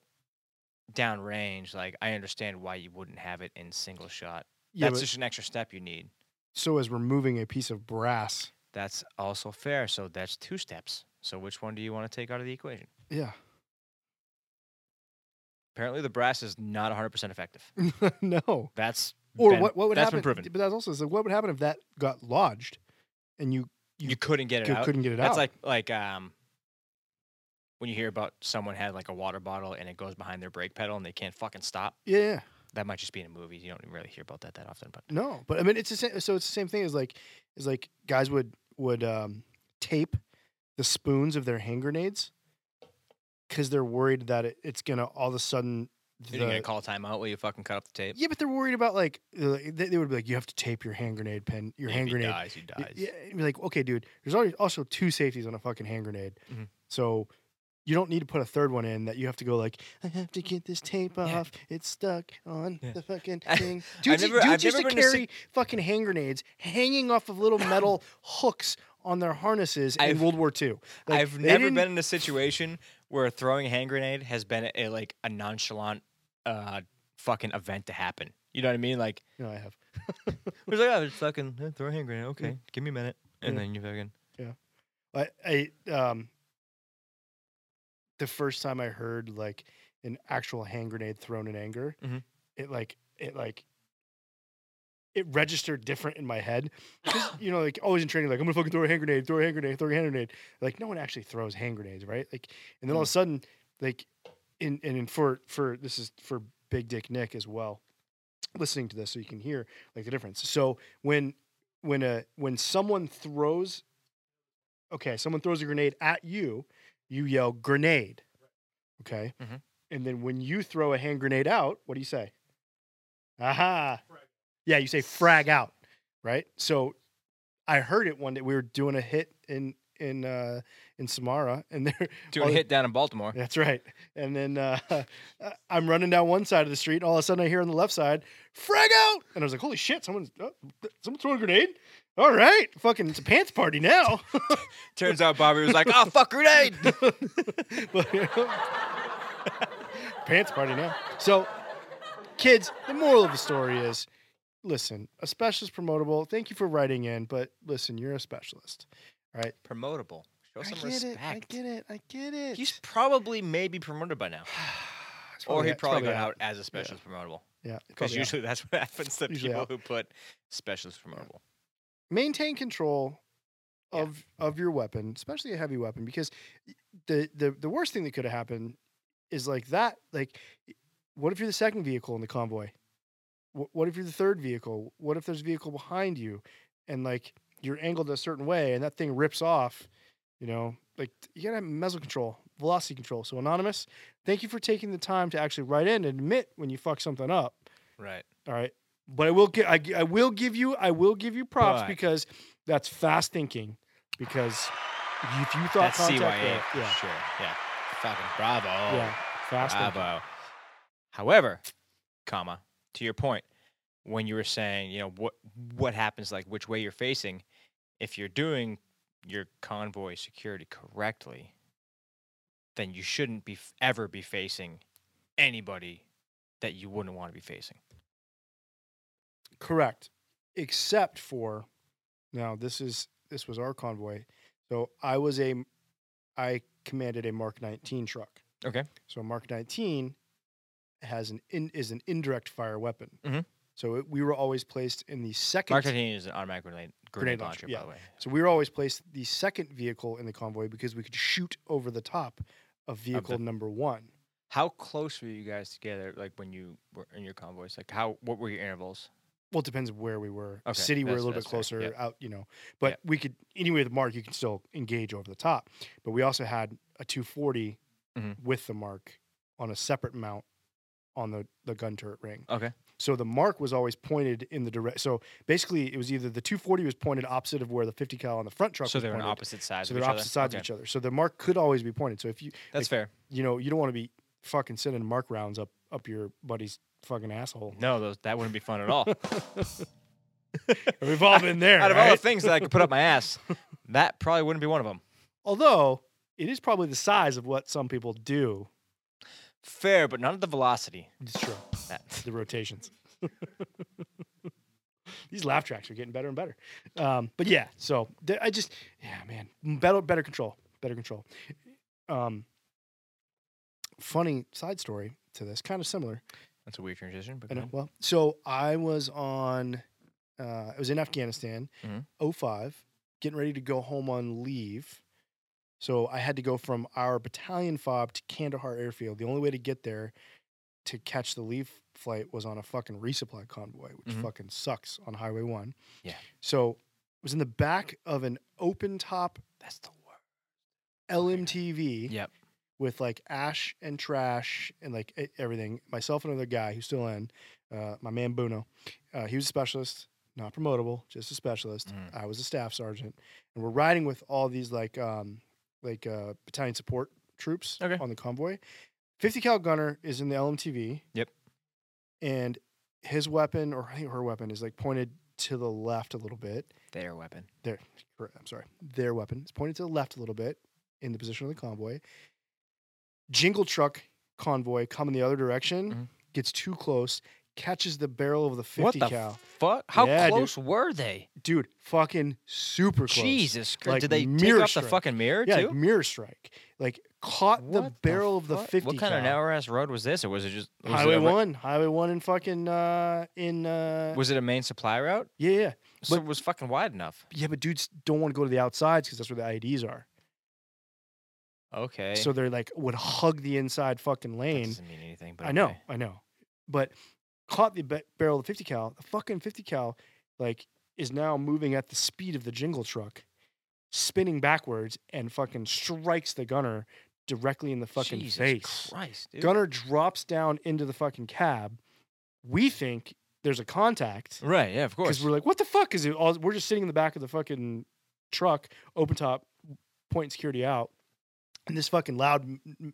[SPEAKER 1] downrange, like I understand why you wouldn't have it in single shot.
[SPEAKER 2] yeah,
[SPEAKER 1] that's
[SPEAKER 2] but
[SPEAKER 1] just an extra step you need.
[SPEAKER 2] so as removing a piece of brass.
[SPEAKER 1] That's also fair. So that's two steps. So which one do you want to take out of the equation?
[SPEAKER 2] Yeah.
[SPEAKER 1] Apparently, the brass is not 100 percent effective.
[SPEAKER 2] no.
[SPEAKER 1] That's
[SPEAKER 2] Or
[SPEAKER 1] been-
[SPEAKER 2] what, what would
[SPEAKER 1] that's
[SPEAKER 2] happen?
[SPEAKER 1] been proven.
[SPEAKER 2] But that's also so what would happen if that got lodged, and you
[SPEAKER 1] You, couldn't get it
[SPEAKER 2] you
[SPEAKER 1] out.
[SPEAKER 2] couldn't get it
[SPEAKER 1] That's
[SPEAKER 2] out.
[SPEAKER 1] like like um when you hear about someone had like a water bottle and it goes behind their brake pedal and they can't fucking stop.
[SPEAKER 2] yeah, yeah.
[SPEAKER 1] That might just be in a movie. You don't really hear about that that often, but
[SPEAKER 2] No, but I mean it's the same. So it's the same thing as like is like guys would would um, tape the spoons of their hand grenades because they're worried that it, it's gonna all of a sudden.
[SPEAKER 1] you're gonna
[SPEAKER 2] the-
[SPEAKER 1] call timeout while you fucking cut up the tape.
[SPEAKER 2] yeah, but they're worried about like they they would be like you have to tape your hand grenade pin your
[SPEAKER 1] And
[SPEAKER 2] hand
[SPEAKER 1] if
[SPEAKER 2] grenade.
[SPEAKER 1] He dies. He
[SPEAKER 2] Y-
[SPEAKER 1] dies.
[SPEAKER 2] Yeah, and be like okay, dude. There's already also two safeties on a fucking hand grenade,
[SPEAKER 1] Mhm.
[SPEAKER 2] so you don't need to put a third one in that you have to go like I have to get this tape off. It's stuck on
[SPEAKER 1] Yeah.
[SPEAKER 2] the fucking
[SPEAKER 1] I-
[SPEAKER 2] thing. Dudes,
[SPEAKER 1] never-
[SPEAKER 2] dudes
[SPEAKER 1] I've
[SPEAKER 2] used
[SPEAKER 1] never
[SPEAKER 2] to
[SPEAKER 1] been to
[SPEAKER 2] carry
[SPEAKER 1] si-
[SPEAKER 2] fucking hand grenades hanging off of little metal hooks on their harnesses in
[SPEAKER 1] I've-
[SPEAKER 2] World War II. Like,
[SPEAKER 1] I've
[SPEAKER 2] they
[SPEAKER 1] never
[SPEAKER 2] didn't-
[SPEAKER 1] been in a situation where throwing a hand grenade has been a, like a nonchalant uh fucking event to happen. You know what I mean? Like
[SPEAKER 2] No, I have.
[SPEAKER 1] it was like, oh, it's fucking eh, throw a hand grenade. Okay, give me a minute, and
[SPEAKER 2] Yeah.
[SPEAKER 1] then you fucking
[SPEAKER 2] I, I um the first time I heard like an actual hand grenade thrown in anger,
[SPEAKER 1] Mhm.
[SPEAKER 2] it like it like it registered different in my head. 'Cause, you know, like always in training, like I'm gonna fucking throw a hand grenade, throw a hand grenade, throw a hand grenade. Like no one actually throws hand grenades, right? Like
[SPEAKER 1] Mm.
[SPEAKER 2] and then all of a sudden, like in and in for for this is for Big Dick Nick as well. Listening to this so you can hear like the difference. So when when a when someone throws okay, someone throws a grenade at you, you yell grenade. Okay.
[SPEAKER 1] Mhm.
[SPEAKER 2] And then when you throw a hand grenade out, what do you say? Aha. Yeah, you say frag out, right? So I heard it one day. We were doing a hit in in uh in Samara and there
[SPEAKER 1] doing a
[SPEAKER 2] Oh,
[SPEAKER 1] hit down in Baltimore.
[SPEAKER 2] that's right. And then uh, uh, I'm running down one side of the street, and all of a sudden I hear on the left side, "Frag out!" And I was like, "Holy shit! Someone's oh, th- someone throwing a grenade! All right, fucking it's a pants party now."
[SPEAKER 1] Turns out Bobby was like, oh fuck, grenade.
[SPEAKER 2] But- pants party now. So, kids, the moral of the story is: listen, a specialist promotable. Thank you for writing in, but listen, you're a specialist.
[SPEAKER 1] Promotable. Show some
[SPEAKER 2] I get
[SPEAKER 1] respect.
[SPEAKER 2] it. I get it. I get it.
[SPEAKER 1] He's probably maybe promoted by now,
[SPEAKER 2] It's
[SPEAKER 1] or he
[SPEAKER 2] it's
[SPEAKER 1] probably got out as a specialist promotable.
[SPEAKER 2] Yeah, it's
[SPEAKER 1] Because
[SPEAKER 2] probably out.
[SPEAKER 1] usually that's what happens to
[SPEAKER 2] Usually
[SPEAKER 1] people
[SPEAKER 2] out.
[SPEAKER 1] who put specialist promotable.
[SPEAKER 2] maintain control
[SPEAKER 1] Yeah.
[SPEAKER 2] of of your weapon, especially a heavy weapon, because y- the the the worst thing that could have happened is like that. Like, y- what if you're the second vehicle in the convoy? What, what if you're the third vehicle? What if there's a vehicle behind you, and like you're angled a certain way, and that thing rips off? You know, like t- you gotta have muzzle control, velocity control. So anonymous, thank you for taking the time to actually write in and admit when you fuck something up.
[SPEAKER 1] Right.
[SPEAKER 2] All right. But I will give I, gi- I will give you I will give you props
[SPEAKER 1] But-
[SPEAKER 2] because that's fast thinking. Because if you thought
[SPEAKER 1] That's
[SPEAKER 2] contact,
[SPEAKER 1] CYA.
[SPEAKER 2] there- yeah,
[SPEAKER 1] Sure. Yeah. Fucking bravo.
[SPEAKER 2] yeah, fast thinking.
[SPEAKER 1] bravo. However, comma to your point, when you were saying, you know, what what happens, like which way you're facing, if you're doing your convoy security correctly, then you shouldn't be f- ever be facing anybody that you wouldn't want to be facing.
[SPEAKER 2] Correct. Except for now this is this was our convoy. So I was a I commanded a Mark 19 truck.
[SPEAKER 1] Okay.
[SPEAKER 2] So a Mark 19 has an in, is an indirect fire weapon.
[SPEAKER 1] Mhm.
[SPEAKER 2] So it, we were always placed in the second
[SPEAKER 1] Mark 13 is an automatic grenade, grenade,
[SPEAKER 2] Grenade
[SPEAKER 1] launcher,
[SPEAKER 2] launcher,
[SPEAKER 1] by
[SPEAKER 2] yeah.
[SPEAKER 1] the way.
[SPEAKER 2] So we were always placed the second vehicle in the convoy because we could shoot over the top of vehicle number one.
[SPEAKER 1] How close were you guys together, like when you were in your convoys? Like, how what were your intervals?
[SPEAKER 2] Well, it depends where we were.
[SPEAKER 1] Okay,
[SPEAKER 2] City, we're a
[SPEAKER 1] that's-
[SPEAKER 2] little
[SPEAKER 1] that's
[SPEAKER 2] bit
[SPEAKER 1] fair,
[SPEAKER 2] closer
[SPEAKER 1] yeah.
[SPEAKER 2] out, you know. But
[SPEAKER 1] Yeah.
[SPEAKER 2] we could, anyway, with the mark, you can still engage over the top. But we also had a 240
[SPEAKER 1] Mhm.
[SPEAKER 2] with the mark on a separate mount on the, the gun turret ring.
[SPEAKER 1] Okay.
[SPEAKER 2] So the mark was always pointed in the direct. So basically, it was either the 240 was pointed opposite of where the 50 cal on the front truck
[SPEAKER 1] So
[SPEAKER 2] was
[SPEAKER 1] they're on
[SPEAKER 2] pointed.
[SPEAKER 1] opposite sides.
[SPEAKER 2] so
[SPEAKER 1] of
[SPEAKER 2] they're
[SPEAKER 1] each
[SPEAKER 2] opposite
[SPEAKER 1] other?
[SPEAKER 2] sides
[SPEAKER 1] Okay.
[SPEAKER 2] of e- each other. So the mark could always be pointed. So if you
[SPEAKER 1] That's
[SPEAKER 2] like,
[SPEAKER 1] fair.
[SPEAKER 2] you know, you don't want to be fucking sending mark rounds up up your buddy's fucking asshole.
[SPEAKER 1] No, those, that wouldn't be fun at all.
[SPEAKER 2] We've all been there.
[SPEAKER 1] Out of all the
[SPEAKER 2] right?
[SPEAKER 1] things that I could put up my ass, that probably wouldn't be one of them.
[SPEAKER 2] Although it is probably the size of what some people do.
[SPEAKER 1] Fair, but not at the velocity.
[SPEAKER 2] It's true.
[SPEAKER 1] That.
[SPEAKER 2] The rotations. These laugh tracks are getting better and better. Um, but yeah, so th- I just yeah, man, better better control, better control. Um, funny side story to this, kind of similar.
[SPEAKER 1] That's a weird transition, but
[SPEAKER 2] I
[SPEAKER 1] go
[SPEAKER 2] know.
[SPEAKER 1] ahead.
[SPEAKER 2] Well, so I was on, uh, I was in Afghanistan,
[SPEAKER 1] Mhm.
[SPEAKER 2] oh five, 05, getting ready to go home on leave. So I had to go from our battalion fob to Kandahar airfield. The only way to get there to catch the leave flight was on a fucking resupply convoy, which
[SPEAKER 1] Mhm.
[SPEAKER 2] fucking sucks on Highway One.
[SPEAKER 1] Yeah.
[SPEAKER 2] So it was in the back of an open top
[SPEAKER 1] that's the word.
[SPEAKER 2] LMTV
[SPEAKER 1] Yep.
[SPEAKER 2] with like ash and trash and like e- everything. Myself and another guy who's still in, uh, my man Buno, uh, he was a specialist, not promotable, just a specialist.
[SPEAKER 1] Mm.
[SPEAKER 2] I was a staff sergeant, and we're riding with all these like um, like uh, battalion support troops
[SPEAKER 1] Okay.
[SPEAKER 2] on the convoy. Fifty cal gunner is in the LMTV.
[SPEAKER 1] Yep.
[SPEAKER 2] and his weapon or I think her weapon is like pointed to the left a little bit.
[SPEAKER 1] Their weapon.
[SPEAKER 2] Correct, I'm sorry, their weapon. It's pointed to the left a little bit in the position of the convoy. Jingle truck convoy coming the other direction
[SPEAKER 1] Mhm.
[SPEAKER 2] gets too close, catches the barrel of the 50
[SPEAKER 1] what the
[SPEAKER 2] cal.
[SPEAKER 1] fuck? How
[SPEAKER 2] Yeah, dude.
[SPEAKER 1] close were they?
[SPEAKER 2] Dude, fucking super close.
[SPEAKER 1] Jesus Christ!
[SPEAKER 2] Like
[SPEAKER 1] Did they take
[SPEAKER 2] mirror
[SPEAKER 1] off the
[SPEAKER 2] strike.
[SPEAKER 1] fucking mirror
[SPEAKER 2] Yeah, like
[SPEAKER 1] too?
[SPEAKER 2] mirror strike. Like caught the
[SPEAKER 1] What
[SPEAKER 2] barrel of the
[SPEAKER 1] fuck?
[SPEAKER 2] 50
[SPEAKER 1] What kind of
[SPEAKER 2] cal.
[SPEAKER 1] narrow ass road was this, or was it just was it
[SPEAKER 2] Highway
[SPEAKER 1] a re-
[SPEAKER 2] 1, Highway 1 in fucking uh in uh
[SPEAKER 1] Was it a main supply route?
[SPEAKER 2] yeah, yeah.
[SPEAKER 1] So
[SPEAKER 2] But-
[SPEAKER 1] it was fucking wide enough.
[SPEAKER 2] Yeah, but dudes don't want to go to the outsides cuz that's where the IEDs are.
[SPEAKER 1] Okay.
[SPEAKER 2] So they're like would hug the inside fucking
[SPEAKER 1] that
[SPEAKER 2] lane.
[SPEAKER 1] doesn't mean anything. But
[SPEAKER 2] I know,
[SPEAKER 1] okay.
[SPEAKER 2] I know. But caught the ba- barrel of the 50 cal. The fucking 50 cal, like, is now moving at the speed of the jingle truck, spinning backwards, and fucking strikes the gunner directly in the fucking
[SPEAKER 1] Jesus
[SPEAKER 2] face.
[SPEAKER 1] Christ, dude.
[SPEAKER 2] Gunner drops down into the fucking cab. We think there's a contact
[SPEAKER 1] Right? Yeah, of course.
[SPEAKER 2] because we're like, what the fuck is it? All, we're just sitting in the back of the fucking truck, open top, point security out, and this fucking loud, m- m-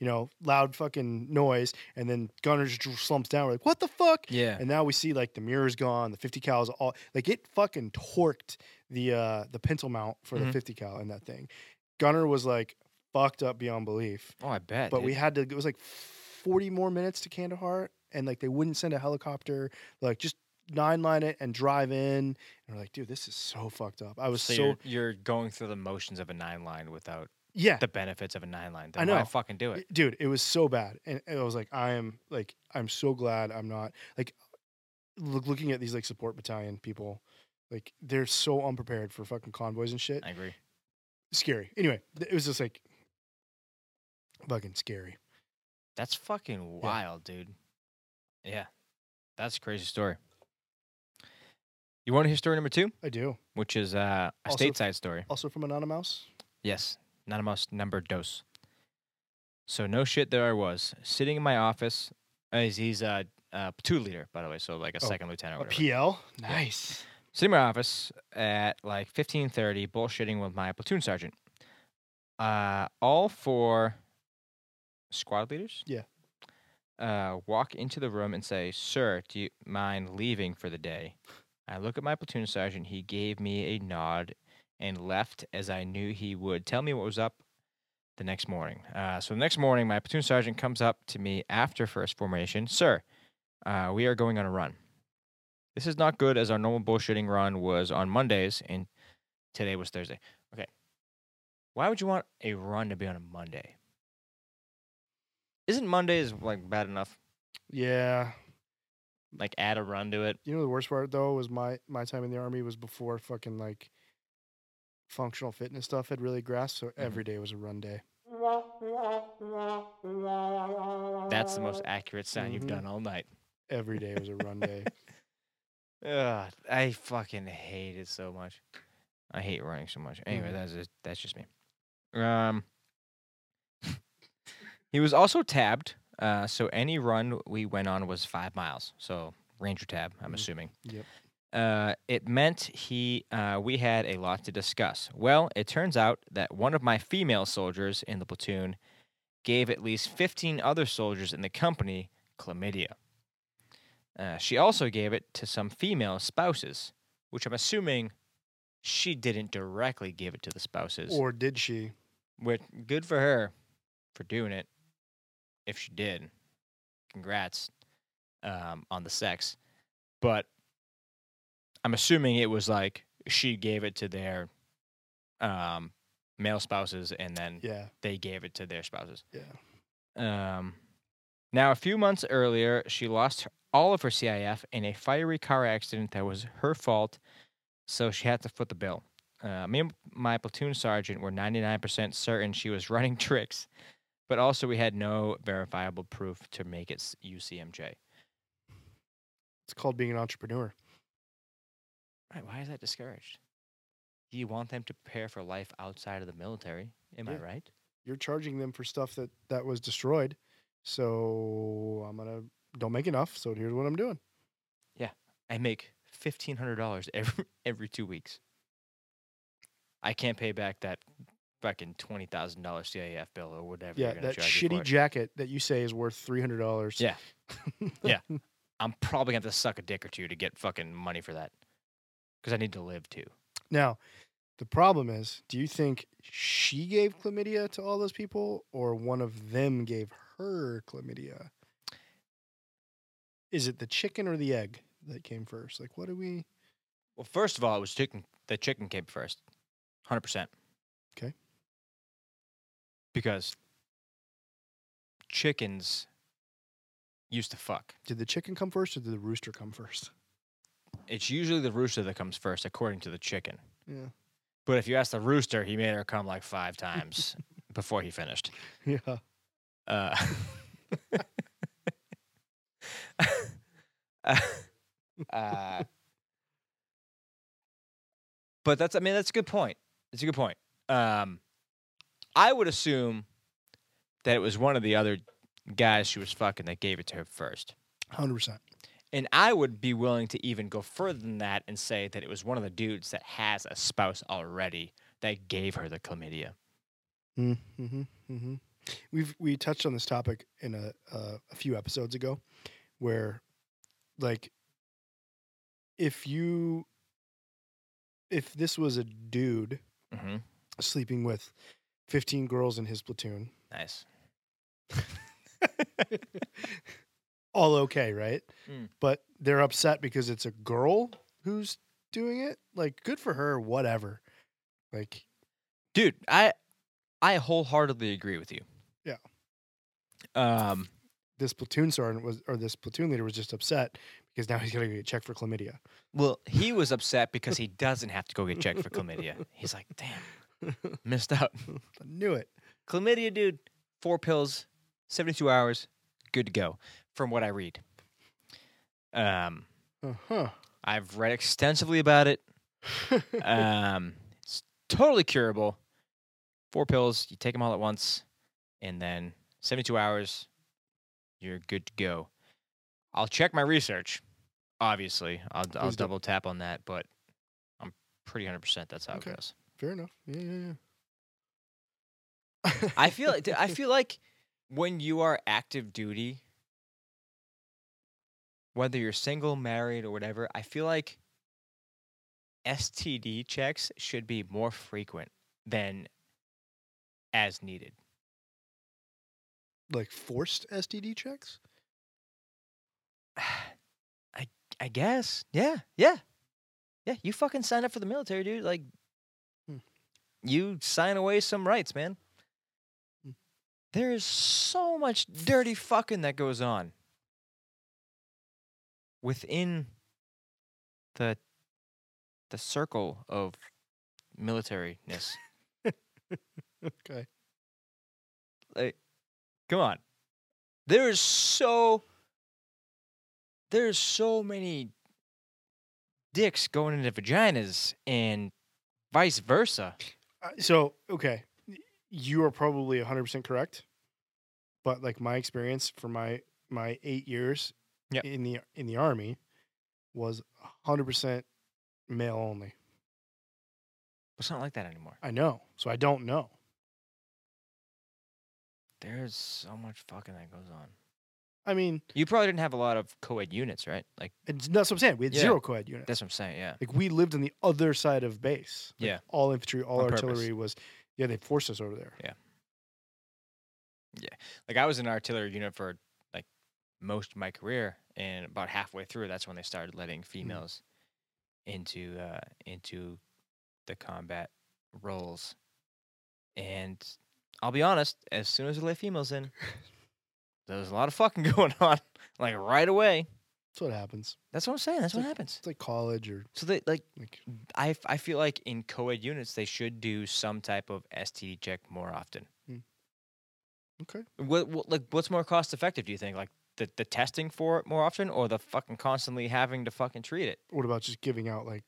[SPEAKER 2] you know, loud fucking noise, and then Gunner just dr- slumps down. We're like, what the fuck?
[SPEAKER 1] yeah.
[SPEAKER 2] And now we see like the mirror's gone, the 50 cal's all like it fucking torqued the uh the pencil mount for the
[SPEAKER 1] Mhm.
[SPEAKER 2] 50 cal in that thing. Gunner was like fucked up beyond belief.
[SPEAKER 1] Oh, I bet.
[SPEAKER 2] But we
[SPEAKER 1] dude.
[SPEAKER 2] had to. It was like forty more minutes to Kandahar, and like they wouldn't send a helicopter. Like just nine line it and drive in. And we're like, dude, this is so fucked up. I was so,
[SPEAKER 1] so, you're, you're going through the motions of a nine line without
[SPEAKER 2] yeah,
[SPEAKER 1] the benefits of a nine line.
[SPEAKER 2] I
[SPEAKER 1] Then why
[SPEAKER 2] know.
[SPEAKER 1] fucking do it.
[SPEAKER 2] it- dude, it was so bad, and, and I was like, I am like, I'm so glad I'm not like look, looking at these like support battalion people. Like they're so unprepared for fucking convoys and shit.
[SPEAKER 1] I agree.
[SPEAKER 2] Scary. Anyway, th- it was just like fucking scary.
[SPEAKER 1] That's fucking wild, dude. Yeah, that's a crazy story. You want to hear story number two,
[SPEAKER 2] I do.
[SPEAKER 1] which is uh, a
[SPEAKER 2] Also-
[SPEAKER 1] stateside story.
[SPEAKER 2] Also from Anonymous.
[SPEAKER 1] Yes, anonymous number dose. So no shit, there I was sitting in my office. Uh, he's he's a, a platoon leader, by the way, so like a
[SPEAKER 2] Oh,
[SPEAKER 1] second lieutenant. Or
[SPEAKER 2] A
[SPEAKER 1] whatever.
[SPEAKER 2] PL. Nice.
[SPEAKER 1] sitting in my office at like 15.30 bullshitting with my platoon sergeant uh, all four squad leaders
[SPEAKER 2] Yeah.
[SPEAKER 1] uh, walk into the room and say sir do you mind leaving for the day i look at my platoon sergeant he gave me a nod and left as i knew he would tell me what was up the next morning uh, so the next morning my platoon sergeant comes up to me after first formation sir uh, we are going on a run this is not good as our normal bullshitting run was on Mondays and today was Thursday. Okay. Why would you want a run to be on a Monday? Isn't Mondays like bad enough?
[SPEAKER 2] Yeah.
[SPEAKER 1] Like add a run to it.
[SPEAKER 2] You know the worst part though was my my time in the army was before fucking like functional fitness stuff had really grasped. So
[SPEAKER 1] Mm-hmm.
[SPEAKER 2] every day was a run day.
[SPEAKER 1] That's the most accurate sound you've
[SPEAKER 2] Mhm.
[SPEAKER 1] done all night.
[SPEAKER 2] Every day was a run day.
[SPEAKER 1] Ugh, I fucking hate it so much. I hate running so much. Anyway,
[SPEAKER 2] Mhm.
[SPEAKER 1] that's just, that's just me. Um, he was also tabbed. Uh, so any run we went on was five miles. So ranger tab, I'm
[SPEAKER 2] Mhm.
[SPEAKER 1] assuming.
[SPEAKER 2] Yep.
[SPEAKER 1] Uh, it meant he uh, we had a lot to discuss. Well, it turns out that one of my female soldiers in the platoon gave at least 15 other soldiers in the company chlamydia. Uh, she also gave it to some female spouses, which I'm assuming she didn't directly give it to the spouses.
[SPEAKER 2] Or did she?
[SPEAKER 1] Mm-hmm. Which good for her for doing it. If she did, congrats um, on the sex. But I'm assuming it was like she gave it to their um, male spouses, and then
[SPEAKER 2] Yeah.
[SPEAKER 1] they gave it to their spouses.
[SPEAKER 2] Yeah.
[SPEAKER 1] Um, now, a few months earlier, she lost her- all of her CIF in a fiery car accident that was her fault, so she had to foot the bill. Uh, me and my platoon sergeant were 99% certain she was running tricks, but also we had no verifiable proof to make it s- UCMJ.
[SPEAKER 2] It's called being an entrepreneur.
[SPEAKER 1] Right, why is that discouraged? You want them to prepare for life outside of the military. Am I
[SPEAKER 2] Yeah.
[SPEAKER 1] right?
[SPEAKER 2] You're charging them for stuff that that was destroyed. So I'm gonna don't make enough. So here's what I'm doing.
[SPEAKER 1] I make fifteen hundred dollars every every two weeks. I can't pay back that fucking twenty thousand dollar CAF bill or whatever.
[SPEAKER 2] yeah,
[SPEAKER 1] you're gonna
[SPEAKER 2] that
[SPEAKER 1] charge me for
[SPEAKER 2] shitty
[SPEAKER 1] it.
[SPEAKER 2] jacket that you say is worth three hundred dollars.
[SPEAKER 1] Yeah. Yeah. I'm probably gonna have to suck a dick or two to get fucking money for that, because I need to live too.
[SPEAKER 2] Now, the problem is, do you think she gave chlamydia to all those people, or one of them gave her chlamydia? Is it the chicken or the egg that came first? Like, what do we?
[SPEAKER 1] Well, first of all, it was chicken. The chicken came first, hundred percent.
[SPEAKER 2] 'Kay.
[SPEAKER 1] Because chickens used to fuck.
[SPEAKER 2] Did the chicken come first, or did the rooster come first?
[SPEAKER 1] It's usually the rooster that comes first, according to the chicken.
[SPEAKER 2] Yeah.
[SPEAKER 1] But if you ask the rooster, he made her come like five times before he finished.
[SPEAKER 2] Yeah.
[SPEAKER 1] Uh, uh, but that's, I mean, that's a good point. It's a good point. Um, I would assume that it was one of the other guys she was fucking that gave it to her first.
[SPEAKER 2] Hundred percent.
[SPEAKER 1] And I would be willing to even go further than that and say that it was one of the dudes that has a spouse already that gave her the chlamydia.
[SPEAKER 2] Mm-hmm. Mm-hmm. We've we touched on this topic in a uh, a few episodes ago, where, like, if you, if this was a dude
[SPEAKER 1] Mm-hmm.
[SPEAKER 2] sleeping with fifteen girls in his platoon,
[SPEAKER 1] Nice.
[SPEAKER 2] all okay, right?
[SPEAKER 1] Mm.
[SPEAKER 2] But they're upset because it's a girl who's doing it. Like, good for her. Whatever. Like,
[SPEAKER 1] Dude, I I wholeheartedly agree with you.
[SPEAKER 2] Yeah.
[SPEAKER 1] Um
[SPEAKER 2] this platoon sergeant was, or this platoon leader was just upset because now he's gonna get checked for chlamydia.
[SPEAKER 1] well, he was upset because he doesn't have to go get checked for chlamydia. He's like, "Damn. Missed out.
[SPEAKER 2] I knew it.
[SPEAKER 1] Chlamydia, dude, four pills, 72 hours, good to go from what I read." Um
[SPEAKER 2] Uh huh.
[SPEAKER 1] I've read extensively about it. um, it's totally curable. Four pills, you take them all at once, and then 72 hours, you're good to go. I'll check my research, obviously. I'll, I'll
[SPEAKER 2] Please do.
[SPEAKER 1] double tap on that, but I'm pretty 100% that's how
[SPEAKER 2] Okay.
[SPEAKER 1] it goes.
[SPEAKER 2] Fair enough. Yeah, yeah, yeah.
[SPEAKER 1] I feel, like- I feel like when you are active duty, whether you're single, married, or whatever, I feel like STD checks should be more frequent than as needed.
[SPEAKER 2] like forced STD checks.
[SPEAKER 1] I I guess. Yeah. Yeah. Yeah. You fucking sign up for the military, dude. Like
[SPEAKER 2] Hmm.
[SPEAKER 1] you sign away some rights, man.
[SPEAKER 2] Hmm.
[SPEAKER 1] There is so much dirty fucking that goes on within the the circle of militariness.
[SPEAKER 2] Okay.
[SPEAKER 1] like come on there is so there's so many dicks going into vaginas and vice versa
[SPEAKER 2] Uh, so okay, y- you are probably 100 percent correct, but like my experience for my my eight years
[SPEAKER 1] Yep.
[SPEAKER 2] in the in the army was 100 percent male only.
[SPEAKER 1] it's not like that anymore
[SPEAKER 2] I know, so I don't know.
[SPEAKER 1] there's so much fucking that goes on
[SPEAKER 2] I mean,
[SPEAKER 1] you probably didn't have a lot of co-ed units right like
[SPEAKER 2] it's, that's what I'm saying. We had
[SPEAKER 1] Yeah.
[SPEAKER 2] zero co-ed units.
[SPEAKER 1] that's what i'm saying yeah
[SPEAKER 2] Like we lived on the other side of base. Like,
[SPEAKER 1] Yeah.
[SPEAKER 2] All infantry, all
[SPEAKER 1] On purpose.
[SPEAKER 2] artillery was. Yeah, they forced us over there.
[SPEAKER 1] like i was in artillery unit for like most of my career and about halfway through that's when they started letting females into uh into the combat roles and i'll be honest as soon as they let females in there was a lot of fucking going on, like right away.
[SPEAKER 2] That's what happens.
[SPEAKER 1] That's what I'm saying. That's
[SPEAKER 2] So-
[SPEAKER 1] what happens.
[SPEAKER 2] It's like college or
[SPEAKER 1] So they like
[SPEAKER 2] like
[SPEAKER 1] I f- I feel like in co-ed units they should do some type of STD check more often.
[SPEAKER 2] Hmm. Okay.
[SPEAKER 1] What, what like what's more cost effective? Do you think like the the testing for it more often or the fucking constantly having to fucking treat it?
[SPEAKER 2] what about just giving out like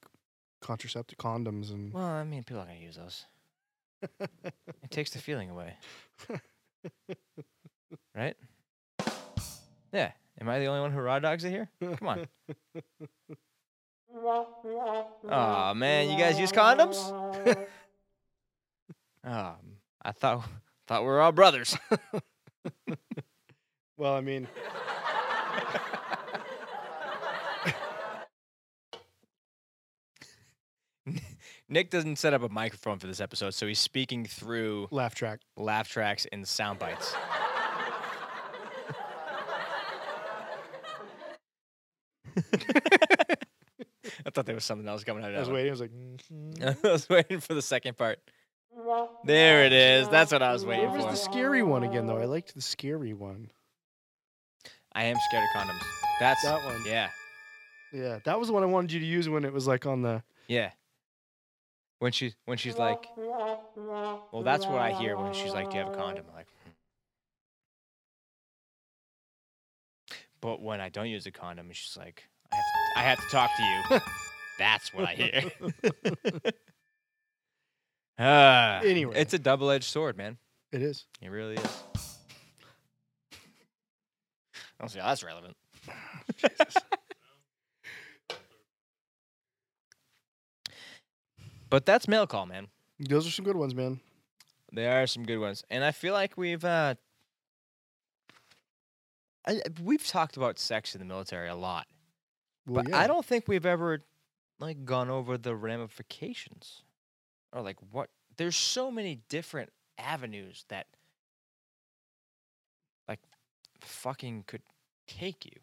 [SPEAKER 2] contraceptive condoms and
[SPEAKER 1] Well, I mean, people are gonna use those. It takes the feeling away. right? Yeah. Am I the only one who raw dogs it here? Come on. Aw, man, you guys use condoms? Um, I thought thought we were all brothers.
[SPEAKER 2] well, I mean,
[SPEAKER 1] Nick doesn't set up a microphone for this episode, so he's speaking through
[SPEAKER 2] laugh track.
[SPEAKER 1] laugh tracks and sound bites. I thought there was something else coming out. of
[SPEAKER 2] I was
[SPEAKER 1] that one.
[SPEAKER 2] waiting. I was like, "Mm-hmm."
[SPEAKER 1] I was waiting for the second part. There it is. That's what I was waiting
[SPEAKER 2] It was
[SPEAKER 1] for.
[SPEAKER 2] the scary one again, though. I liked the scary one.
[SPEAKER 1] I am scared of condoms. That's
[SPEAKER 2] That one.
[SPEAKER 1] yeah,
[SPEAKER 2] Yeah, that was the one I wanted you to use when it was like on the.
[SPEAKER 1] yeah. When she when she's like, well, that's what I hear when she's like, do you have a condom? I'm like, "Hmm." but when I don't use a condom, and she's like, I have to, I have to talk to you. that's what I hear. Ah,
[SPEAKER 2] Anyway.
[SPEAKER 1] it's a double edged sword, man.
[SPEAKER 2] It is.
[SPEAKER 1] It really is. I don't see how that's relevant. but that's mail call, man.
[SPEAKER 2] Those are some good ones, man.
[SPEAKER 1] There are some good ones, and I feel like we've uh, I, I- we've talked about sex in the military a lot,
[SPEAKER 2] Well,
[SPEAKER 1] but
[SPEAKER 2] yeah.
[SPEAKER 1] I don't think we've ever like gone over the ramifications or like what. There's so many different avenues that like fucking could take you,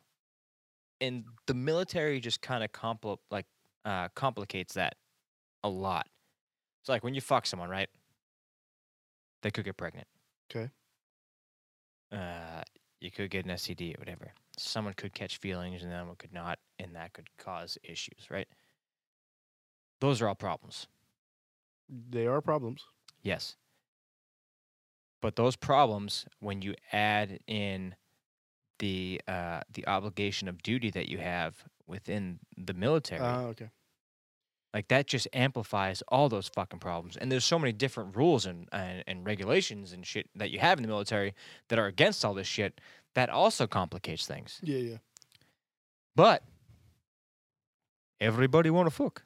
[SPEAKER 1] and the military just kind of compl- like uh, complicates that a lot. It's like when you fuck someone, right? They could get pregnant.
[SPEAKER 2] 'Kay.
[SPEAKER 1] Uh, you could get an STD or whatever. Someone could catch feelings and someone could not, and that could cause issues, right? Those are all problems.
[SPEAKER 2] They are problems.
[SPEAKER 1] Yes. But those problems, when you add in the uh, the obligation of duty that you have within the military,
[SPEAKER 2] Ah, okay.
[SPEAKER 1] like that just amplifies all those fucking problems. And there's so many different rules and, and and regulations and shit that you have in the military that are against all this shit that also complicates things.
[SPEAKER 2] Yeah, yeah.
[SPEAKER 1] But everybody want to fuck.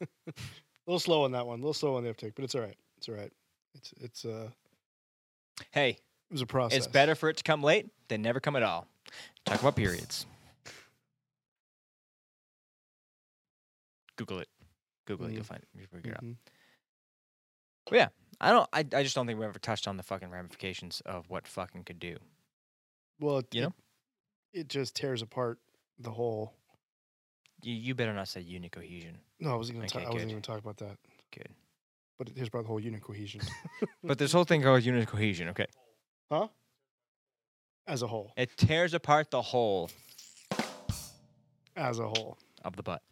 [SPEAKER 2] A little slow on that one. A little slow on the uptake, but it's all right. It's all right. It's it's uh
[SPEAKER 1] Hey,
[SPEAKER 2] it was a process.
[SPEAKER 1] it's better for it to come late than never come at all. Talk about periods. Google it. Google it. You'll
[SPEAKER 2] Mhm.
[SPEAKER 1] find it. You'll figure it out.
[SPEAKER 2] Mhm.
[SPEAKER 1] I don't. I, I just don't think we ever touched on the fucking ramifications of what fucking could do.
[SPEAKER 2] Well, it,
[SPEAKER 1] You know?
[SPEAKER 2] it, it just tears apart the whole.
[SPEAKER 1] You, you better not say unit cohesion.
[SPEAKER 2] No, I wasn't gonna. ta-
[SPEAKER 1] Okay,
[SPEAKER 2] I wasn't
[SPEAKER 1] good.
[SPEAKER 2] even talking about that.
[SPEAKER 1] Good.
[SPEAKER 2] But it tears apart the whole unit cohesion
[SPEAKER 1] But this whole thing called unit cohesion, okay?
[SPEAKER 2] as a whole.
[SPEAKER 1] It tears apart the whole
[SPEAKER 2] As a whole.
[SPEAKER 1] of the butt.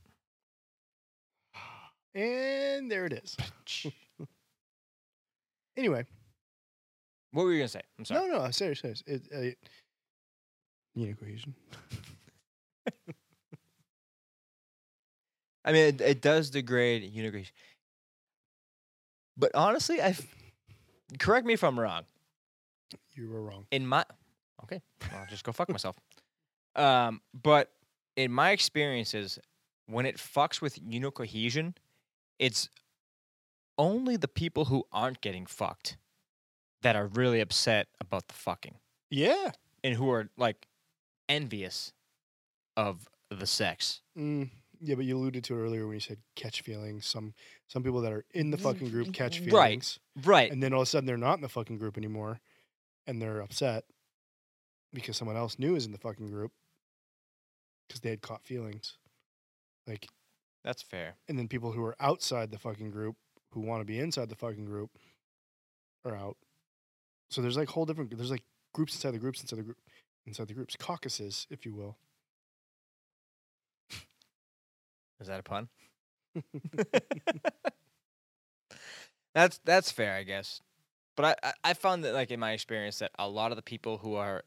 [SPEAKER 2] And there it is. Anyway,
[SPEAKER 1] What were you gonna say? I'm sorry.
[SPEAKER 2] no, no, I'm serious, serious. It, uh, it- unit cohesion.
[SPEAKER 1] I mean, it, it does degrade unit cohesion. But honestly, I f- correct me if I'm wrong.
[SPEAKER 2] You were wrong.
[SPEAKER 1] in my okay well, i'll just go fuck myself um but in my experiences when it fucks with unit cohesion it's only the people who aren't getting fucked that are really upset about the fucking
[SPEAKER 2] Yeah.
[SPEAKER 1] and who are like envious of the sex
[SPEAKER 2] Mm, yeah, but you alluded to it earlier when you said catch feelings. Some some people that are in the fucking group catch feelings,
[SPEAKER 1] Right. right
[SPEAKER 2] and then all of a sudden they're not in the fucking group anymore, and they're upset because someone else new is in the fucking group because they had caught feelings. Like,
[SPEAKER 1] that's fair
[SPEAKER 2] and then people who are outside the fucking group who want to be inside the fucking group are out So there's like whole different there's like groups inside the groups inside the group inside the groups caucuses, if you will.
[SPEAKER 1] Is that a pun? that's that's fair, I guess. But I, I I found that like in my experience that a lot of the people who are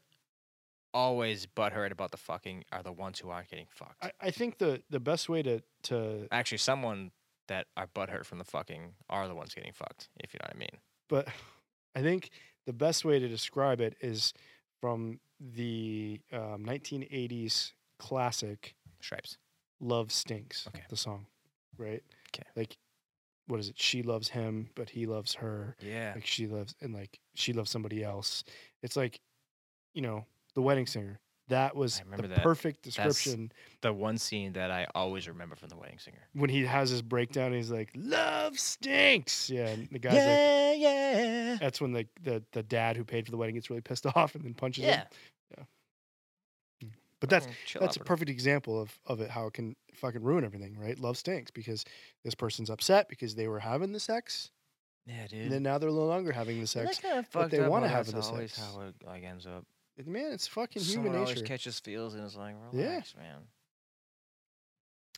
[SPEAKER 1] always butthurt about the fucking are the ones who aren't getting fucked.
[SPEAKER 2] I, I think the the best way to to
[SPEAKER 1] Actually, someone that are butthurt from the fucking are the ones getting fucked. If you know what I mean.
[SPEAKER 2] but I think the best way to describe it is from the um, 1980s classic
[SPEAKER 1] Stripes.
[SPEAKER 2] Love Stinks,
[SPEAKER 1] Okay.
[SPEAKER 2] the song, right?
[SPEAKER 1] 'Kay.
[SPEAKER 2] Like, what is it? She loves him, but he loves her.
[SPEAKER 1] Yeah.
[SPEAKER 2] Like, she loves, and like, she loves somebody else. It's like, you know, The Wedding Singer. That was the
[SPEAKER 1] remember that.
[SPEAKER 2] perfect description
[SPEAKER 1] the one scene that I always remember from The Wedding Singer.
[SPEAKER 2] when he has his breakdown and he's like, Love Stinks. Yeah. And the guy's like,
[SPEAKER 1] yeah, yeah,
[SPEAKER 2] that's when the, the, the dad who paid for the wedding gets really pissed off and then punches him.
[SPEAKER 1] yeah.
[SPEAKER 2] But that's
[SPEAKER 1] Mm, chill
[SPEAKER 2] that's
[SPEAKER 1] out,
[SPEAKER 2] a
[SPEAKER 1] bro.
[SPEAKER 2] perfect example of of it how it can fucking ruin everything, right? Love stinks because this person's upset because they were having the sex
[SPEAKER 1] Yeah, dude.
[SPEAKER 2] and then now they're no longer having the
[SPEAKER 1] Well, That's
[SPEAKER 2] sex.
[SPEAKER 1] kind of
[SPEAKER 2] what
[SPEAKER 1] fucked
[SPEAKER 2] they
[SPEAKER 1] up.
[SPEAKER 2] wanna
[SPEAKER 1] when
[SPEAKER 2] have
[SPEAKER 1] that's
[SPEAKER 2] in the
[SPEAKER 1] always
[SPEAKER 2] sex.
[SPEAKER 1] how it like ends up.
[SPEAKER 2] And Man, it's fucking
[SPEAKER 1] Someone
[SPEAKER 2] human
[SPEAKER 1] always
[SPEAKER 2] nature.
[SPEAKER 1] catches feels and is like,
[SPEAKER 2] Yeah.
[SPEAKER 1] relax, man.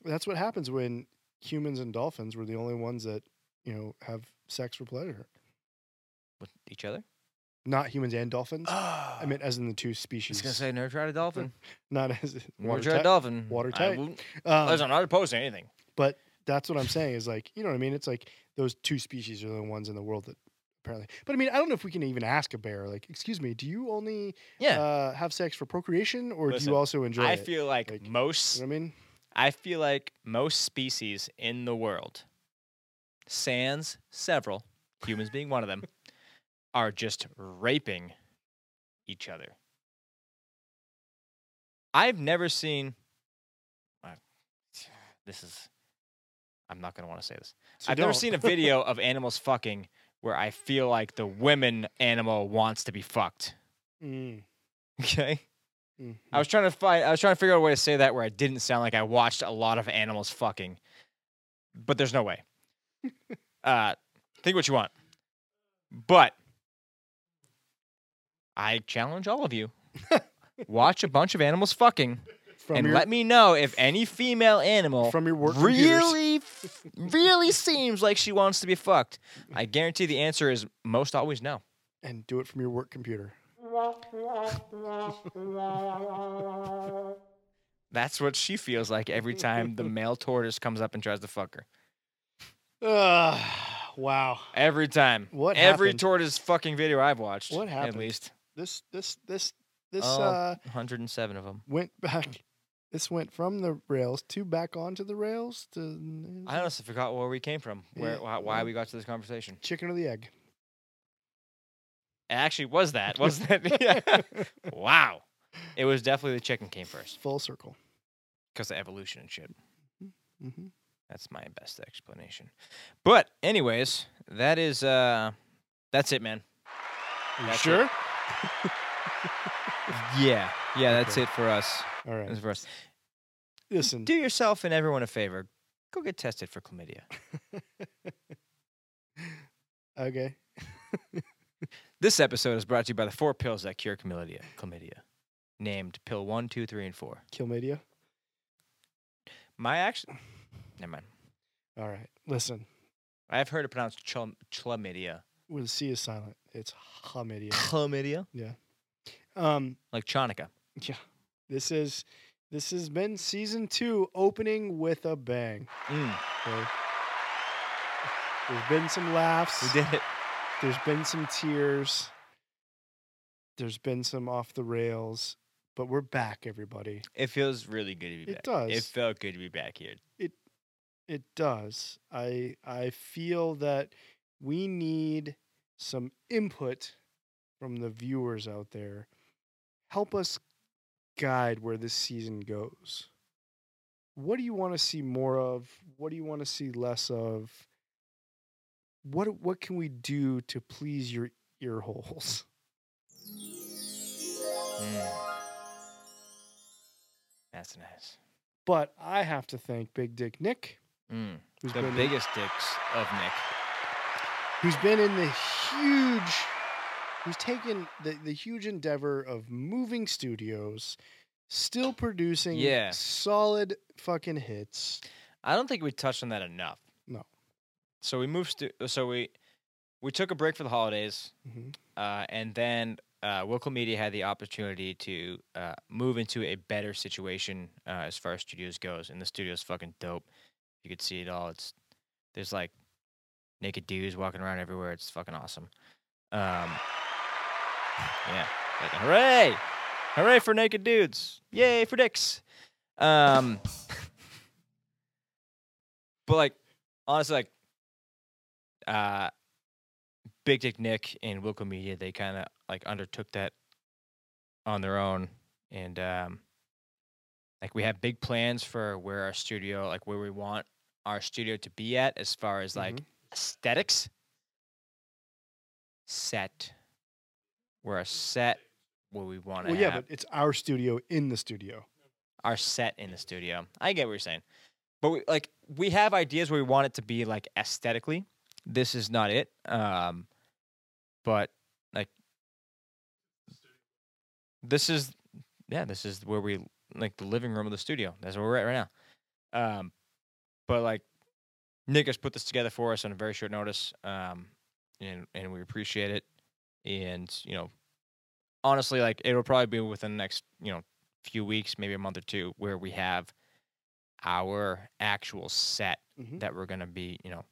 [SPEAKER 2] that's what happens when humans and dolphins were the only ones that you know have sex for pleasure.
[SPEAKER 1] With each other.
[SPEAKER 2] Not humans and dolphins.
[SPEAKER 1] I
[SPEAKER 2] I mean, as in the two
[SPEAKER 1] I was
[SPEAKER 2] species.
[SPEAKER 1] gonna say, never tried a dolphin.
[SPEAKER 2] Not as
[SPEAKER 1] Never
[SPEAKER 2] water
[SPEAKER 1] tried a
[SPEAKER 2] type.
[SPEAKER 1] dolphin.
[SPEAKER 2] water
[SPEAKER 1] I
[SPEAKER 2] tight.
[SPEAKER 1] wouldn't-
[SPEAKER 2] Um, uh,
[SPEAKER 1] Listen, I'm not opposed to anything.
[SPEAKER 2] that's what I'm saying is like, you know what I mean? It's like those two species are the ones in the world that apparently. But I mean, I don't know if we can even ask a bear, like, excuse me, do you only
[SPEAKER 1] Yeah,
[SPEAKER 2] uh, have sex for procreation or do
[SPEAKER 1] Listen,
[SPEAKER 2] you also enjoy
[SPEAKER 1] I
[SPEAKER 2] it?
[SPEAKER 1] feel like,
[SPEAKER 2] like, you
[SPEAKER 1] most.
[SPEAKER 2] know what I mean?
[SPEAKER 1] I feel like most species in the world, sans several, humans being one of them, are just raping each other. I've never seen. I- This is. I'm not gonna want to say this.
[SPEAKER 2] So
[SPEAKER 1] I've never
[SPEAKER 2] don't.
[SPEAKER 1] seen a video of animals fucking where I feel like the women animal wants to be fucked.
[SPEAKER 2] Mm,
[SPEAKER 1] Okay.
[SPEAKER 2] mm,
[SPEAKER 1] I was trying to find. I was trying to figure out a way to say that where I didn't sound like I watched a lot of animals fucking, but there's no way. uh, think what you want, but I challenge all of you: watch a bunch of animals fucking,
[SPEAKER 2] from
[SPEAKER 1] and
[SPEAKER 2] your,
[SPEAKER 1] let me know if any female animal
[SPEAKER 2] from your work computers.
[SPEAKER 1] really, f- really seems like she wants to be fucked. I guarantee the answer is most always no.
[SPEAKER 2] and do it from your work computer.
[SPEAKER 1] That's what she feels like every time the male tortoise comes up and tries to fuck her.
[SPEAKER 2] Uh, wow.
[SPEAKER 1] Every time.
[SPEAKER 2] What
[SPEAKER 1] Every
[SPEAKER 2] happened?
[SPEAKER 1] tortoise fucking video I've watched.
[SPEAKER 2] What happened?
[SPEAKER 1] At least
[SPEAKER 2] This this this this
[SPEAKER 1] Oh.
[SPEAKER 2] uh
[SPEAKER 1] 107 of them.
[SPEAKER 2] went back this went from the rails to back onto the rails to
[SPEAKER 1] I honestly forgot where we came from, where
[SPEAKER 2] Yeah,
[SPEAKER 1] why,
[SPEAKER 2] yeah.
[SPEAKER 1] why we got to this conversation.
[SPEAKER 2] chicken or the egg.
[SPEAKER 1] It actually was that, wasn't it? Yeah. wow. It was definitely the chicken came first
[SPEAKER 2] Full circle.
[SPEAKER 1] because of evolution and shit.
[SPEAKER 2] Mm-hmm.
[SPEAKER 1] That's my best explanation. But anyways, that is uh that's it, man. That's it.
[SPEAKER 2] sure?
[SPEAKER 1] Yeah. Yeah, that's
[SPEAKER 2] Okay.
[SPEAKER 1] it for us.
[SPEAKER 2] All right.
[SPEAKER 1] That's for us.
[SPEAKER 2] Listen,
[SPEAKER 1] Do yourself and everyone a favor. Go get tested for chlamydia.
[SPEAKER 2] okay.
[SPEAKER 1] This episode is brought to you by the four pills that cure chlamydia. Chlamydia, named pill one, two, three, and four.
[SPEAKER 2] Kill media.
[SPEAKER 1] My action. Never mind.
[SPEAKER 2] All right. Listen,
[SPEAKER 1] I've heard it pronounced chum, chlamydia.
[SPEAKER 2] when the C is silent, it's chlamydia.
[SPEAKER 1] Chlamydia,
[SPEAKER 2] Um,
[SPEAKER 1] like Chonica.
[SPEAKER 2] this is this has been season two, opening with a bang.
[SPEAKER 1] Mm,
[SPEAKER 2] Okay? There's been some laughs.
[SPEAKER 1] we did it.
[SPEAKER 2] There's been some tears. There's been some off the rails, but we're back, everybody.
[SPEAKER 1] It feels really good to be
[SPEAKER 2] It
[SPEAKER 1] back. It
[SPEAKER 2] does.
[SPEAKER 1] felt good to be back here.
[SPEAKER 2] It does. I I feel that we need some input from the viewers out there. Help us guide where this season goes. What do you want to see more of? What do you want to see less of? What what can we do to please your ear holes?
[SPEAKER 1] Mm. That's nice.
[SPEAKER 2] But I have to thank Big Dick Nick,
[SPEAKER 1] Mm.
[SPEAKER 2] who's
[SPEAKER 1] The
[SPEAKER 2] been
[SPEAKER 1] biggest dicks of Nick.
[SPEAKER 2] who's been in the huge who's taken the, the huge endeavor of moving studios, still producing
[SPEAKER 1] Yeah.
[SPEAKER 2] solid fucking hits.
[SPEAKER 1] I don't think we touched on that enough.
[SPEAKER 2] No.
[SPEAKER 1] So we moved. Stu- so we we took a break for the holidays,
[SPEAKER 2] Mhm.
[SPEAKER 1] uh, and then uh, Wilco Media had the opportunity to uh, move into a better situation uh, as far as studios goes. And the studio's fucking dope. You could see it all. It's there's like naked dudes walking around everywhere. It's fucking awesome. Um, yeah. Like, hooray! Hooray for naked dudes! Yay for dicks! Um, but like, honestly, like, uh, Big Dick Nick and Wilco Media, they kind of like undertook that on their own, and um, like we have big plans for where our studio, like where we want our studio to be at, as far as like
[SPEAKER 2] Mm-hmm.
[SPEAKER 1] aesthetics set we're a set where we want to
[SPEAKER 2] Well, yeah,
[SPEAKER 1] have
[SPEAKER 2] but it's our studio in the studio.
[SPEAKER 1] our set in the studio i get what you're saying but we, like we have ideas where we want it to be like aesthetically this is not it um but like this is yeah this is where we like the living room of the studio that's where we're at right now um but like nick has put this together for us on a very short notice um and and we appreciate it and you know honestly like it'll probably be within the next you know few weeks maybe a month or two where we have our actual set
[SPEAKER 2] Mhm.
[SPEAKER 1] that we're going to be you know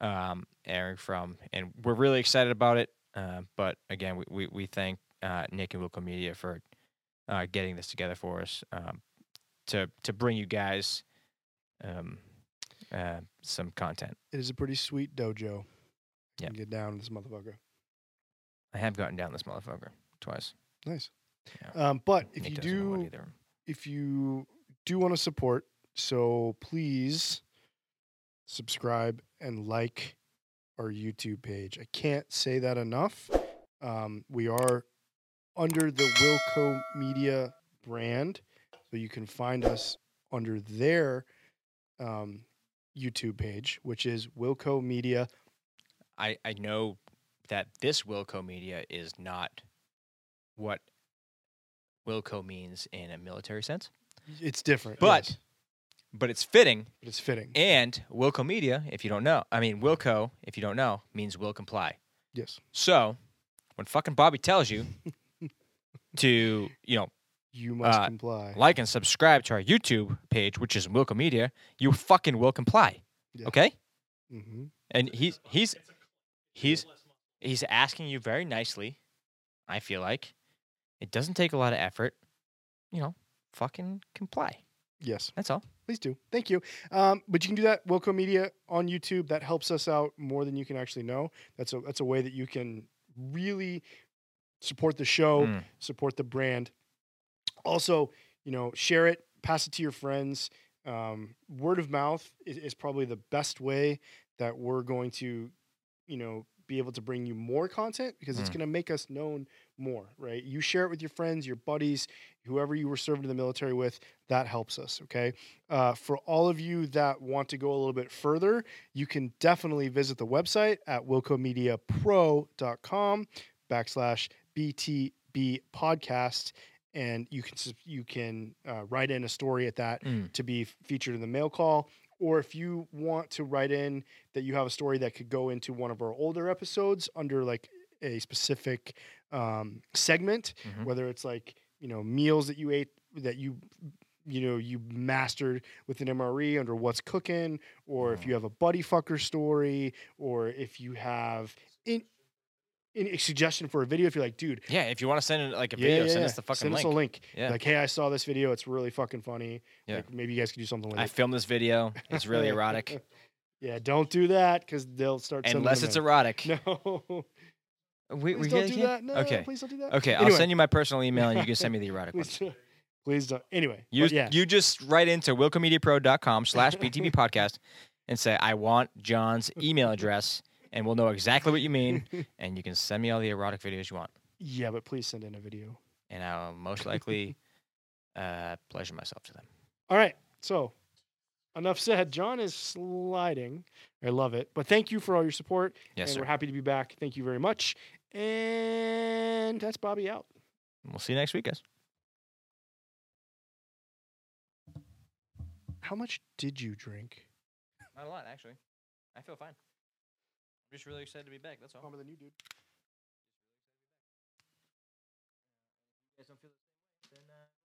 [SPEAKER 1] um airing from and we're really excited about it uh, but again we we, we thank uh, nick and wilco media for uh, getting this together for us um, to to bring you guys um uh, some content
[SPEAKER 2] It is a pretty sweet dojo.
[SPEAKER 1] Yeah.
[SPEAKER 2] Get down with this motherfucker.
[SPEAKER 1] i have gotten down this motherfucker twice
[SPEAKER 2] Nice.
[SPEAKER 1] Yeah.
[SPEAKER 2] Um, but if
[SPEAKER 1] Nick
[SPEAKER 2] you
[SPEAKER 1] doesn't know what
[SPEAKER 2] do
[SPEAKER 1] either.
[SPEAKER 2] if you do want to support, so please subscribe and like our YouTube page. I can't say that enough. Um, we are under the Wilco Media brand, so you can find us under their um, YouTube page, which is Wilco Media.
[SPEAKER 1] I, I know that this Wilco media is not what Wilco means in a military sense,
[SPEAKER 2] It's different,
[SPEAKER 1] But-
[SPEAKER 2] yes,
[SPEAKER 1] but it's fitting.
[SPEAKER 2] but it's fitting.
[SPEAKER 1] And Wilco media, if you don't know, I mean, Wilco, if you don't know, means will comply.
[SPEAKER 2] yes,
[SPEAKER 1] So when fucking Bobby tells you to, you know,
[SPEAKER 2] you must
[SPEAKER 1] Uh,
[SPEAKER 2] comply.
[SPEAKER 1] like and subscribe to our YouTube page, which is Wilco Media, you fucking will comply.
[SPEAKER 2] Yeah.
[SPEAKER 1] Okay?
[SPEAKER 2] hmm
[SPEAKER 1] And he's he's he's he's asking you very nicely. I feel like it doesn't take a lot of effort. You know, fucking comply.
[SPEAKER 2] Yes.
[SPEAKER 1] That's all.
[SPEAKER 2] please do. Thank you. Um, but you can do that Wilco Media on YouTube. That helps us out more than you can actually know. That's a that's a way that you can really support the show,
[SPEAKER 1] Mm.
[SPEAKER 2] support the brand. Also, you know, share it, pass it to your friends. Um, word of mouth is, is probably the best way that we're going to, you know, be able to bring you more content because it's
[SPEAKER 1] Mm.
[SPEAKER 2] going to make us known more, right? You share it with your friends, your buddies, whoever you were serving in the military with. That helps us, okay? Uh, for all of you that want to go a little bit further, you can definitely visit the website at wilcomediapro.com backslash BTB podcast. And you can s- you can uh, write in a story at that
[SPEAKER 1] Mm.
[SPEAKER 2] to be f- featured in the mail call, or if you want to write in that you have a story that could go into one of our older episodes under like a specific um, segment,
[SPEAKER 1] Mhm.
[SPEAKER 2] whether it's like you know meals that you ate that you you know you mastered with an MRE under what's cooking, or if
[SPEAKER 1] Mhm.
[SPEAKER 2] you have a buddy fucker story, or if you have in, in a suggestion for a video, if you're like, dude,
[SPEAKER 1] Yeah, if you want to send in like a
[SPEAKER 2] yeah,
[SPEAKER 1] video,
[SPEAKER 2] yeah,
[SPEAKER 1] send
[SPEAKER 2] yeah.
[SPEAKER 1] us the fucking
[SPEAKER 2] send
[SPEAKER 1] link.
[SPEAKER 2] us a link.
[SPEAKER 1] Yeah.
[SPEAKER 2] Like, hey, I saw this video. It's really fucking funny.
[SPEAKER 1] Yeah.
[SPEAKER 2] Like, maybe you guys could do something with
[SPEAKER 1] I
[SPEAKER 2] it.
[SPEAKER 1] filmed this video. It's really erotic.
[SPEAKER 2] Yeah, don't do that because they'll start. sending
[SPEAKER 1] Unless
[SPEAKER 2] them
[SPEAKER 1] it's
[SPEAKER 2] in.
[SPEAKER 1] erotic.
[SPEAKER 2] No,
[SPEAKER 1] We,
[SPEAKER 2] please
[SPEAKER 1] we
[SPEAKER 2] don't
[SPEAKER 1] really
[SPEAKER 2] do
[SPEAKER 1] can't?
[SPEAKER 2] that. No,
[SPEAKER 1] okay.
[SPEAKER 2] please don't do that.
[SPEAKER 1] Okay, I'll
[SPEAKER 2] Anyway.
[SPEAKER 1] send you my personal email and you can send me the erotic one.
[SPEAKER 2] Please, don't- please don't. Anyway,
[SPEAKER 1] You,
[SPEAKER 2] but yeah,
[SPEAKER 1] you just write into wilcomediapro.com slash BTB podcast and say, I want John's email address, and we'll know exactly what you mean. And you can send me all the erotic videos you want.
[SPEAKER 2] yeah, but please send in a video.
[SPEAKER 1] And I'll most likely uh, pleasure myself to them.
[SPEAKER 2] All right, so enough said. John is sliding. I love it, but thank you for all your support.
[SPEAKER 1] Yes,
[SPEAKER 2] and
[SPEAKER 1] sir.
[SPEAKER 2] we're happy to be back. Thank you very much. And that's Bobby out.
[SPEAKER 1] We'll see you next week, guys.
[SPEAKER 2] How much did you drink?
[SPEAKER 1] Not a lot, actually. I feel fine. I'm just really excited to be back. That's all.
[SPEAKER 2] Calmer than you, dude.
[SPEAKER 1] guys don't feel the same way, then uh,